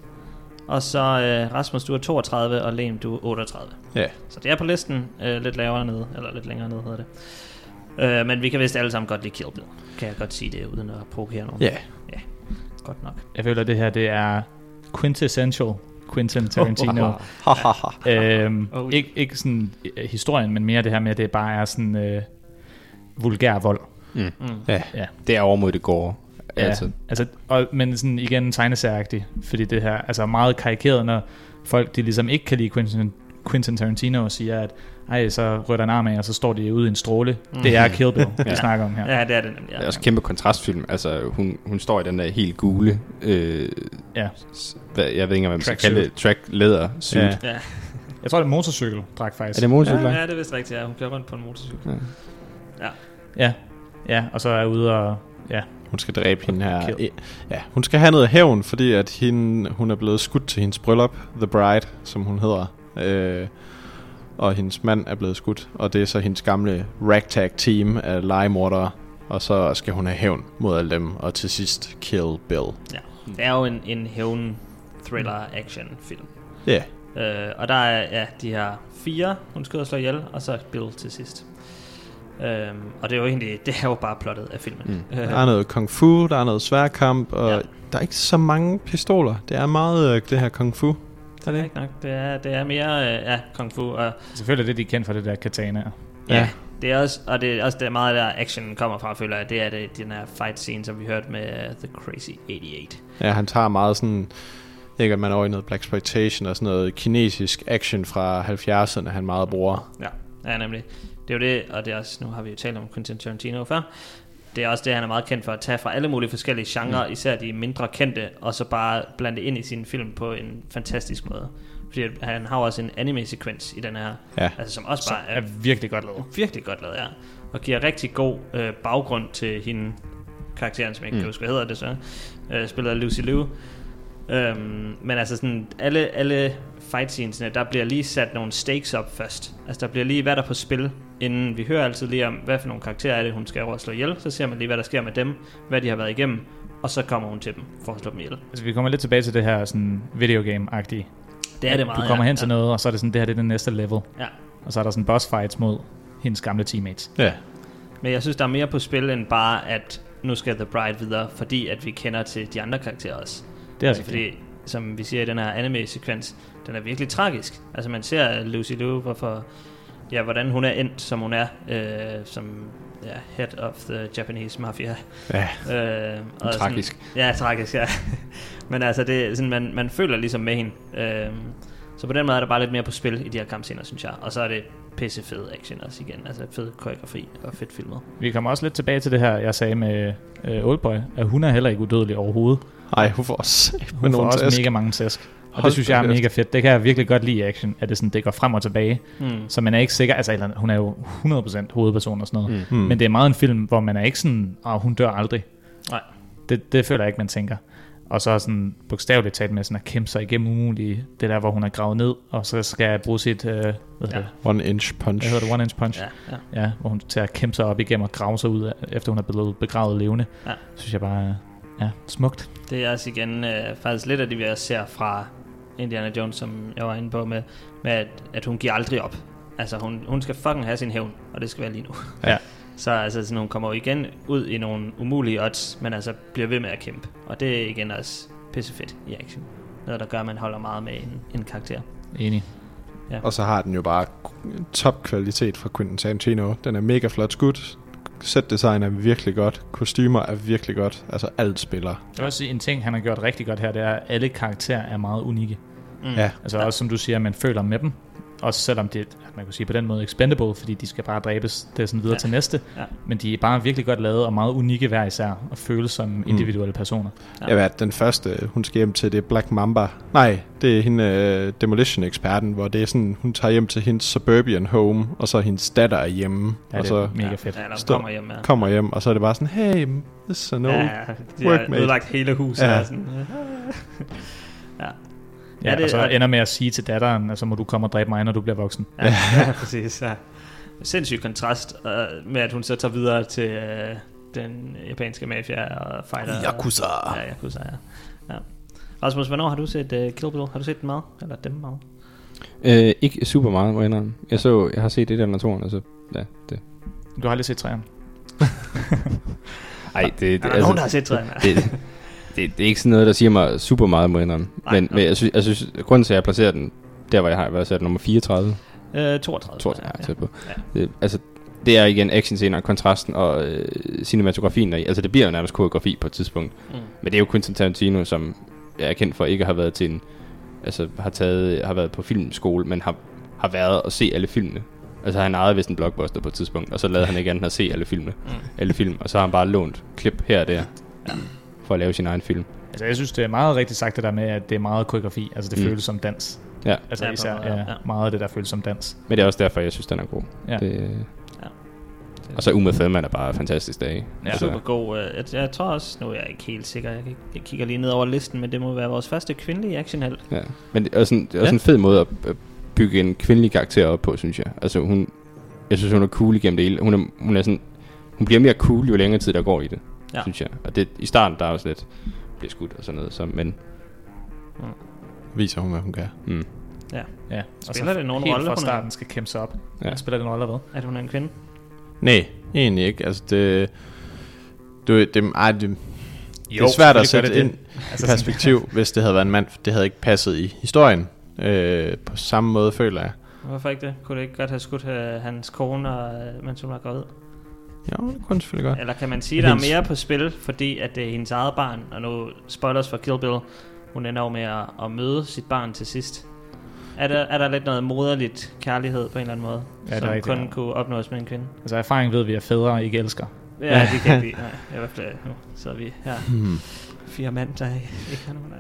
Og så øh, Rasmus, du er 32, og Lem, du er 38. Ja. Yeah. Så det er på listen øh, lidt lavere nede, eller lidt længere nede hedder det. Øh, men vi kan vist alle sammen godt lide Kill Bill. Kan jeg godt sige det, uden at provokere nogen. Ja. Yeah. Ja, godt nok. Jeg føler, at det her det er quintessential Quentin Tarantino. øhm, ikke, ikke sådan øh, historien, men mere det her med, at det bare er sådan... Øh, vulgær vold. Mm. Mm. Ja, ja, det er over mod det går. Ja, altså. altså og, men sådan igen tegneserieagtigt, fordi det her altså er meget karikeret, når folk de ligesom ikke kan lide Quentin Quentin Tarantino og siger, at ej, så rører der en arm af, og så står de ude i en stråle. Mm. Det er Kill Bill, vi snakker om her. Ja, det er det nemlig. Ja. Det er også kæmpe kontrastfilm. Altså, hun, hun står i den der helt gule... Øh, ja. s- hvad, jeg ved ikke, hvad man skal Track kalde det. suit. Track leather suit. Ja. ja. Jeg tror, det er motorcykel, drak faktisk. Er det motorcykel? Ja, ja, det er vist rigtigt, ja. Hun kører rundt på en motorcykel. Ja. Ja. Ja. ja, og så er jeg ude og... Ja. Hun skal dræbe hende her. Kill. Ja, hun skal have noget hævn, fordi at hende, hun er blevet skudt til hendes bryllup, The Bride, som hun hedder. Øh, og hendes mand er blevet skudt, og det er så hendes gamle ragtag team af legemordere. Og så skal hun have hævn mod alle dem, og til sidst kill Bill. Ja. Det er jo en, en hævn thriller action film. Ja. Øh, og der er ja, de her fire, hun skyder og slår ihjel, og så Bill til sidst. Øhm, og det er jo egentlig, det er jo bare plottet af filmen. Øh, Mm. Der er noget kung fu, der er noget sværkamp, og ja. der er ikke så mange pistoler. Det er meget øh, det her kung fu. Der er det ikke nok. Det er, det er mere øh, ja, kung fu. Og, Selvfølgelig er det, de er kendt for, det der katana. ja. Det er også, og det er også det er meget der action kommer fra, føler jeg. Det er det, den her fight scene, som vi hørte med uh, The Crazy 88. Ja, han tager meget sådan... Ikke, at man er over i noget Black Exploitation og sådan noget kinesisk action fra 70'erne, han meget bruger. Ja, ja nemlig. Det er jo det, og det er også, nu har vi jo talt om Quentin Tarantino før. Det er også det, han er meget kendt for at tage fra alle mulige forskellige genrer, mm. især de mindre kendte, og så bare blande det ind i sin film på en fantastisk måde. Fordi at han har jo også en anime-sekvens i den her, Ja. altså, som også Som bare er, er virkelig godt lavet. Virkelig godt lavet, ja. Og giver rigtig god øh, baggrund til hende, karakteren, som jeg ikke Mm. kan huske, hvad hedder det så, øh, spiller af Lucy Liu. Øhm, men altså sådan, alle, alle fight scenesene, der bliver lige sat nogle stakes op først. Altså der bliver lige, hvad der er på spil, inden vi hører altid lige om, hvad for nogle karakterer er det, hun skal over og slå ihjel. Så ser man lige, hvad der sker med dem, hvad de har været igennem, og så kommer hun til dem for at slå dem ihjel. Altså, vi kommer lidt tilbage til det her sådan videogame-agtige. Det er det meget, Du kommer ja. hen til Ja. noget, og så er det sådan, det her det er det næste level. Ja. Og så er der sådan boss fights mod hendes gamle teammates. Ja. Men jeg synes, der er mere på spil end bare, at nu skal The Bride videre, fordi at vi kender til de andre karakterer også. Det er altså rigtigt. fordi, som vi siger i den her anime-sekvens, den er virkelig tragisk. Altså man ser at Lucy Liu, hvorfor, ja, hvordan hun er endt, som hun er, øh, som ja, head of the Japanese mafia. Ja. Øh, Tragisk. Sådan, ja, tragisk, ja. Men altså, det, er sådan, man, man føler ligesom med hende. Øh, så på den måde er der bare lidt mere på spil i de her kampscener, synes jeg. Og så er det pisse fed action også igen. Altså fed koreografi og fedt filmet. Vi kommer også lidt tilbage til det her, jeg sagde med øh, Oldboy, at hun er heller ikke udødelig overhovedet. Nej, hun får også, hun får også mega mange tæsk. Og Hold det synes da jeg er kæft. mega fedt. Det kan jeg virkelig godt lide i action, at det, sådan, det går frem og tilbage. Mm. Så man er ikke sikker, altså eller, hun er jo 100% hovedperson og sådan noget. Mm. Mm. Men det er meget en film, hvor man er ikke sådan, at hun dør aldrig. Nej. Det, det føler jeg ikke, man tænker. Og så sådan bogstaveligt talt med sådan at kæmpe sig igennem umulige, det der, hvor hun er gravet ned, og så skal jeg bruge sit, øh, hvad hedder det, One inch punch. hvad hedder det, one inch punch? Ja, ja. ja hvor hun tager at kæmpe sig op igennem og grave sig ud, af- efter hun er blevet begravet levende. Ja. Synes jeg bare er ja, smukt. Det er også igen øh, faktisk lidt af det, vi også ser fra Indiana Jones, som jeg var inde på med, med at, at hun giver aldrig op. Altså hun, hun skal fucking have sin hævn, og det skal være lige nu. Ja. Så altså, sådan, hun kommer jo igen ud i nogle umulige odds, men altså bliver ved med at kæmpe. Og det er igen også pissefedt i action. Noget, der gør, at man holder meget med en, en karakter. Enig. Ja. Og så har den jo bare top kvalitet fra Quentin Tarantino. Den er mega flot skudt. Set design er virkelig godt. Kostymer er virkelig godt. Altså alt spiller. Jeg vil også sige, en ting, han har gjort rigtig godt her, det er, at alle karakterer er meget unikke. Mm. Ja. Altså også som du siger, at man føler med dem. Også selvom det, man kunne sige på den måde, expendable, fordi de skal bare dræbes, det er sådan videre Ja. ja. til næste. Ja. Men de er bare virkelig godt lavet og meget unikke hver især, og føles som individuelle personer. Ja. Jeg ved, at den første, hun skal hjem til, det er Black Mamba. Nej, det er hende øh, Demolition-eksperten, hvor det er sådan, hun tager hjem til hendes suburban home, og så hendes datter er hjemme. Ja, og det så er mega fedt. Ja, når hun Stå- kommer hjem, ja. kommer hjem, og så er det bare sådan, hey, this is an old Ja, de har workmate. ødelagt hele huset. Ja. Ja. Sådan. ja. Ja, ja, det, og så ender med at sige til datteren, at så må du komme og dræbe mig, når du bliver voksen. Ja, ja præcis. Ja. Sindssyg kontrast øh, med, at hun så tager videre til øh, den japanske mafia og fighter. Yakuza. Ja, Yakuza, ja. ja. Rasmus, hvornår har du set uh, Kill Bill? Har du set den meget? Eller dem meget? Øh, ikke super meget, må jeg indrømme. Jeg, så, jeg har set et eller andet og så... Ja, det. Du har aldrig set træerne. Ej, det, det, altså, Er der nogen, der har set træerne? det, det, det, det, er ikke sådan noget, der siger mig super meget, må jeg indrømme. Nej, men, men jeg, synes, jeg synes, grunden til, at jeg placerer den der, hvor jeg har, hvor jeg sat nummer 34, Øh, 32. 32, ja, tæt på. Ja. Det, altså, det er igen actionscener, kontrasten og øh, cinematografien deri. Altså, det bliver jo nærmest koreografi på et tidspunkt. Mm. Mm. Men det er jo Quentin Tarantino, som jeg er kendt for ikke at have været til en... Altså, har, taget, har været på filmskole, men har, har været at se alle filmene. Altså han ejede vist en blockbuster på et tidspunkt, og så lavede han ikke andet end at se alle filmene. Mm. Alle film, og så har han bare lånt klip her og der, ja. for at lave sin egen film. Altså jeg synes, det er meget rigtigt sagt det der med, at det er meget koreografi. Altså det mm. føles som dans. Ja. Altså ja, især ja, ja. meget af det, der føles som dans. Men det er også derfor, jeg synes, den er god. Ja. Det, øh, og så Uma Thurman er bare fantastisk dag. Ja. Altså. Super god. Jeg, jeg tror også, nu er jeg ikke helt sikker, jeg, jeg kigger lige ned over listen, men det må være vores første kvindelige actionheld. Ja, men det er også en, det er også ja. en fed måde at bygge en kvindelig karakter op på, synes jeg. Altså hun, jeg synes hun er cool igennem det hele. Hun, er, hun, er sådan, hun bliver mere cool, jo længere tid der går i det, ja. synes jeg. Og det, i starten, der er også lidt, bliver skudt og sådan noget, så, men... Mm. Viser hun, hvad hun kan. Mm. Ja. ja. Og spiller det nogen helt rolle, fra starten skal kæmpe sig op. Ja. Spiller det nogen rolle, hvad? At hun er en kvinde? Nej, egentlig ikke. Altså det... det, det, ej, det jo, det er svært at sætte det ind altså, perspektiv, hvis det havde været en mand. Det havde ikke passet i historien. Øh, på samme måde, føler jeg. Hvorfor ikke det? Kunne det ikke godt have skudt øh, hans kone, og, øh, mens hun var gravid? Ja, det kunne selvfølgelig godt. Eller kan man sige, at der er mere på spil, fordi at det er hendes eget barn, og nu spoilers for Kill Bill, hun ender jo med at, at møde sit barn til sidst. Er der, er der lidt noget moderligt kærlighed på en eller anden måde, ja, som kun ja. kunne opnås med en kvinde? Altså erfaring ved at vi, at fædre ikke elsker. Ja, det kan vi. Nej, i hvert fald øh, nu sidder vi her. Hmm. Fire mand, der ikke har nogen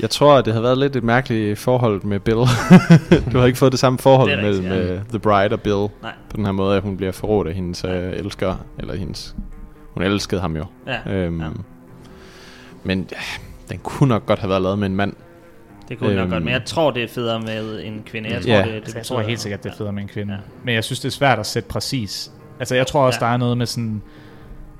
Jeg tror, at det har været lidt et mærkeligt forhold med Bill. du har ikke fået det samme forhold det mellem ja. uh, The Bride og Bill. Nej. På den her måde, at hun bliver forrådt af hendes uh, elsker, eller hendes... Hun elskede ham jo. Ja, øhm, ja. Men ja, den kunne nok godt have været lavet med en mand. Det kunne øhm, nok godt, men jeg tror, det er federe med en kvinde. Jeg tror, det, det ja. Mm. Altså, jeg tror helt sikkert, det er federe med en kvinde. Ja. Men jeg synes, det er svært at sætte præcis. Altså, jeg tror også, ja. der er noget med sådan...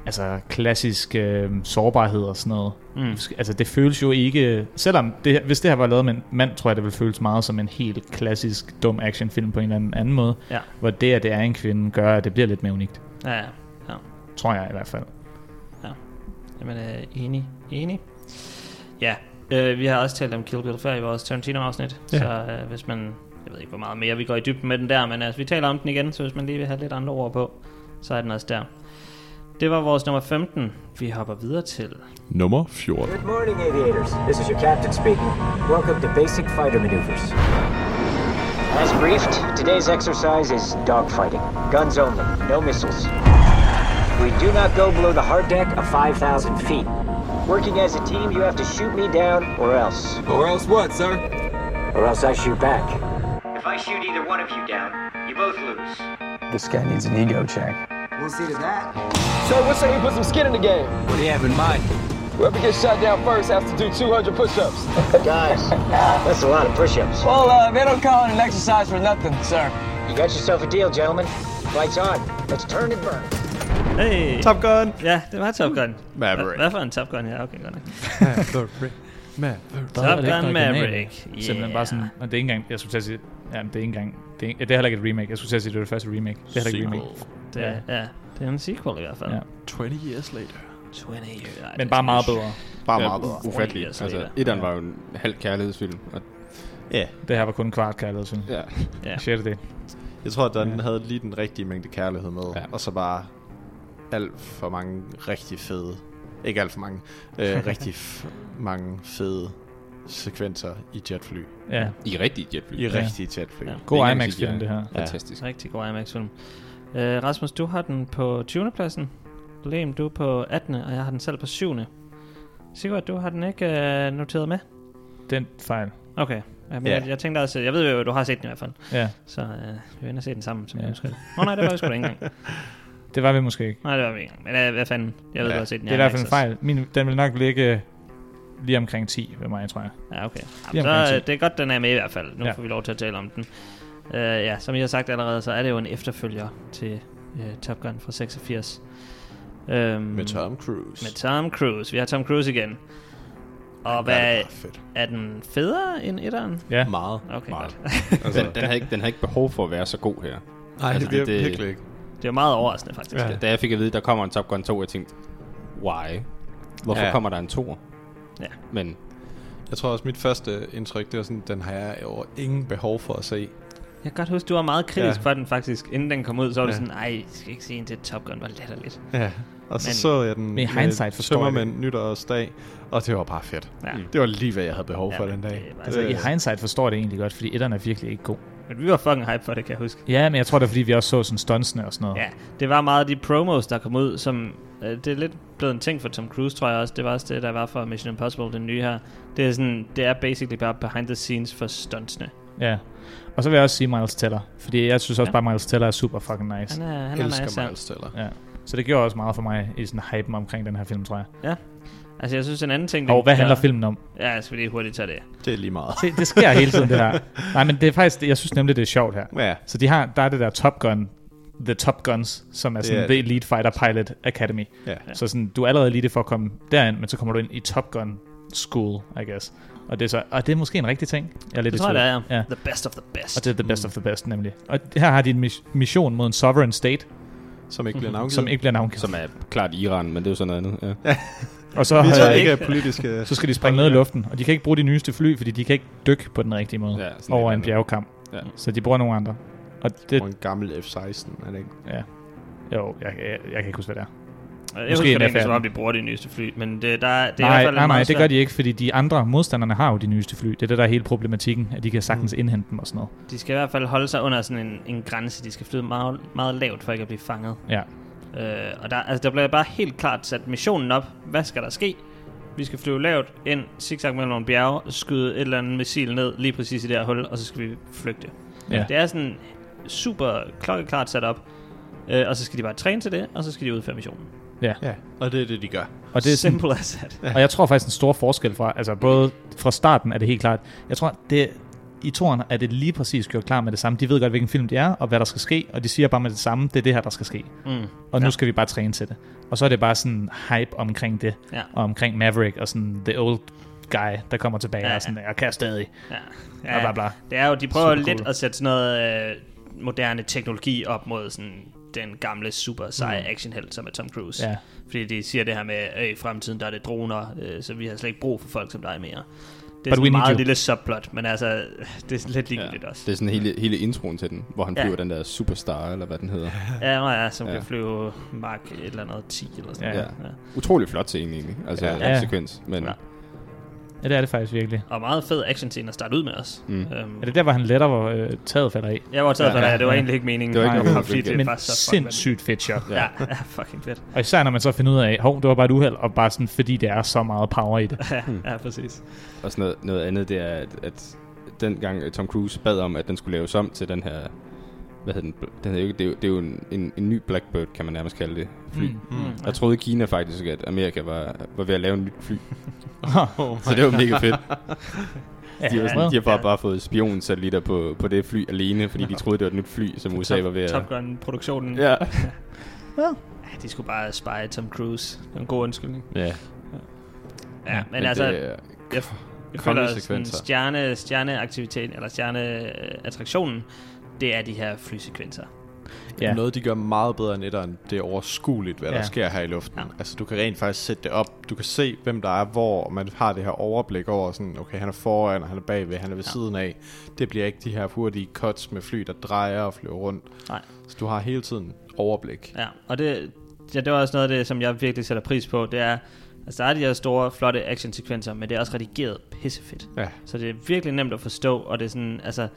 Altså, klassisk øh, sårbarhed og sådan noget. Mm. Altså, det føles jo ikke... Selvom, det, hvis det her var lavet med en mand, tror jeg, det ville føles meget som en helt klassisk, dum actionfilm på en eller anden måde. Ja. Hvor det, at det er en kvinde, gør, at det bliver lidt mere unikt. Ja, ja. ja. Tror jeg i hvert fald. Ja. Jamen, øh, enig. Enig. Ja, Øh, vi har også talt om Kill Bill før i vores Tarantino-afsnit, ja. så øh, hvis man... Jeg ved ikke, hvor meget mere vi går i dybden med den der, men altså, vi taler om den igen, så hvis man lige vil have lidt andre ord på, så er den også der. Det var vores nummer 15. Vi hopper videre til... Nummer 14. Good morning, aviators. This is your captain speaking. Welcome to Basic Fighter Maneuvers. As briefed, today's exercise is dogfighting. Guns only, no missiles. We do not go below the hard deck of 5,000 feet. Working as a team, you have to shoot me down or else. Or else what, sir? Or else I shoot back. If I shoot either one of you down, you both lose. This guy needs an ego check. We'll see to that. So what's say we put some skin in the game? What do you have in mind? Whoever gets shot down first has to do 200 push-ups. Guys, that's a lot of push-ups. Well, uh, they don't call it an exercise for nothing, sir. You got yourself a deal, gentlemen. Lights on. Let's turn and burn. Hey. Top Gun. Ja, det var Top Gun. Maverick. Hvad for en Top Gun? Ja, okay, godt nok. Maverick. Maverick. Top Gun Maverick. Yeah. Simpelthen bare sådan, og det er ikke engang, jeg skulle til at sige, ja, det er ikke engang, det er, ja, det er heller ikke et remake. Jeg skulle til at sige, det var det første remake. Det er heller ikke et remake. Det er, ja. ja, det er en sequel i hvert fald. Ja. 20 years later. 20 years. Ej, Men bare meget bedre. Bare ja, meget bedre. Ufattelig. Altså, etteren var jo en halv kærlighedsfilm, og Ja. Yeah. Det her var kun en kvart kærlighedsfilm. Ja. ja. Shit det. Jeg tror, at den ja. havde lige den rigtige mængde kærlighed med, ja. og så bare alt for mange rigtig fede, ikke alt for mange, øh, rigtig mange fede sekvenser i jetfly. Ja. I rigtige jetfly. I ja. rigtige jetfly. Ja. God IMAX-film, det, det her. Ja. Fantastisk. Rigtig god IMAX-film. Øh, Rasmus, du har den på 20. pladsen. Lem, du er på 18. Og jeg har den selv på 7. Sigurd, du har den ikke øh, noteret med? Den fejl. Okay. Jamen, yeah. jeg, jeg tænkte også, jeg ved jo, du har set den i hvert fald. Ja. Yeah. Så øh, vi vil se den sammen, som yeah. jeg husker det. Nå nej, det var vi sgu da ikke engang. Det var vi måske ikke. Nej, det var vi ikke. Men øh, hvad fanden? Jeg ved ja. godt set den. Det er i hvert fald en fejl. Min, den vil nok ligge øh, lige omkring 10 ved mig, tror jeg. Ja, okay. Jamen, så, øh, det er godt, den er med i hvert fald. Nu ja. får vi lov til at tale om den. Uh, ja, som jeg har sagt allerede, så er det jo en efterfølger til uh, Top Gun fra Øhm, 86. Um, med Tom Cruise. Med Tom Cruise. Vi har Tom Cruise igen. Og hvad, ja, er den federe end etteren? Ja. Meget. Okay, meget. altså, den, den, havde ikke, den havde ikke behov for at være så god her. Nej, altså, det, det, virkelig ikke. Det var meget overraskende, faktisk. Ja. Da jeg fik at vide, der kommer en Top Gun 2, jeg tænkte, why? Hvorfor ja. kommer der en 2? Ja. Men... Jeg tror også, mit første indtryk, det var sådan, den har jeg over ingen behov for at se. Jeg kan godt huske, du var meget kritisk ja. for den faktisk. Inden den kom ud, så var ja. du sådan, ej, jeg skal ikke se en til Top Gun, var latterligt. Ja. Og så men, så jeg den med hindsight forstår med nytårsdag, og det var bare fedt. Ja. Det var lige, hvad jeg havde behov ja, for den dag. Øh, Det, altså, øh. i hindsight forstår det egentlig godt, fordi etteren er virkelig ikke god. Men vi var fucking hype for det, kan jeg huske. Ja, men jeg tror det er, fordi vi også så sådan stuntsene og sådan noget. Ja, det var meget af de promos, der kom ud, som... Øh, det er lidt blevet en ting for Tom Cruise, tror jeg også. Det var også det, der var for Mission Impossible, den nye her. Det er sådan, det er basically bare behind the scenes for stuntsene. Ja. Og så vil jeg også sige Miles Teller, fordi jeg synes også ja. bare, Miles Teller er super fucking nice. Han er, han Jeg elsker er nice, ja. altså. Miles Teller. Ja. Så det gjorde også meget for mig i sådan hypen omkring den her film, tror jeg. Ja. Altså, jeg synes, en anden ting... Og den hvad handler gør- filmen om? Ja, skal vi lige hurtigt tage det. Det er lige meget. Se, det sker hele tiden, det her. Nej, men det er faktisk, jeg synes nemlig, det er sjovt her. Ja. Så de har, der er det der Top Gun, The Top Guns, som er sådan Ja. yeah. The Elite Fighter Pilot Academy. Ja. Så sådan, du er allerede elite for at komme derind, men så kommer du ind i Top Gun School, I guess. Og det er, så, og det er måske en rigtig ting. Jeg er lidt Det i tror jeg, tvivl. det er. Ja. The best of the best. Og det er the best mm. of the best, nemlig. Og her har de en mis- mission mod en sovereign state, Som ikke bliver navngivet. som Mm. ikke bliver navngivet. Som er klart Iran, men det er jo sådan noget andet. Ja. Og så, Vi har- tager ikke af politiske... øh, så skal de springe ned i luften, og de kan ikke bruge de nyeste fly, fordi de kan ikke dykke på den rigtige måde Ja, ja, sådan over et en andet. bjergkamp. Ja. Ja. Så de bruger nogle andre. Og det, Og en gammel F-16, er det ikke? ja. Jo, jeg, jeg, jeg kan ikke huske, hvad det er. Jeg Måske Måske husker en det egentlig, som F-18. om de bruger de nyeste fly, men det, der, er- det er i hvert nej, fald nej, en nej, meget det svær- gør de ikke, fordi de andre modstanderne har jo de nyeste fly. Det er det, der er hele problematikken, at de kan sagtens mm. indhente dem og sådan noget. De skal i hvert fald holde sig under sådan en, en grænse. De skal flyde meget, meget lavt, for ikke at blive fanget. Ja. Øh, og der, altså, der bliver bare helt klart sat missionen op. Hvad skal der ske? Vi skal flyve lavt ind, zigzag mellem nogle bjerge, skyde et eller andet missil ned lige præcis i det her hul, og så skal vi flygte. Ja. Det er sådan super klokkeklart sat op. Øh, og så skal de bare træne til det, og så skal de udføre missionen. Ja. Ja, og det er det, de gør. Og det er sådan, Simple as that. og jeg tror faktisk en stor forskel fra, altså både fra starten er det helt klart, jeg tror det, i toren er det lige præcis gjort klar med det samme. De ved godt, hvilken film det er, og hvad der skal ske, og de siger bare med det samme, det er det her, der skal ske. Mm. Og nu skal vi bare træne til det. Og så er det bare sådan hype omkring det, Ja. og omkring Maverick, og sådan the old guy, der kommer tilbage, Ja, og sådan, jeg kan stadig. Ja. Og bla, bla. Det er jo, de prøver Super lidt cool. at sætte sådan noget øh, moderne teknologi op mod sådan den gamle super seje mm. actionhelt, som er Tom Cruise. Ja. Fordi de siger det her med, at i fremtiden der er det droner, øh, så vi har slet ikke brug for folk som dig mere. Det we er sådan need en meget you. lille subplot, men altså, det er lidt ligegyldigt ja. også. Det er sådan hele, hele introen til den, hvor han Ja. bliver den der superstar, eller hvad den hedder. Ja, nå ja, som ja. Ja. kan flyve Mark et eller andet 10 eller sådan Ja. noget. Ja. Utrolig flot scene egentlig, altså Ja. ja. sekvens. Men Ja. ja. Ja, det er det faktisk virkelig. Og meget fed action scene at starte ud med os. Mm. Øhm, Er det der, hvor han letter, hvor øh, taget falder af? jeg var taget Ja, for ja, det, det var ja. egentlig ikke meningen. Det var ikke Nej, meningen, bare fordi det var det Men var så fucking fedt. sindssygt fedt shot. Ja, ja, fucking fedt. Og især når man så finder ud af, hov, det var bare et uheld, og bare sådan, fordi der er så meget power i det. Ja, ja, præcis. Og sådan noget, noget andet, det er, at, at dengang øh, Tom Cruise bad om, at den skulle laves om til den her... Hvad hed den? Bl- den hed jo ikke, det, er jo, det er jo en, en, en ny Blackbird, kan man nærmest kalde det. Fly. Mm. Mm. Jeg troede Kina faktisk, at Amerika var, var ved at lave en nyt fly. Oh Så det var mega fedt. Ja, De har, sådan, de har bare, Ja. bare fået spionsatellitter på, på det fly alene, fordi de troede, det var et nyt fly, som USA Top- var ved at... Top Gun-produktionen. Ja. Ja, de skulle bare spy Tom Cruise. Det var en god undskyldning. ja. Ja, men, Men altså, det er jeg, jeg kongelige føler sådan sekvenser. stjerne, stjerneaktiviteten, eller stjerneattraktionen, det er de her flysekvenser. Ja. ja. noget, de gør meget bedre end etteren. Det er overskueligt, hvad ja. Ja. der sker her i luften. Ja. Altså, du kan rent faktisk sætte det op. Du kan se, hvem der er hvor, og man har det her overblik over sådan, okay, han er foran, og han er bagved, han er ved ja. siden af. Det bliver ikke de her hurtige cuts med fly, der drejer og flyver rundt. Nej. Så du har hele tiden overblik. Ja, og det, ja, det var også noget af det, som jeg virkelig sætter pris på, det er, altså der er de her store, flotte actionsekvenser, men det er også redigeret pissefedt. Ja. Så det er virkelig nemt at forstå, og det er sådan, altså,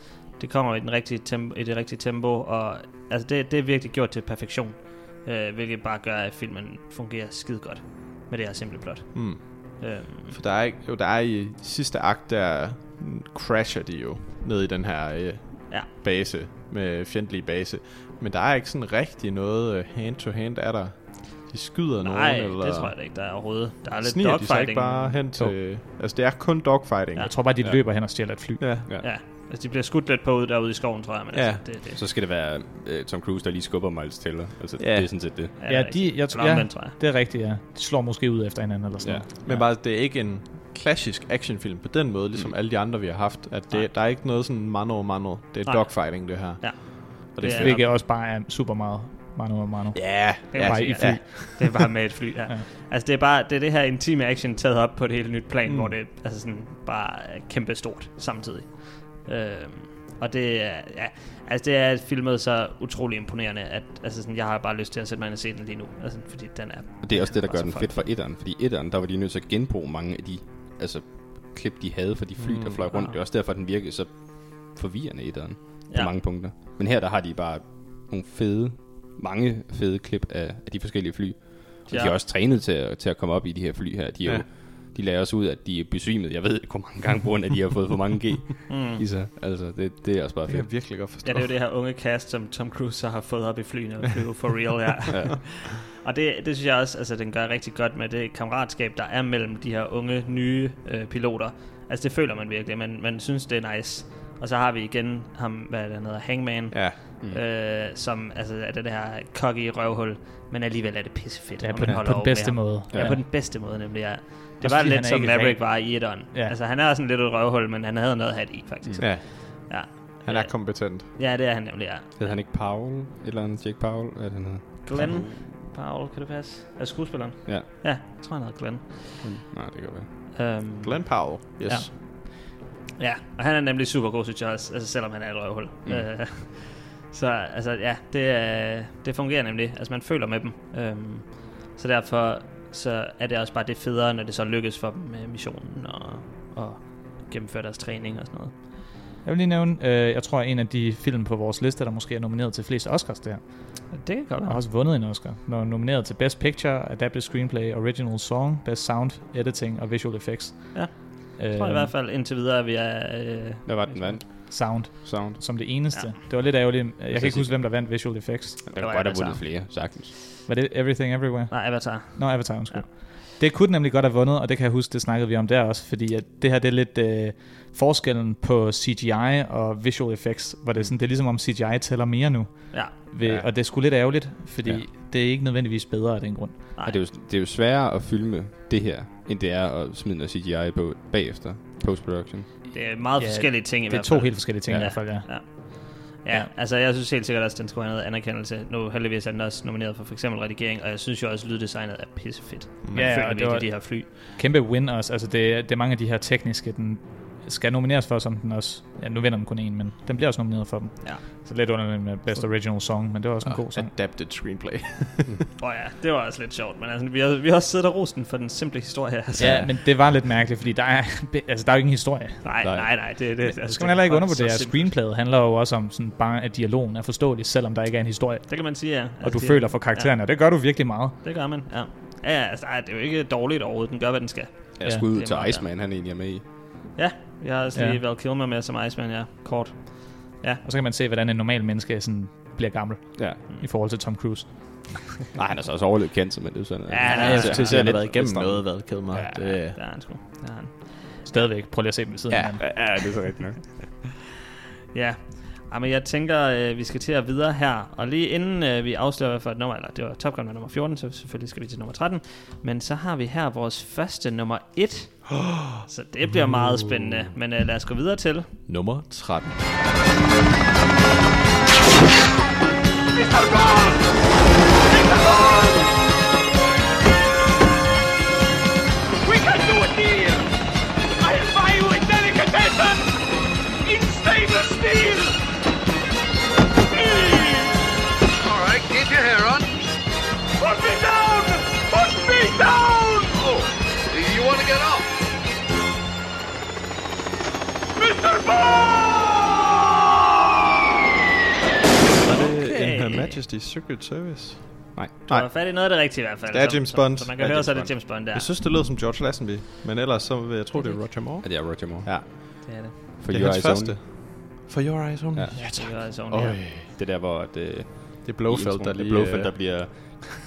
det kommer i, den rigtige tempo, i det rigtige tempo, og altså, det, det er virkelig gjort til perfektion, øh, hvilket bare gør, at filmen fungerer skide godt med det her simple plot. Mm. Øhm, For der er, ikke- jo, der er i sidste akt, der mm, crasher de jo ned i den her øh, Ja. base, med fjendtlige base. Men der er ikke sådan rigtig noget øh, hand-to-hand, er der? De skyder nej, nogen, eller... det tror jeg da ikke, der er overhovedet. Der er lidt Sniger de sig dogfighting. ikke bare hen til... Altså, det er kun dogfighting. Jeg tror bare, de ja. løber hen og stjæler et fly. Ja. ja. Ja, altså de bliver skudt lidt på ud derude i skoven, tror jeg, men Ja. altså, det, det, Så skal det være øh, Tom Cruise, der lige skubber Miles Teller. Altså, Ja. det er sådan set det. er Ja, rigtigt. de, jeg, Eller ja, omvendt, tror jeg. det er rigtigt, ja. De slår måske ud efter hinanden eller sådan Ja. noget. Men bare, det er ikke en klassisk actionfilm på den måde, ligesom mm. alle de andre, vi har haft. At Nej. det, der er ikke noget sådan mano mano. Det er Nej. dogfighting, det her. Ja. Og det Ja. er fedt. Hvilket også bare er super meget Manu og Manu. Ja, Det er Bare i fly. Ja, det er bare med et fly, ja. ja. Altså det er bare det, er det her intime action taget op på et helt nyt plan, mm. hvor det altså sådan bare er kæmpe stort samtidig. Øhm, og det er, ja, altså det er filmet så utrolig imponerende, at altså sådan, jeg har bare lyst til at sætte mig ind og se den lige nu, altså, fordi den er... Og det er også det, der den gør så den fucking fedt for etteren. Fordi etteren, der var de nødt til at genbruge mange af de Mm. altså, klip, de havde for de fly, der fløj rundt. Det er også derfor, den virkede så forvirrende i etteren. på Ah. ja. mange punkter. Men her der har de bare nogle fede, mange fede klip af, af de forskellige fly. Og ja. de er også trænet til at, til at komme op i de her fly her. De er ja. jo de lader også ud, at de er besvimet. Jeg ved ikke, hvor mange gange på grund af, de har fået for mange G mm. i sig. Altså, det, det er også bare fedt. Det er virkelig godt forstå. Ja, det er jo det her unge cast, som Tom Cruise så har fået op i flyene og flyve for real, ja. ja. og det, det synes jeg også, altså, den gør rigtig godt med det kammeratskab, der er mellem de her unge, nye øh, piloter. Altså, det føler man virkelig. Man, man synes, det er nice. Og så har vi igen ham, hvad den hedder, Hangman, ja. mm. øh, som altså, er det der cocky røvhul, men alligevel er det pissefedt. Ja, på, den, på den bedste måde. Ja. ja, på den bedste måde nemlig, ja. Det Også var lidt som Maverick rigtig. var i etteren. Ja. Altså, han er sådan lidt et røvhul, men han havde noget hat i, faktisk. Ja. ja. Han er ja. kompetent. Ja, det er han nemlig, ja. Hed han ikke Paul? Et eller andet Jack Paul? Hvad er han hedder? Glenn Paul. Paul, kan det passe? Er altså, skuespilleren? Ja. Ja, jeg tror, han hedder Glenn. Øhm, Mm. Nej, det kan være. Um, Glenn Powell, yes. Ja. ja, og han er nemlig super god, synes jeg også, altså, selvom han er et røvhul. Mm. så altså, ja, det, øh, det fungerer nemlig. Altså, man føler med dem. Um, så derfor så er det også bare det federe, når det så lykkes for dem med missionen og, og gennemføre deres træning og sådan noget. Jeg vil lige nævne, øh, jeg tror, en af de film på vores liste, der måske er nomineret til flest Oscars der. Det kan godt være. Og også vundet en Oscar. Når nomineret til Best Picture, Adapted Screenplay, Original Song, Best Sound, Editing og Visual Effects. Ja. Jeg øh, tror i hvert fald indtil videre, at vi er... Øh, Hvad var den vandt? Sound. Sound. Som det eneste. Ja. Det var lidt ærgerligt. Jeg kan ikke huske, hvem der vandt Visual Effects. Der kunne godt have vundet flere, sagtens. Var det Everything Everywhere? Nej, Avatar. Nå, no, Avatar, undskyld. Ja. Det kunne nemlig godt have vundet, og det kan jeg huske, det snakkede vi om der også, fordi at det her det er lidt øh, forskellen på CGI og visual effects, hvor det er, sådan, det er ligesom om CGI tæller mere nu. Ja. Ved, ja. Og det er sgu lidt ærgerligt, fordi ja. det er ikke nødvendigvis bedre af den grund. Nej. Og det er, jo, det er jo sværere at filme det her, end det er at smide noget CGI på bagefter, post-production. Det er meget ja, forskellige ting i hvert fald. Det er to helt forskellige ting ja. i hvert fald, ja. ja. Ja, ja, altså jeg synes helt sikkert også, at den skulle have noget anerkendelse. Nu heldigvis er den også nomineret for for eksempel redigering, og jeg synes jo også, at lyddesignet er pissefedt. Man ja, føler virkelig var de her fly. Kæmpe win også. Altså det, det er mange af de her tekniske, den skal nomineres for, som den også... Ja, nu vinder den kun en, men den bliver også nomineret for dem. Ja. Så lidt under den med Best Original Song, men det var også en oh, god sang. Adapted Screenplay. Åh mm. oh ja, det var også lidt sjovt, men altså, vi, har, vi har også siddet og rosten for den simple historie her. Altså. Ja, men det var lidt mærkeligt, fordi der er, altså, der er jo ingen historie. Nej, nej, nej. nej det, det, men, altså, det skal man heller ikke undervurdere. Screenplayet handler jo også om, sådan bare, at dialogen er forståelig, selvom der ikke er en historie. Det kan man sige, ja. Altså, og du det, føler for karaktererne, ja. og det gør du virkelig meget. Det gør man, ja. Ja, altså, ej, det er jo ikke dårligt overhovedet. Den gør, hvad den skal. Ja, ja. skud til Iceman, han egentlig er med i. Ja, jeg har også lige ja. Val Kilmer med som Iceman, ja. Kort. Ja. Og så kan man se, hvordan en normal menneske sådan bliver gammel. Ja. I forhold til Tom Cruise. Nej, han er så også overlevet kendt, men det er sådan... Ja, han er, jeg til at have været igennem noget, Val Kilmer. Ja, det, ja. der er han sgu. Der er han. Stadigvæk. Prøv lige at se dem ved siden ja. af Ja, ja, det er så rigtigt nok. ja. Jamen, jeg tænker, øh, vi skal til at videre her. Og lige inden øh, vi afslører for et nummer, eller det var Top Gun var nummer 14, så selvfølgelig skal vi til nummer 13. Men så har vi her vores første nummer 1. Oh, så det bliver uh. meget spændende. Men øh, lad os gå videre til... Nummer 13. We can do it here. I'll buy you a delicatessen in stainless steel. Keep your hair on. Put me down! Put me down! Oh, you want to get off? Mr. Bond! Var det okay. en Her Majesty Secret Service? Nej. Du har fat i noget af det rigtige i hvert fald. Det er James Bond. Så, man kan det høre, James så er det James Bond der. Jeg synes, det lød som George Lazenby, men ellers så vil jeg tro, det er Roger Moore. Ja, det er Roger Moore. Ja. Det er det. For det er hans første. For Your Eyes Only. Ja, ja tak. For Your Eyes Only, ja. Det der, hvor det, det er Blofeld, der, lige, øh, Blofeld, der bliver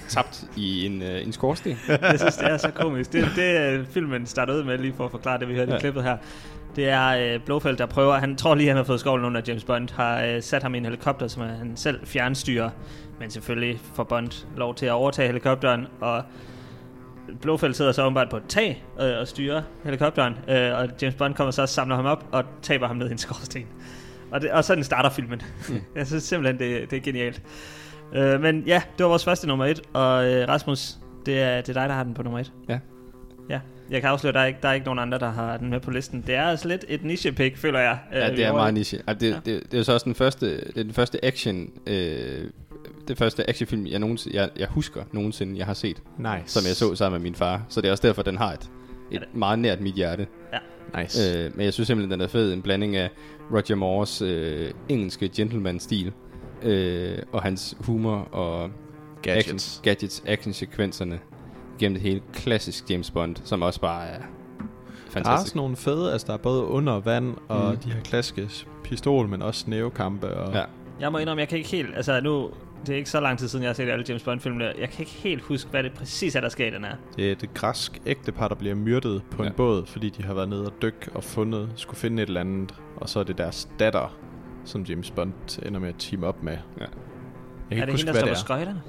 tabt i en, øh, en skorsten. jeg synes, det er så komisk. Det, det uh, filmen starter ud med, lige for at forklare det, vi hørte ja. i klippet her. Det er øh, Blofeld, der prøver, han tror lige, han har fået skovlen under James Bond, har øh, sat ham i en helikopter, som han selv fjernstyrer. Men selvfølgelig får Bond lov til at overtage helikopteren, og Blofeld sidder så åbenbart på et tag øh, og styrer helikopteren, øh, og James Bond kommer så og samler ham op og taber ham ned i en skorsten. Og, det, og sådan starter filmen. Mm. jeg synes simpelthen, det, det er genialt. Øh, men ja, det var vores første nummer et, og øh, Rasmus, det er, det er dig, der har den på nummer et. Ja. Ja, jeg kan afsløre, at der er ikke, der er ikke nogen andre, der har den med på listen. Det er altså lidt et niche-pick, føler jeg. Øh, ja, det er meget niche. Altså, det, ja. det, det, det er så også den første, det er den første action... Øh, det første actionfilm, jeg, nogensinde, jeg, jeg husker nogensinde, jeg har set. Nice. Som jeg så sammen med min far. Så det er også derfor, den har et et meget nært mit hjerte. Ja. Nice. Øh, men jeg synes simpelthen, den er fed. En blanding af Roger Moores øh, engelske gentleman-stil, øh, og hans humor og gadgets, action, gadgets action-sekvenserne gennem det hele. Klassisk James Bond, som også bare er fantastisk. Der er også nogle fede, altså der er både under vand og mm. de her klassiske pistol, men også nævekampe. Og... Ja. Jeg må indrømme, jeg kan ikke helt, altså nu, det er ikke så lang tid siden, jeg har set alle James Bond-filmene. Jeg kan ikke helt huske, hvad det præcis er, der sker i den her. Det er et græsk ægtepar, der bliver myrdet på ja. en båd, fordi de har været nede og dykke og fundet, skulle finde et eller andet. Og så er det deres datter, som James Bond ender med at team op med. Ja. Jeg kan er det huske, hende, der står på skøjterne?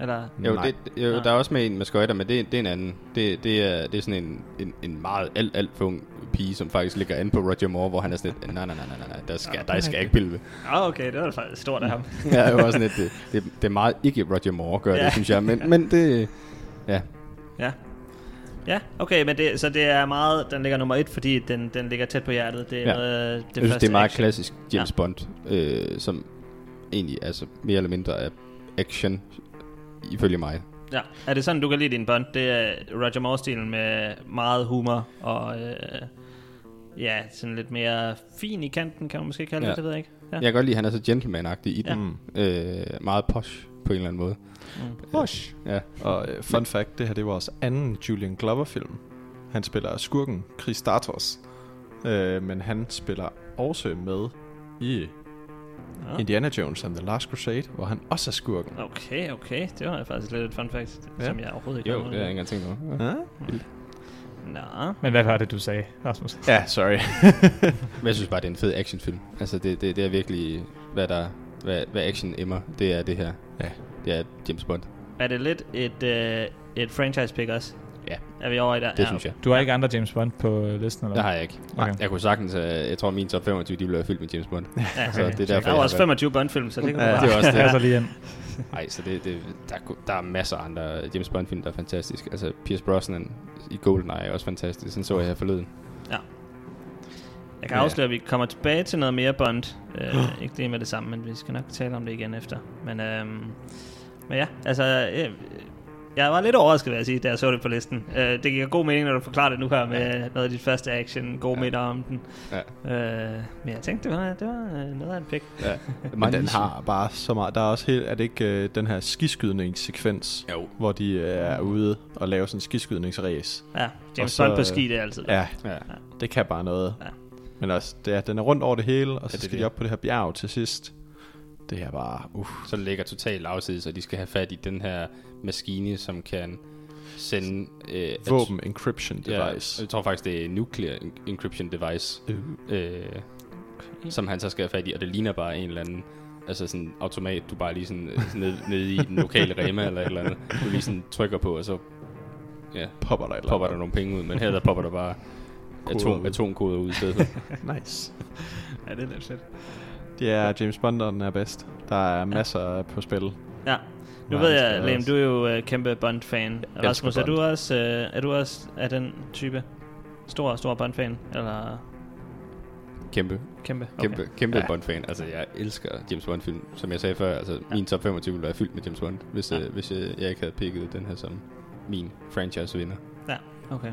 Eller? Jo, Nej. det, jo Nej. der er også med en med skøjter, men det, det er en anden. Det, det, er, det er sådan en, en, en meget alt, alt for ung pige, som faktisk ligger an på Roger Moore, hvor han er sådan lidt, nej, nej, nej, nej, nej, der skal, der skal jeg ikke pille Ah, okay, det var faktisk stort af ham. ja, det var sådan lidt, det, det, det er meget ikke Roger Moore gør ja. det, synes jeg, men, men det, ja. Ja. Ja, okay, men det, så det er meget, den ligger nummer et, fordi den, den ligger tæt på hjertet. Det er ja. noget, øh, det, jeg synes, det er meget action. klassisk James ja. Bond, øh, som egentlig altså mere eller mindre er action ifølge mig. Ja, er det sådan, du kan lide din Bond? Det er Roger Moore-stilen med meget humor og øh, ja, sådan lidt mere fin i kanten, kan man måske kalde ja. det, det ved jeg ikke. Ja. Jeg kan godt lide, at han er så gentleman-agtig i Mm. den. Ja. Øh, meget posh på en eller anden måde. Mm. Posh? Ja. Og øh, fun fact, det her det var vores anden Julian Glover-film. Han spiller skurken Chris Stratos, øh, men han spiller også med i Ja. Indiana Jones and the Last Crusade, hvor han også er skurken. Okay, okay. Det var faktisk lidt et fun fact, ja. som jeg overhovedet ikke Jo, det har jeg ikke engang tænkt over. Ja. Nå. Men hvad var det, du sagde, Rasmus? Ja, sorry. Men jeg synes bare, det er en fed actionfilm. Altså, det, det, det er virkelig, hvad der hvad, hvad action emmer, det er det her. Ja. Det er James Bond. Er det lidt et, øh, et franchise pick også? Ja. Er vi over i der? Det ja. synes jeg. Du har ikke andre James Bond på listen, eller Det har jeg ikke. Okay. Jeg kunne sagtens, øh, jeg tror min top 25, de blev fyldt med James Bond. Ja, okay. så det er derfor, der var også 25 Bond-film, så det kan ja, det er også det. altså lige ind. Nej, så det, det der, der, er masser af andre James Bond-film, der er fantastisk. Altså Pierce Brosnan i GoldenEye er også fantastisk. Den så jeg her forleden. Ja. Jeg kan ja. afsløre, at vi kommer tilbage til noget mere Bond. Uh, ikke det med det samme, men vi skal nok tale om det igen efter. Men, uh, men ja, altså... Uh, jeg var lidt overrasket, vil jeg sige, da jeg så det på listen. Øh, det giver god mening, når du forklarer det nu her med ja. noget af dit første action, gode ja. minder om den. Ja. Øh, men jeg tænkte, det var, det var noget af en pick. Ja. men den har bare så meget. Der er også helt, er det ikke øh, den her skiskydningssekvens, jo. hvor de øh, er ude og laver sådan en skiskydningsræs. Ja, James Bond på ski, det er altid. Ja, ja, ja. det kan bare noget. Ja. Men også, det er, den er rundt over det hele, og så ja, det skal det. de op på det her bjerg til sidst. Det er bare... Uh. Så det ligger totalt afsides, og de skal have fat i den her maskine, som kan sende... Øh, Våben encryption device. Ja, jeg tror faktisk, det er nuclear encryption device, uh. øh, som han så skal have fat i, og det ligner bare en eller anden altså sådan automat, du bare lige sådan nede, nede i den lokale Rema eller et eller andet, du lige sådan trykker på, og så ja, popper, der, popper der nogle penge ud, men her der popper der bare Koder atom, ud. atomkoder ud i stedet. nice. Ja, det er lidt fedt. Det er James Bond, der er bedst. Der er masser ja. på spil. Ja. Nu Nej, ved jeg, Liam, du er jo uh, kæmpe Bond-fan. Rasmus, Bond. er du, også, uh, er du også af den type? Stor, stor Bond-fan? Eller... Kæmpe. Kæmpe, okay. kæmpe, kæmpe ja. Bond-fan. Altså, jeg elsker James Bond-film. Som jeg sagde før, altså, ja. min top 25 ville være fyldt med James Bond, hvis, ja. øh, hvis jeg, jeg ikke havde picket den her som min franchise-vinder. Ja, okay.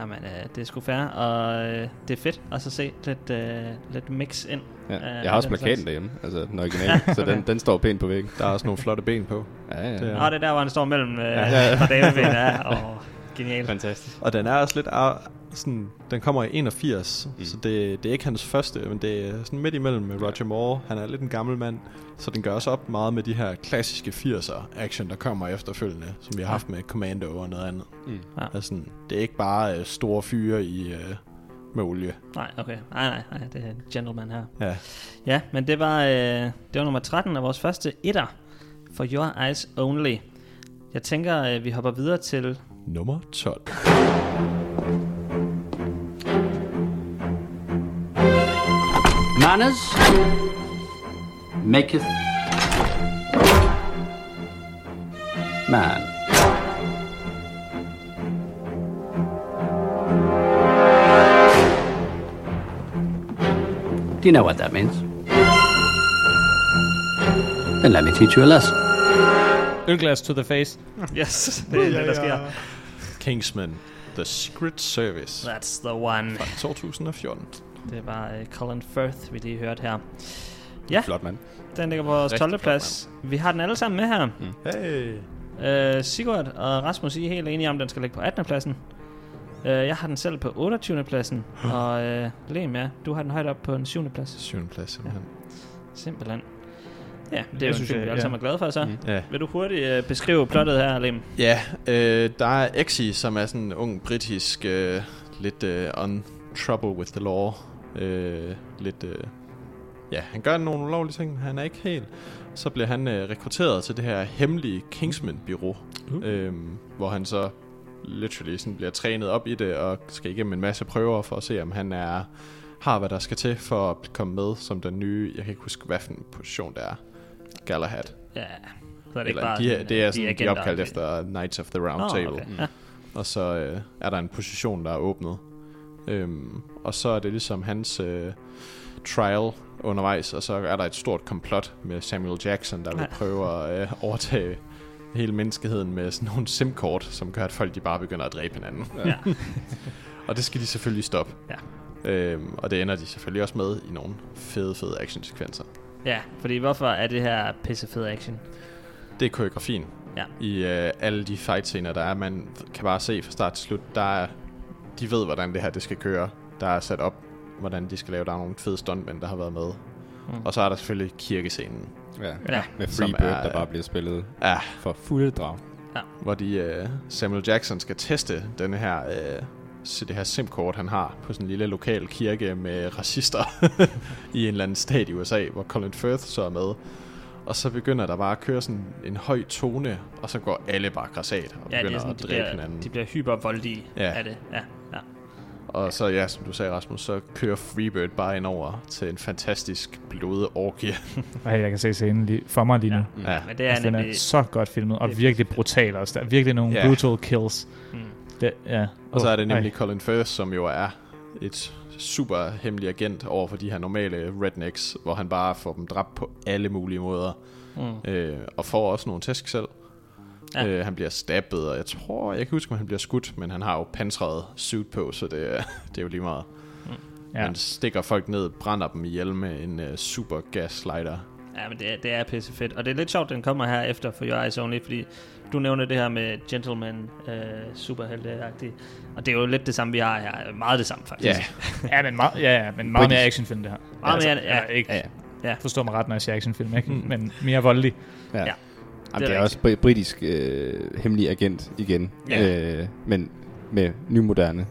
Jamen, øh, det er sgu fair, og øh, det er fedt at så se lidt, øh, lidt mix ind. Ja. Jeg har også plakaten slags. derhjemme, altså den originale, okay. så den, den står pænt på væggen. Der er også nogle flotte ben på. Ja, ja. Det er... Nå, det er der, hvor han står mellem øh, ja, ja. dameben, ja. Og genialt. Fantastisk. Og den er også lidt af, sådan, den kommer i 81, mm. så det, det er ikke hans første, men det er sådan midt imellem med Roger Moore. Han er lidt en gammel mand, så den gør også op meget med de her klassiske 80'er action, der kommer efterfølgende, som vi har haft med Commando og noget andet. Mm. Ja. Altså, sådan, det er ikke bare øh, store fyre i... Øh, med olie. Nej, okay. Nej, nej, nej. Det er gentleman her. Ja. Ja, men det var, øh, det var nummer 13 af vores første etter for Your Eyes Only. Jeg tænker, øh, vi hopper videre til... Nummer 12. Manners maketh man. Do you know what that means? Then let me teach you a lesson. Ølglas to the face. Yes, det er det, der sker. Kingsman. The Secret Service. That's the one. Fra 2014. Det var uh, Colin Firth, vi lige hørte her. Ja, flot mand. Den ligger på vores 12. plads. Vi har den alle sammen med her. Mm. Hey. Uh, Sigurd og Rasmus, I er helt enige om, at den skal ligge på 18. pladsen. Uh, jeg har den selv på 28. pladsen, og uh, Lem, ja, du har den højt op på den 7. plads. 7. plads, simpelthen. Ja. Simpelthen. Ja, det er jo synes, vi alle ja. sammen er glade for, så. Mm. Ja. Vil du hurtigt øh, beskrive plottet her, Lem? Ja, øh, der er Exi, som er sådan en ung britisk, øh, lidt øh, on trouble with the law. Øh, lidt, øh, ja, han gør nogle ulovlige ting, han er ikke helt. Så bliver han øh, rekrutteret til det her hemmelige Kingsman-byrå, mm. øh, hvor han så literally sådan bliver trænet op i det, og skal igennem en masse prøver for at se, om han er har, hvad der skal til for at komme med som den nye, jeg kan ikke huske, hvad for en position det er. Galahad. Ja, så er det ikke Eller, bare... de, sådan, det er øh, sådan, de, agenter. er opkaldt efter Knights of the Round Nå, Table. Mm. okay. Ja. Og så øh, er der en position, der er åbnet. Øhm, og så er det ligesom hans øh, trial undervejs, og så er der et stort komplot med Samuel Jackson, der vil Ja. prøve at øh, overtage hele menneskeheden med sådan nogle simkort, som gør, at folk de bare begynder at dræbe hinanden. Ja. og det skal de selvfølgelig stoppe. Ja. Øhm, og det ender de selvfølgelig også med i nogle fede, fede actionsekvenser. Ja, fordi hvorfor er det her pissefed action? Det er koreografien Ja. i øh, alle de fight-scener, der er. Man kan bare se fra start til slut, der er, de ved, hvordan det her det skal køre. Der er sat op, hvordan de skal lave. Der er nogle fede stuntmænd, der har været med. Mm. Mm. Og så er der selvfølgelig kirkescenen, Ja. Ja. Med Free Som Bird, er, der bare øh, bliver spillet ja. for fulde drag. hvor de, øh, Samuel Jackson skal teste den her, øh, så det her simkort, han har på sådan en lille lokal kirke med racister i en eller anden stat i USA, hvor Colin Firth så er med. Og så begynder der bare at køre sådan en høj tone, og så går alle bare græsat og Ja, begynder det er sådan, at de dræbe bliver, hinanden. de bliver hypervoldige Ja. af det. Ja, ja. Og så, ja, som du sagde, Rasmus, så kører Freebird bare ind over til en fantastisk blodet orgie. Ej, jeg kan se scenen lige, for mig lige nu. Ja. ja. Mm. Men det er den er nemlig... så godt filmet, og det er virkelig brutal også. Der er virkelig nogle Ja. brutal kills. Mm. Det, ja. Og så Åh, er det nemlig ej. Colin Firth, som jo er et super hemmelig agent over for de her normale rednecks, hvor han bare får dem dræbt på alle mulige måder. Mm. Øh, og får også nogle tæsk selv. Ja. Ja. Øh, han bliver stabbet, og jeg tror, jeg kan huske, om han bliver skudt, men han har jo pansret suit på, så det, er- det er jo lige meget. Ja. Ja. Han stikker folk ned, brænder dem ihjel med en uh, super gaslighter. Ja, men det er, det er pissefedt. Og det er lidt sjovt, den kommer her efter for Your Eyes Only, fordi du nævner det her med gentleman, øh, superhelte Og det er jo lidt det samme, vi har her. Meget det samme, faktisk. Ja, Altså, Ja, men meget, ja, ja, men meget mere Britisk. actionfilm, det her. Meget mere, ja. eller ikke, Ja, ja. Ja. Forstår mig ret, når jeg siger actionfilm, ikke? Mm. Men mere voldelig. Ja. Ja. ja. er Jamen, det er, også bri- britisk øh, hemmelig agent igen. Ja. Øh, men med nymoderne.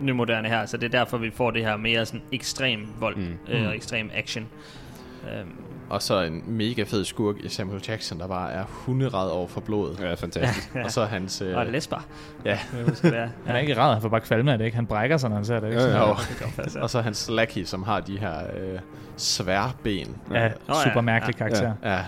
nymoderne her, så det er derfor, vi får det her mere sådan ekstrem vold mm. Mm. øh, og ekstrem action. Øhm, Og så en mega fed skurk i Samuel Jackson, der bare er hunderad over for blodet. Ja, fantastisk. Og så hans... Øh, og lesbar. ja, Det måske være. Han er ikke ret, han får bare kvalme af det, ikke? Han brækker sig, når han ser det, ikke? Jo, jo. Sådan, og, faktisk, ja. og så hans Lucky, som har de her øh, sværben. Nå Ja, ja, super mærkelig ja, karakter. Ja. ja.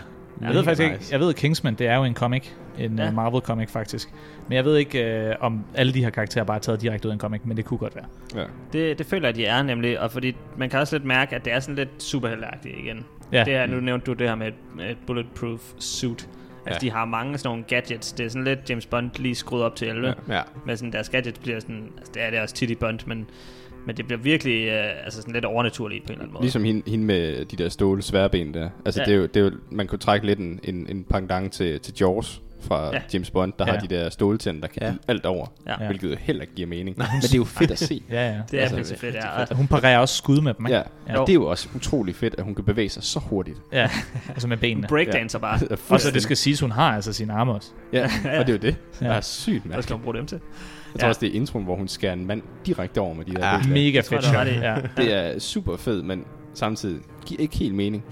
Jeg ved faktisk ikke, jeg ved Kingsman, det er jo en comic, en Ja. ja. Marvel comic faktisk. Men jeg ved ikke øh, om alle de her karakterer bare er taget direkte ud af en comic, men det kunne godt være. ja. Det, det føler jeg, de er nemlig, og fordi man kan også lidt mærke, at det er sådan lidt superhelteagtigt igen. Ja. Det her, nu nævnte du det her med et, med et bulletproof suit. Altså, Mm. ja. de har mange sådan nogle gadgets. Det er sådan lidt James Bond lige skruet op til 11. Ja. Ja. Men sådan, deres gadgets bliver sådan... Altså, det er det også tit i Bond, men, men det bliver virkelig øh, altså sådan lidt overnaturligt på en eller anden måde. Ligesom hende, hende med de der ståle sværben der. Altså, Ja. ja. det er jo, det er jo, man kunne trække lidt en, en, en pendant til, til Jaws fra Ja. ja. James Bond, der ja. Ja. har de der ståletænder, der kan ja. alt over. Ja. Ja. Hvilket jo heller ikke giver mening. Men det er jo fedt at se. Ja, ja. Det er altså, Altså, pisse fedt, ja. Og- Hun parerer også skud med dem, ikke? Ja. ja. Og det er jo også utrolig fedt, at hun kan bevæge sig så hurtigt. ja. Altså med benene. Breakdancer bare. Og så det skal siges, hun har altså sine arme også. Ja, og det er jo det. Ja. Ja. Det er sygt Hvad skal mærkeligt. man bruge dem til? Jeg tror også, det er introen, hvor hun skærer en mand direkte over med de der. Ja. ben der. Mega tror, fedt du har shot. ret i. Ja. Det er super fed, men samtidig giver ikke helt mening.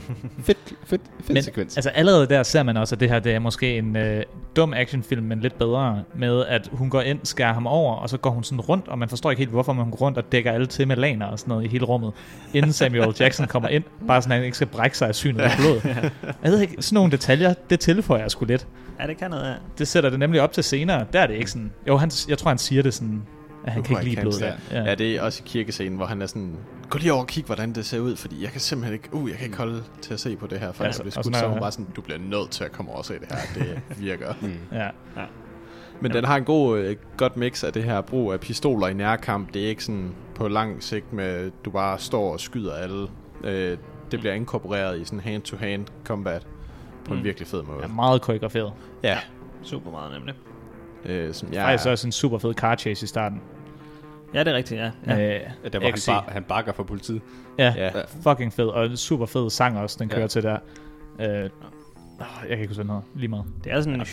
fedt, fedt, fedt Men sekvens. altså allerede der ser man også, at det her det er måske en øh, dum actionfilm, men lidt bedre med, at hun går ind, skærer ham over, og så går hun sådan rundt, og man forstår ikke helt, hvorfor men hun går rundt og dækker alle til med laner og sådan noget i hele rummet, inden Samuel Jackson kommer ind, bare sådan, at han ikke skal brække sig af synet af blod. Jeg ved ikke, sådan nogle detaljer, det tilføjer jeg sgu lidt. Ja, det kan noget, ja. Det sætter det nemlig op til senere, der er det ikke sådan. Jo, han, jeg tror, han siger det sådan, at han kan ikke lide blod. Ja. Ja. ja, det er også i kirkescenen, hvor han er sådan, gå lige over og kig, hvordan det ser ud, fordi jeg kan simpelthen ikke, uh, jeg kan ikke holde til at se på det her, for Ja, altså, så- jeg bliver og skudt, sådan så er er- hun bare sådan, du bliver nødt til at komme over og se det her, det virker. mm. Ja. Ja. Men den har en god, øh, godt mix af det her brug af pistoler i nærkamp. Det er ikke sådan på lang sigt med, du bare står og skyder alle. Øh, det bliver inkorporeret i sådan hand-to-hand combat på mm. en virkelig fed måde. Ja, meget koreograferet. Ja. ja. Super meget nemlig. Øh, som jeg... Faktisk også en super fed car chase i starten. Ja, det er rigtigt, ja. ja. Øh, ja der var han, bar, han bakker for politiet. Ja, ja, fucking fed. Og en super fed sang også, den kører ja. til der. Øh, Oh, jeg kan ikke huske, noget. Lige meget. Det er sådan ja,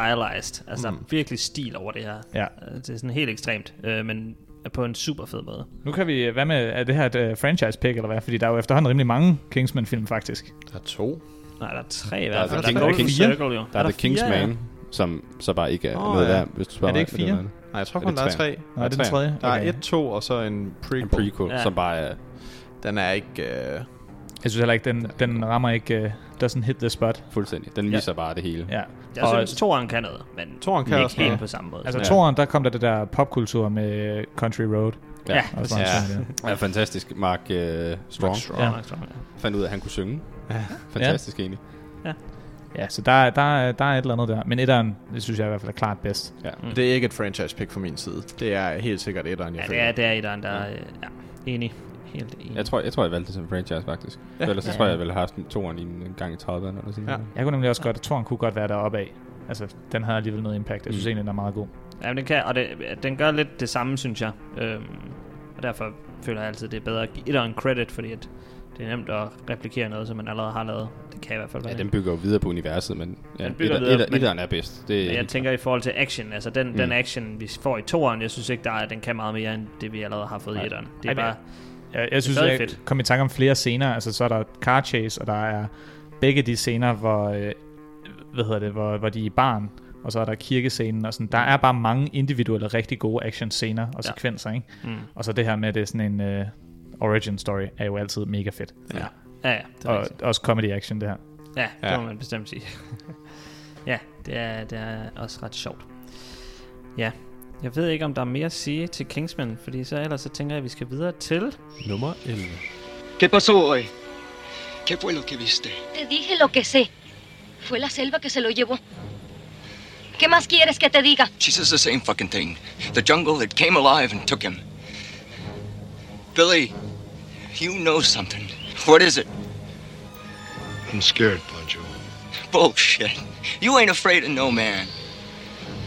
hyper-stylized. Altså, mm. der er virkelig stil over det her. Ja. Øh, Det er sådan helt ekstremt, øh, men på en super fed måde. Nu kan vi... Hvad med... Er det her et uh, franchise-pick, eller hvad? Fordi der er jo efterhånden rimelig mange Kingsman-film, faktisk. Der er to. Nej, der er tre i hvert fald. Der er, der er, der King, Circle, jo. Der er, der er The Kingsman, ja. som så bare ikke er oh, noget ja. der, hvis du spørger Er det ikke fire? Det Nej, jeg tror kun, der er tre. Nej, det er den tredje. Der er et, to, og så en prequel. En prequel, ja. som bare er... Den er ikke... Øh, jeg synes heller ikke, den, den rammer ikke... Uh, doesn't hit the spot. Fuldstændig. Den viser ja. bare det hele. Ja. Jeg og synes, toren kan noget, men toren kan ikke også helt noget. på samme måde. Altså, ja. toren, der kom der det der popkultur med Country Road. Ja, Altså, ja. Også ja. ja. ja fantastisk. Mark uh, Strong, Mark Strong. Ja, Mark Strong ja. fandt ud af, at han kunne synge. Ja. Fantastisk ja. egentlig. Ja. Ja, så der, der, der er et eller andet der. Men etteren, det synes jeg i hvert fald er klart bedst. Ja. Mm. Det er ikke et franchise pick fra min side. Det er helt sikkert etteren, jeg ja, føler. Ja, det er etteren, der er ja. enig helt enig. Jeg tror, jeg, tror, jeg valgte det som franchise, faktisk. Ja. Ellers ja. så tror jeg, jeg ville have haft toren i en gang i 30'erne eller sådan ja. Jeg kunne nemlig også godt, at toren kunne godt være deroppe af. Altså, den havde alligevel noget impact. Jeg synes mm. egentlig, den er meget god. Ja, men den kan, og det, den gør lidt det samme, synes jeg. Øhm, og derfor føler jeg altid, det er bedre at give etteren credit, fordi at det er nemt at replikere noget, som man allerede har lavet. Det kan i hvert fald være Ja, den bygger jo videre på universet, men ja, den bygger etter, videre, etter, etteren er bedst. Det er jeg tænker klar. i forhold til action, altså den, mm. den action, vi får i toeren, jeg synes ikke, der er, den kan meget mere, end det vi allerede har fået Nej. i etteren. Det er Ej, bare... Jeg, jeg synes, jeg fedt. kom i tanke om flere scener. Altså, så er der car chase, og der er begge de scener, hvor, øh, hvad hedder det, hvor, hvor de er i barn, og så er der kirkescenen, og sådan. Der er bare mange individuelle, rigtig gode action-scener og Mm. ja. sekvenser, ikke? Mm. Og så det her med, at det er sådan en øh, origin story, er jo altid mega fedt. Ja, ja, ja det Og rigtigt. også comedy action, det her. Ja, det ja. må man bestemt sige. ja, det er, det er også ret sjovt. Ja, jeg ved ikke, om der er mere at sige til Kingsman, fordi så ellers så tænker jeg, at vi skal videre til... Nummer 11. ¿Qué pasó hoy? ¿Qué fue lo que viste? Te dije lo que sé. Fue la selva que se lo llevó. ¿Qué más quieres que te diga? She says the same fucking thing. The jungle that came alive and took him. Billy, you know something. What is it? I'm scared, Pancho. Bullshit. You ain't afraid of no man.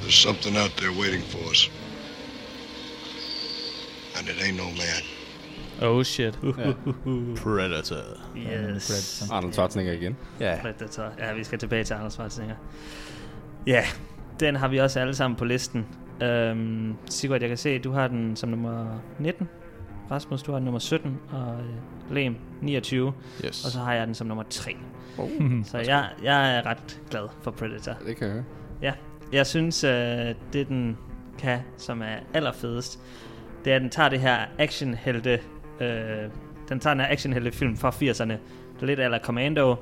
There's something out there waiting for us. And it ain't no man. Oh shit. Yeah. Predator. Yes. Predator. Arnold Schwarzenegger igen. Ja. Yeah. Predator. Ja, vi skal tilbage til Arnold Schwarzenegger. Ja, yeah. den har vi også alle sammen på listen. Øhm, Sigurd, jeg kan se, du har den som nummer 19. Rasmus, du har den nummer 17. Og øh, Lem, 29. Yes. Og så har jeg den som nummer 3. Oh. så jeg, jeg er ret glad for Predator. Det kan jeg. Ja, jeg synes, øh, det den kan, som er allerfedest, det er, at den tager det her actionhelte, øh, den tager den her actionhelte film fra 80'erne, lidt eller Commando,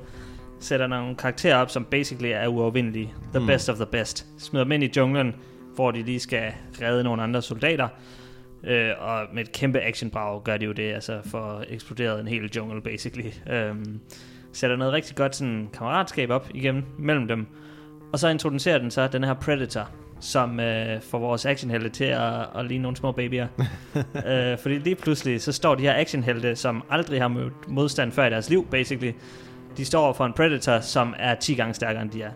sætter nogle karakterer op, som basically er uovervindelige. The mm. best of the best. Smider dem ind i junglen, hvor de lige skal redde nogle andre soldater. Øh, og med et kæmpe actionbrag gør de jo det, altså for eksploderet en hel jungle basically. Øh, sætter noget rigtig godt sådan kammeratskab op igennem mellem dem. Og så introducerer den så den her Predator, som øh, får vores actionhelte til at, at ligne nogle små babyer. øh, fordi lige pludselig, så står de her actionhelte, som aldrig har mødt modstand før i deres liv, basically. De står for en Predator, som er 10 gange stærkere end de er.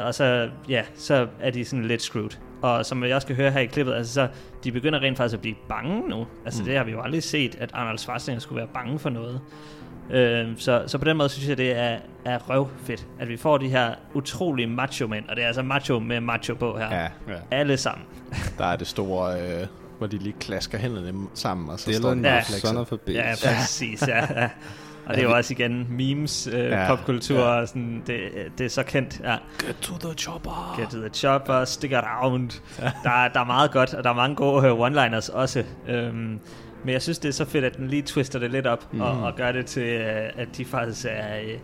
Øh, og så, ja, så er de sådan lidt screwed. Og som jeg også kan høre her i klippet, altså så, de begynder rent faktisk at blive bange nu. Altså mm. det har vi jo aldrig set, at Arnold Schwarzenegger skulle være bange for noget. Øh, så, så på den måde synes jeg, det er, er røvfedt, at vi får de her utrolige macho-mænd, og det er altså macho med macho på her. Ja, ja. Alle sammen. Der er det store, øh, hvor de lige klasker hænderne sammen, og så Dylan står den ja. Sådan for bitch. Ja, præcis, ja. ja. Og det er jo også igen memes, øh, ja, popkultur, ja. Og sådan, det, det er så kendt. Ja. Get to the chopper. Get to the chopper, stick around. Ja. Der, der er meget godt, og der er mange gode øh, one-liners også. Øhm, men jeg synes, det er så fedt, at den lige twister det lidt op mm. og, og gør det til, øh, at de faktisk er øh,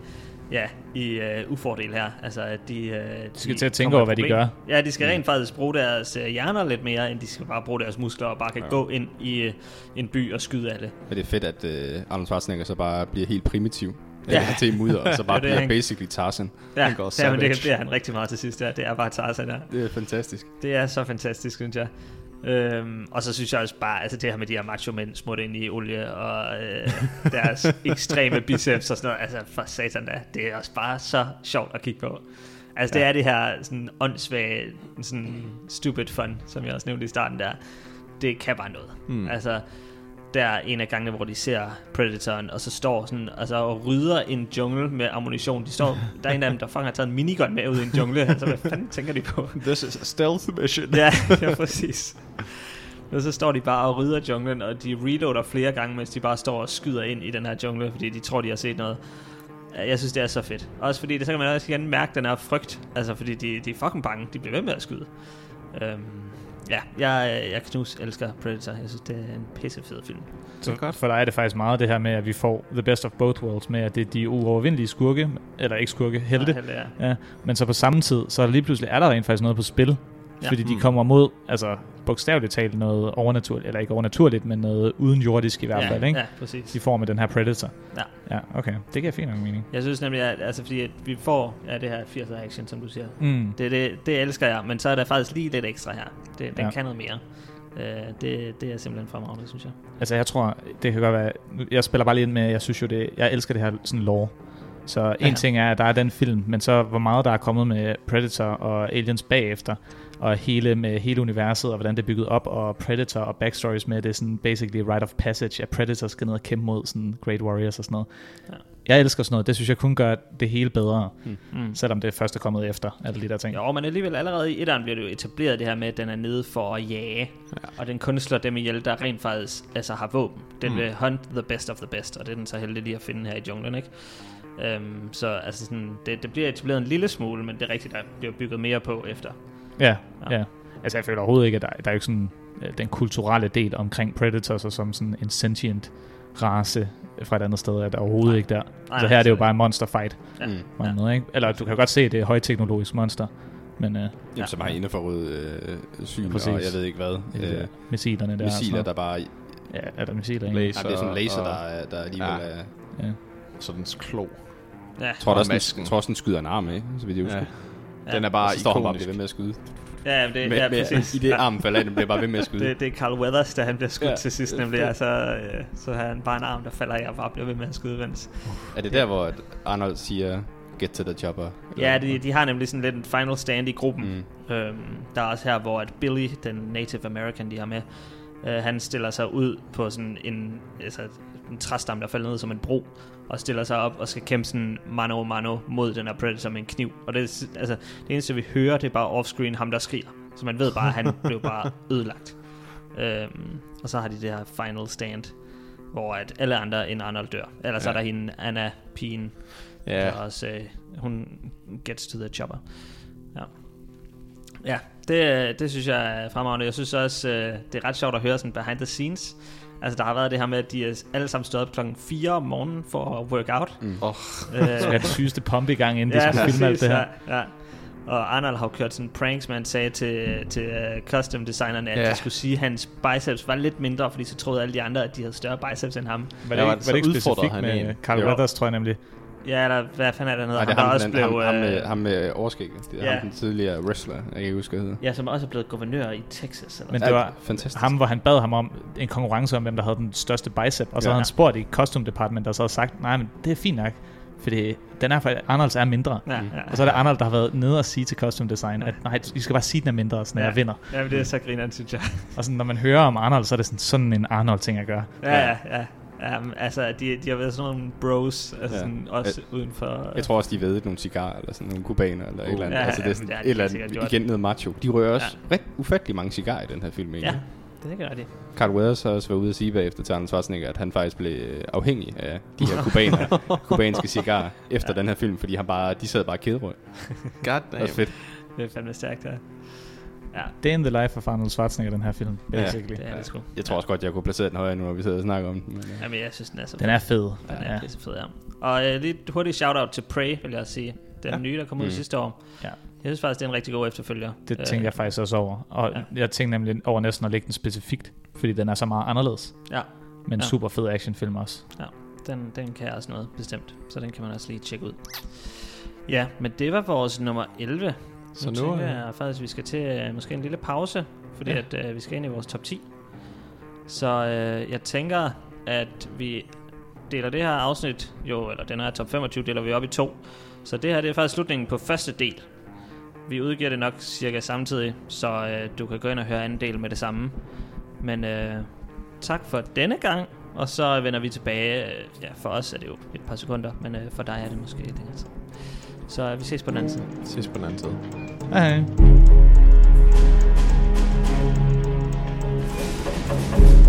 ja, i øh, ufordel her. Altså, at de, øh, de skal de til at tænke over, hvad de gør. Ja, de skal mm. rent faktisk bruge deres øh, hjerner lidt mere, end de skal bare bruge deres muskler og bare kan ja. gå ind i øh, en by og skyde alle. Men det er fedt, at øh, Arnold Schwarzenegger så bare bliver helt primitiv Ja. ja. til mudder, og så bare det, bliver basically Tarzan. Ja, han går ja, men det, det er han rigtig meget til sidst. Der. Det er bare Tarzan der. Det er fantastisk. Det er så fantastisk, synes jeg. Øhm, og så synes jeg også bare, altså det her med de her macho mænd smurt ind i olie og øh, deres ekstreme biceps og sådan noget, altså for satan da, det er også bare så sjovt at kigge på. Altså ja. det er det her sådan åndssvage, sådan stupid fun, som jeg også nævnte i starten der, det kan bare noget. Mm. Altså der er en af gangene, hvor de ser Predatoren, og så står sådan, altså og rydder en jungle med ammunition. De står, der er en af dem, der fucking har taget en minigun med ud i en jungle. Altså, hvad fanden tænker de på? This is a stealth mission. ja, ja, præcis. Og så står de bare og rydder junglen, og de reloader flere gange, mens de bare står og skyder ind i den her jungle, fordi de tror, de har set noget. Øh, Jeg synes, det er så fedt. Også fordi, det, så kan man også igen mærke den her frygt. Altså, fordi de, de er fucking bange. De bliver ved med at skyde. Øhm, Ja, jeg, jeg knus elsker Predator. Jeg synes, det er en pissefed film. Så godt. For dig er det faktisk meget det her med, at vi får the best of both worlds med, at det er de uovervindelige skurke, eller ikke skurke, helte. Nej, helte ja. Ja, men så på samme tid, så er der lige pludselig er der rent faktisk noget på spil. Ja. Fordi mm. de kommer mod, altså bogstaveligt talt noget overnaturligt, eller ikke overnaturligt, men noget udenjordisk i hvert ja, fald, ikke? Ja, præcis. De får med den her Predator. Ja. Ja, okay. Det giver fint nok mening. Jeg synes nemlig, at, altså, fordi at vi får ja, det her 80'er action, som du siger. Mm. Det, det, det, elsker jeg, men så er der faktisk lige lidt ekstra her. Det, den ja. kan noget mere. Øh, det, det er simpelthen fremragende, synes jeg. Altså jeg tror, det kan godt være, jeg spiller bare lige ind med, jeg synes jo det, jeg elsker det her sådan lore. Så en ja. ting er, at der er den film, men så hvor meget der er kommet med Predator og Aliens bagefter, og hele med hele universet, og hvordan det er bygget op, og Predator og backstories med, det er sådan basically right of passage, at Predator skal ned og kæmpe mod sådan Great Warriors og sådan noget. Ja. Jeg elsker sådan noget, det synes jeg kun gør det hele bedre, mm. mm. selvom det først er kommet efter, alle de der ting. Jo, men alligevel allerede i etteren bliver det jo etableret det her med, at den er nede for at jage, ja. og den kun slår dem ihjel, der rent faktisk altså, har våben. Den mm. vil hunt the best of the best, og det er den så heldig lige at finde her i junglen, ikke? Øhm, så altså sådan, det, det bliver etableret en lille smule, men det er rigtigt, der bliver bygget mere på efter. Ja, ja. ja. Altså jeg føler overhovedet ikke, at der, der er jo ikke sådan øh, den kulturelle del omkring Predators og som sådan en sentient race fra et andet sted, er der overhovedet nej. ikke der. Nej, altså her er det jo bare en monster fight. Ja. ja. Noget, ikke? Eller du kan godt se, at det er højteknologisk monster. Men, øh, Jamen, ja. så bare inden for rød øh, syn, ja, præcis. og jeg ved ikke hvad. Øh, ja, missilerne der. Missiler, der bare... Ja, er der missiler? Laser, ikke? ja, det er sådan laser, og, der, er, der alligevel ja. er... Ja sådan dens klo. Ja. Jeg tror, der også, den, tror også, den skyder en arm af, så vidt jeg husker. Ja. Den er bare ja. ikonisk. bare ved med at skyde. Ja, det, med, ja, med, præcis. I det arm falder den bliver bare ved med at skyde. det, det er Carl Weathers, da han bliver skudt ja. til sidst, nemlig. Ja. Altså, øh, så har han bare en arm, der falder af og bare bliver ved med at skyde. Mens. Er det der, hvor Arnold siger, get to the chopper? Ja, de, de har nemlig sådan lidt en final stand i gruppen. Mm. Øhm, der er også her, hvor at Billy, den Native American, de har med, øh, han stiller sig ud på sådan en, altså, en træstamme, der falder ned som en bro, og stiller sig op og skal kæmpe sådan mano mano mod den her Predator med en kniv. Og det, altså, det eneste vi hører, det er bare offscreen ham, der skriger. Så man ved bare, at han blev bare ødelagt. Øhm, og så har de det her final stand, hvor at alle andre end Arnold dør. Ellers ja. er der hende, Anna, pigen, ja. der også, øh, hun gets to the chopper. Ja. Ja, det, det synes jeg er fremragende. Jeg synes også, øh, det er ret sjovt at høre sådan behind the scenes. Altså, der har været det her med, at de er alle sammen stået op klokken 4 om morgenen for at work out. Mm. Oh, øh, så er det sygeste pump i gang, inden de ja, skulle filme alt det her. Ja, ja. Og Arnold har jo kørt sådan pranks, man sagde til, mm. til uh, custom designerne, at yeah. de skulle sige, at hans biceps var lidt mindre, fordi så troede alle de andre, at de havde større biceps end ham. Var det, ja, var det, var det ikke specifikt med en? Carl Weathers, tror jeg nemlig. Ja, eller hvad fanden er det, hedder? Nej, det er ham, også blev, ham, øh... ham, med, ham med overskægget. Det er ja. ham, den tidligere wrestler, jeg kan huske, hedder. Ja, som også er blevet guvernør i Texas. Eller Men det var fantastisk. ham, hvor han bad ham om en konkurrence om, hvem der havde den største bicep. Og så ja. havde han spurgt i costume department, der så havde sagt, nej, men det er fint nok. Fordi den er faktisk, Arnolds er mindre. Ja, ja, ja. Og så er det Arnold, der har været nede og sige til costume design, at nej, I skal bare sige, at den er mindre, sådan, ja. jeg vinder. Ja, men det er så grineren, synes jeg. og sådan, når man hører om Arnold, så er det sådan, sådan en Arnold-ting at gøre. Ja, ja, ja. Um, altså, de, de har været sådan nogle bros, altså ja. sådan, også jeg, uden for... Jeg tror også, de ved nogle cigarer, eller sådan nogle kubaner, eller uh, et eller andet. Ja, altså, det er sådan, ja, det er eller andet, igen gjort. noget macho. De rører også ja. ret ufattelig mange cigarer i den her film, egentlig. Ja, det gør de. Carl Weathers har også været ude at sige bagefter til Arnold Schwarzenegger, at han faktisk blev øh, afhængig af de her kubaner, kubanske cigarer, efter ja. den her film, fordi han bare, de sad bare kæderøg. God damn. Det fedt. Det er fandme stærkt, ja. Ja. Det er in the life of Arnold Schwarzenegger, den her film. Basically. Ja, det er det sgu. Jeg tror også godt, jeg kunne placere den højere nu, når vi sidder og snakker om den. Men, øh. ja. Jamen, jeg synes, den er så Den er fed. Den er ja. fed, ja. Og øh, lidt hurtigt shout-out til Prey, vil jeg sige. Den ja. nye, der kom ud mm. sidste år. Ja. Jeg synes faktisk, det er en rigtig god efterfølger. Det øh, tænkte jeg faktisk også over. Og ja. jeg tænkte nemlig over næsten at lægge den specifikt, fordi den er så meget anderledes. Ja. Men ja. super fed actionfilm også. Ja. Den, den kan også noget, bestemt. Så den kan man også lige tjekke ud. Ja, men det var vores nummer 11. Så nu, nu tænker jeg faktisk, at vi skal til øh, måske en lille pause, fordi ja. at, øh, vi skal ind i vores top 10. Så øh, jeg tænker, at vi deler det her afsnit, jo, eller den her top 25, deler vi op i to. Så det her det er faktisk slutningen på første del. Vi udgiver det nok cirka samtidig, så øh, du kan gå ind og høre anden del med det samme. Men øh, tak for denne gang, og så vender vi tilbage. Øh, ja, for os er det jo et par sekunder, men øh, for dig er det måske længere tid. Så øh, vi ses på den anden side. Ses på den anden side. Hej. hej.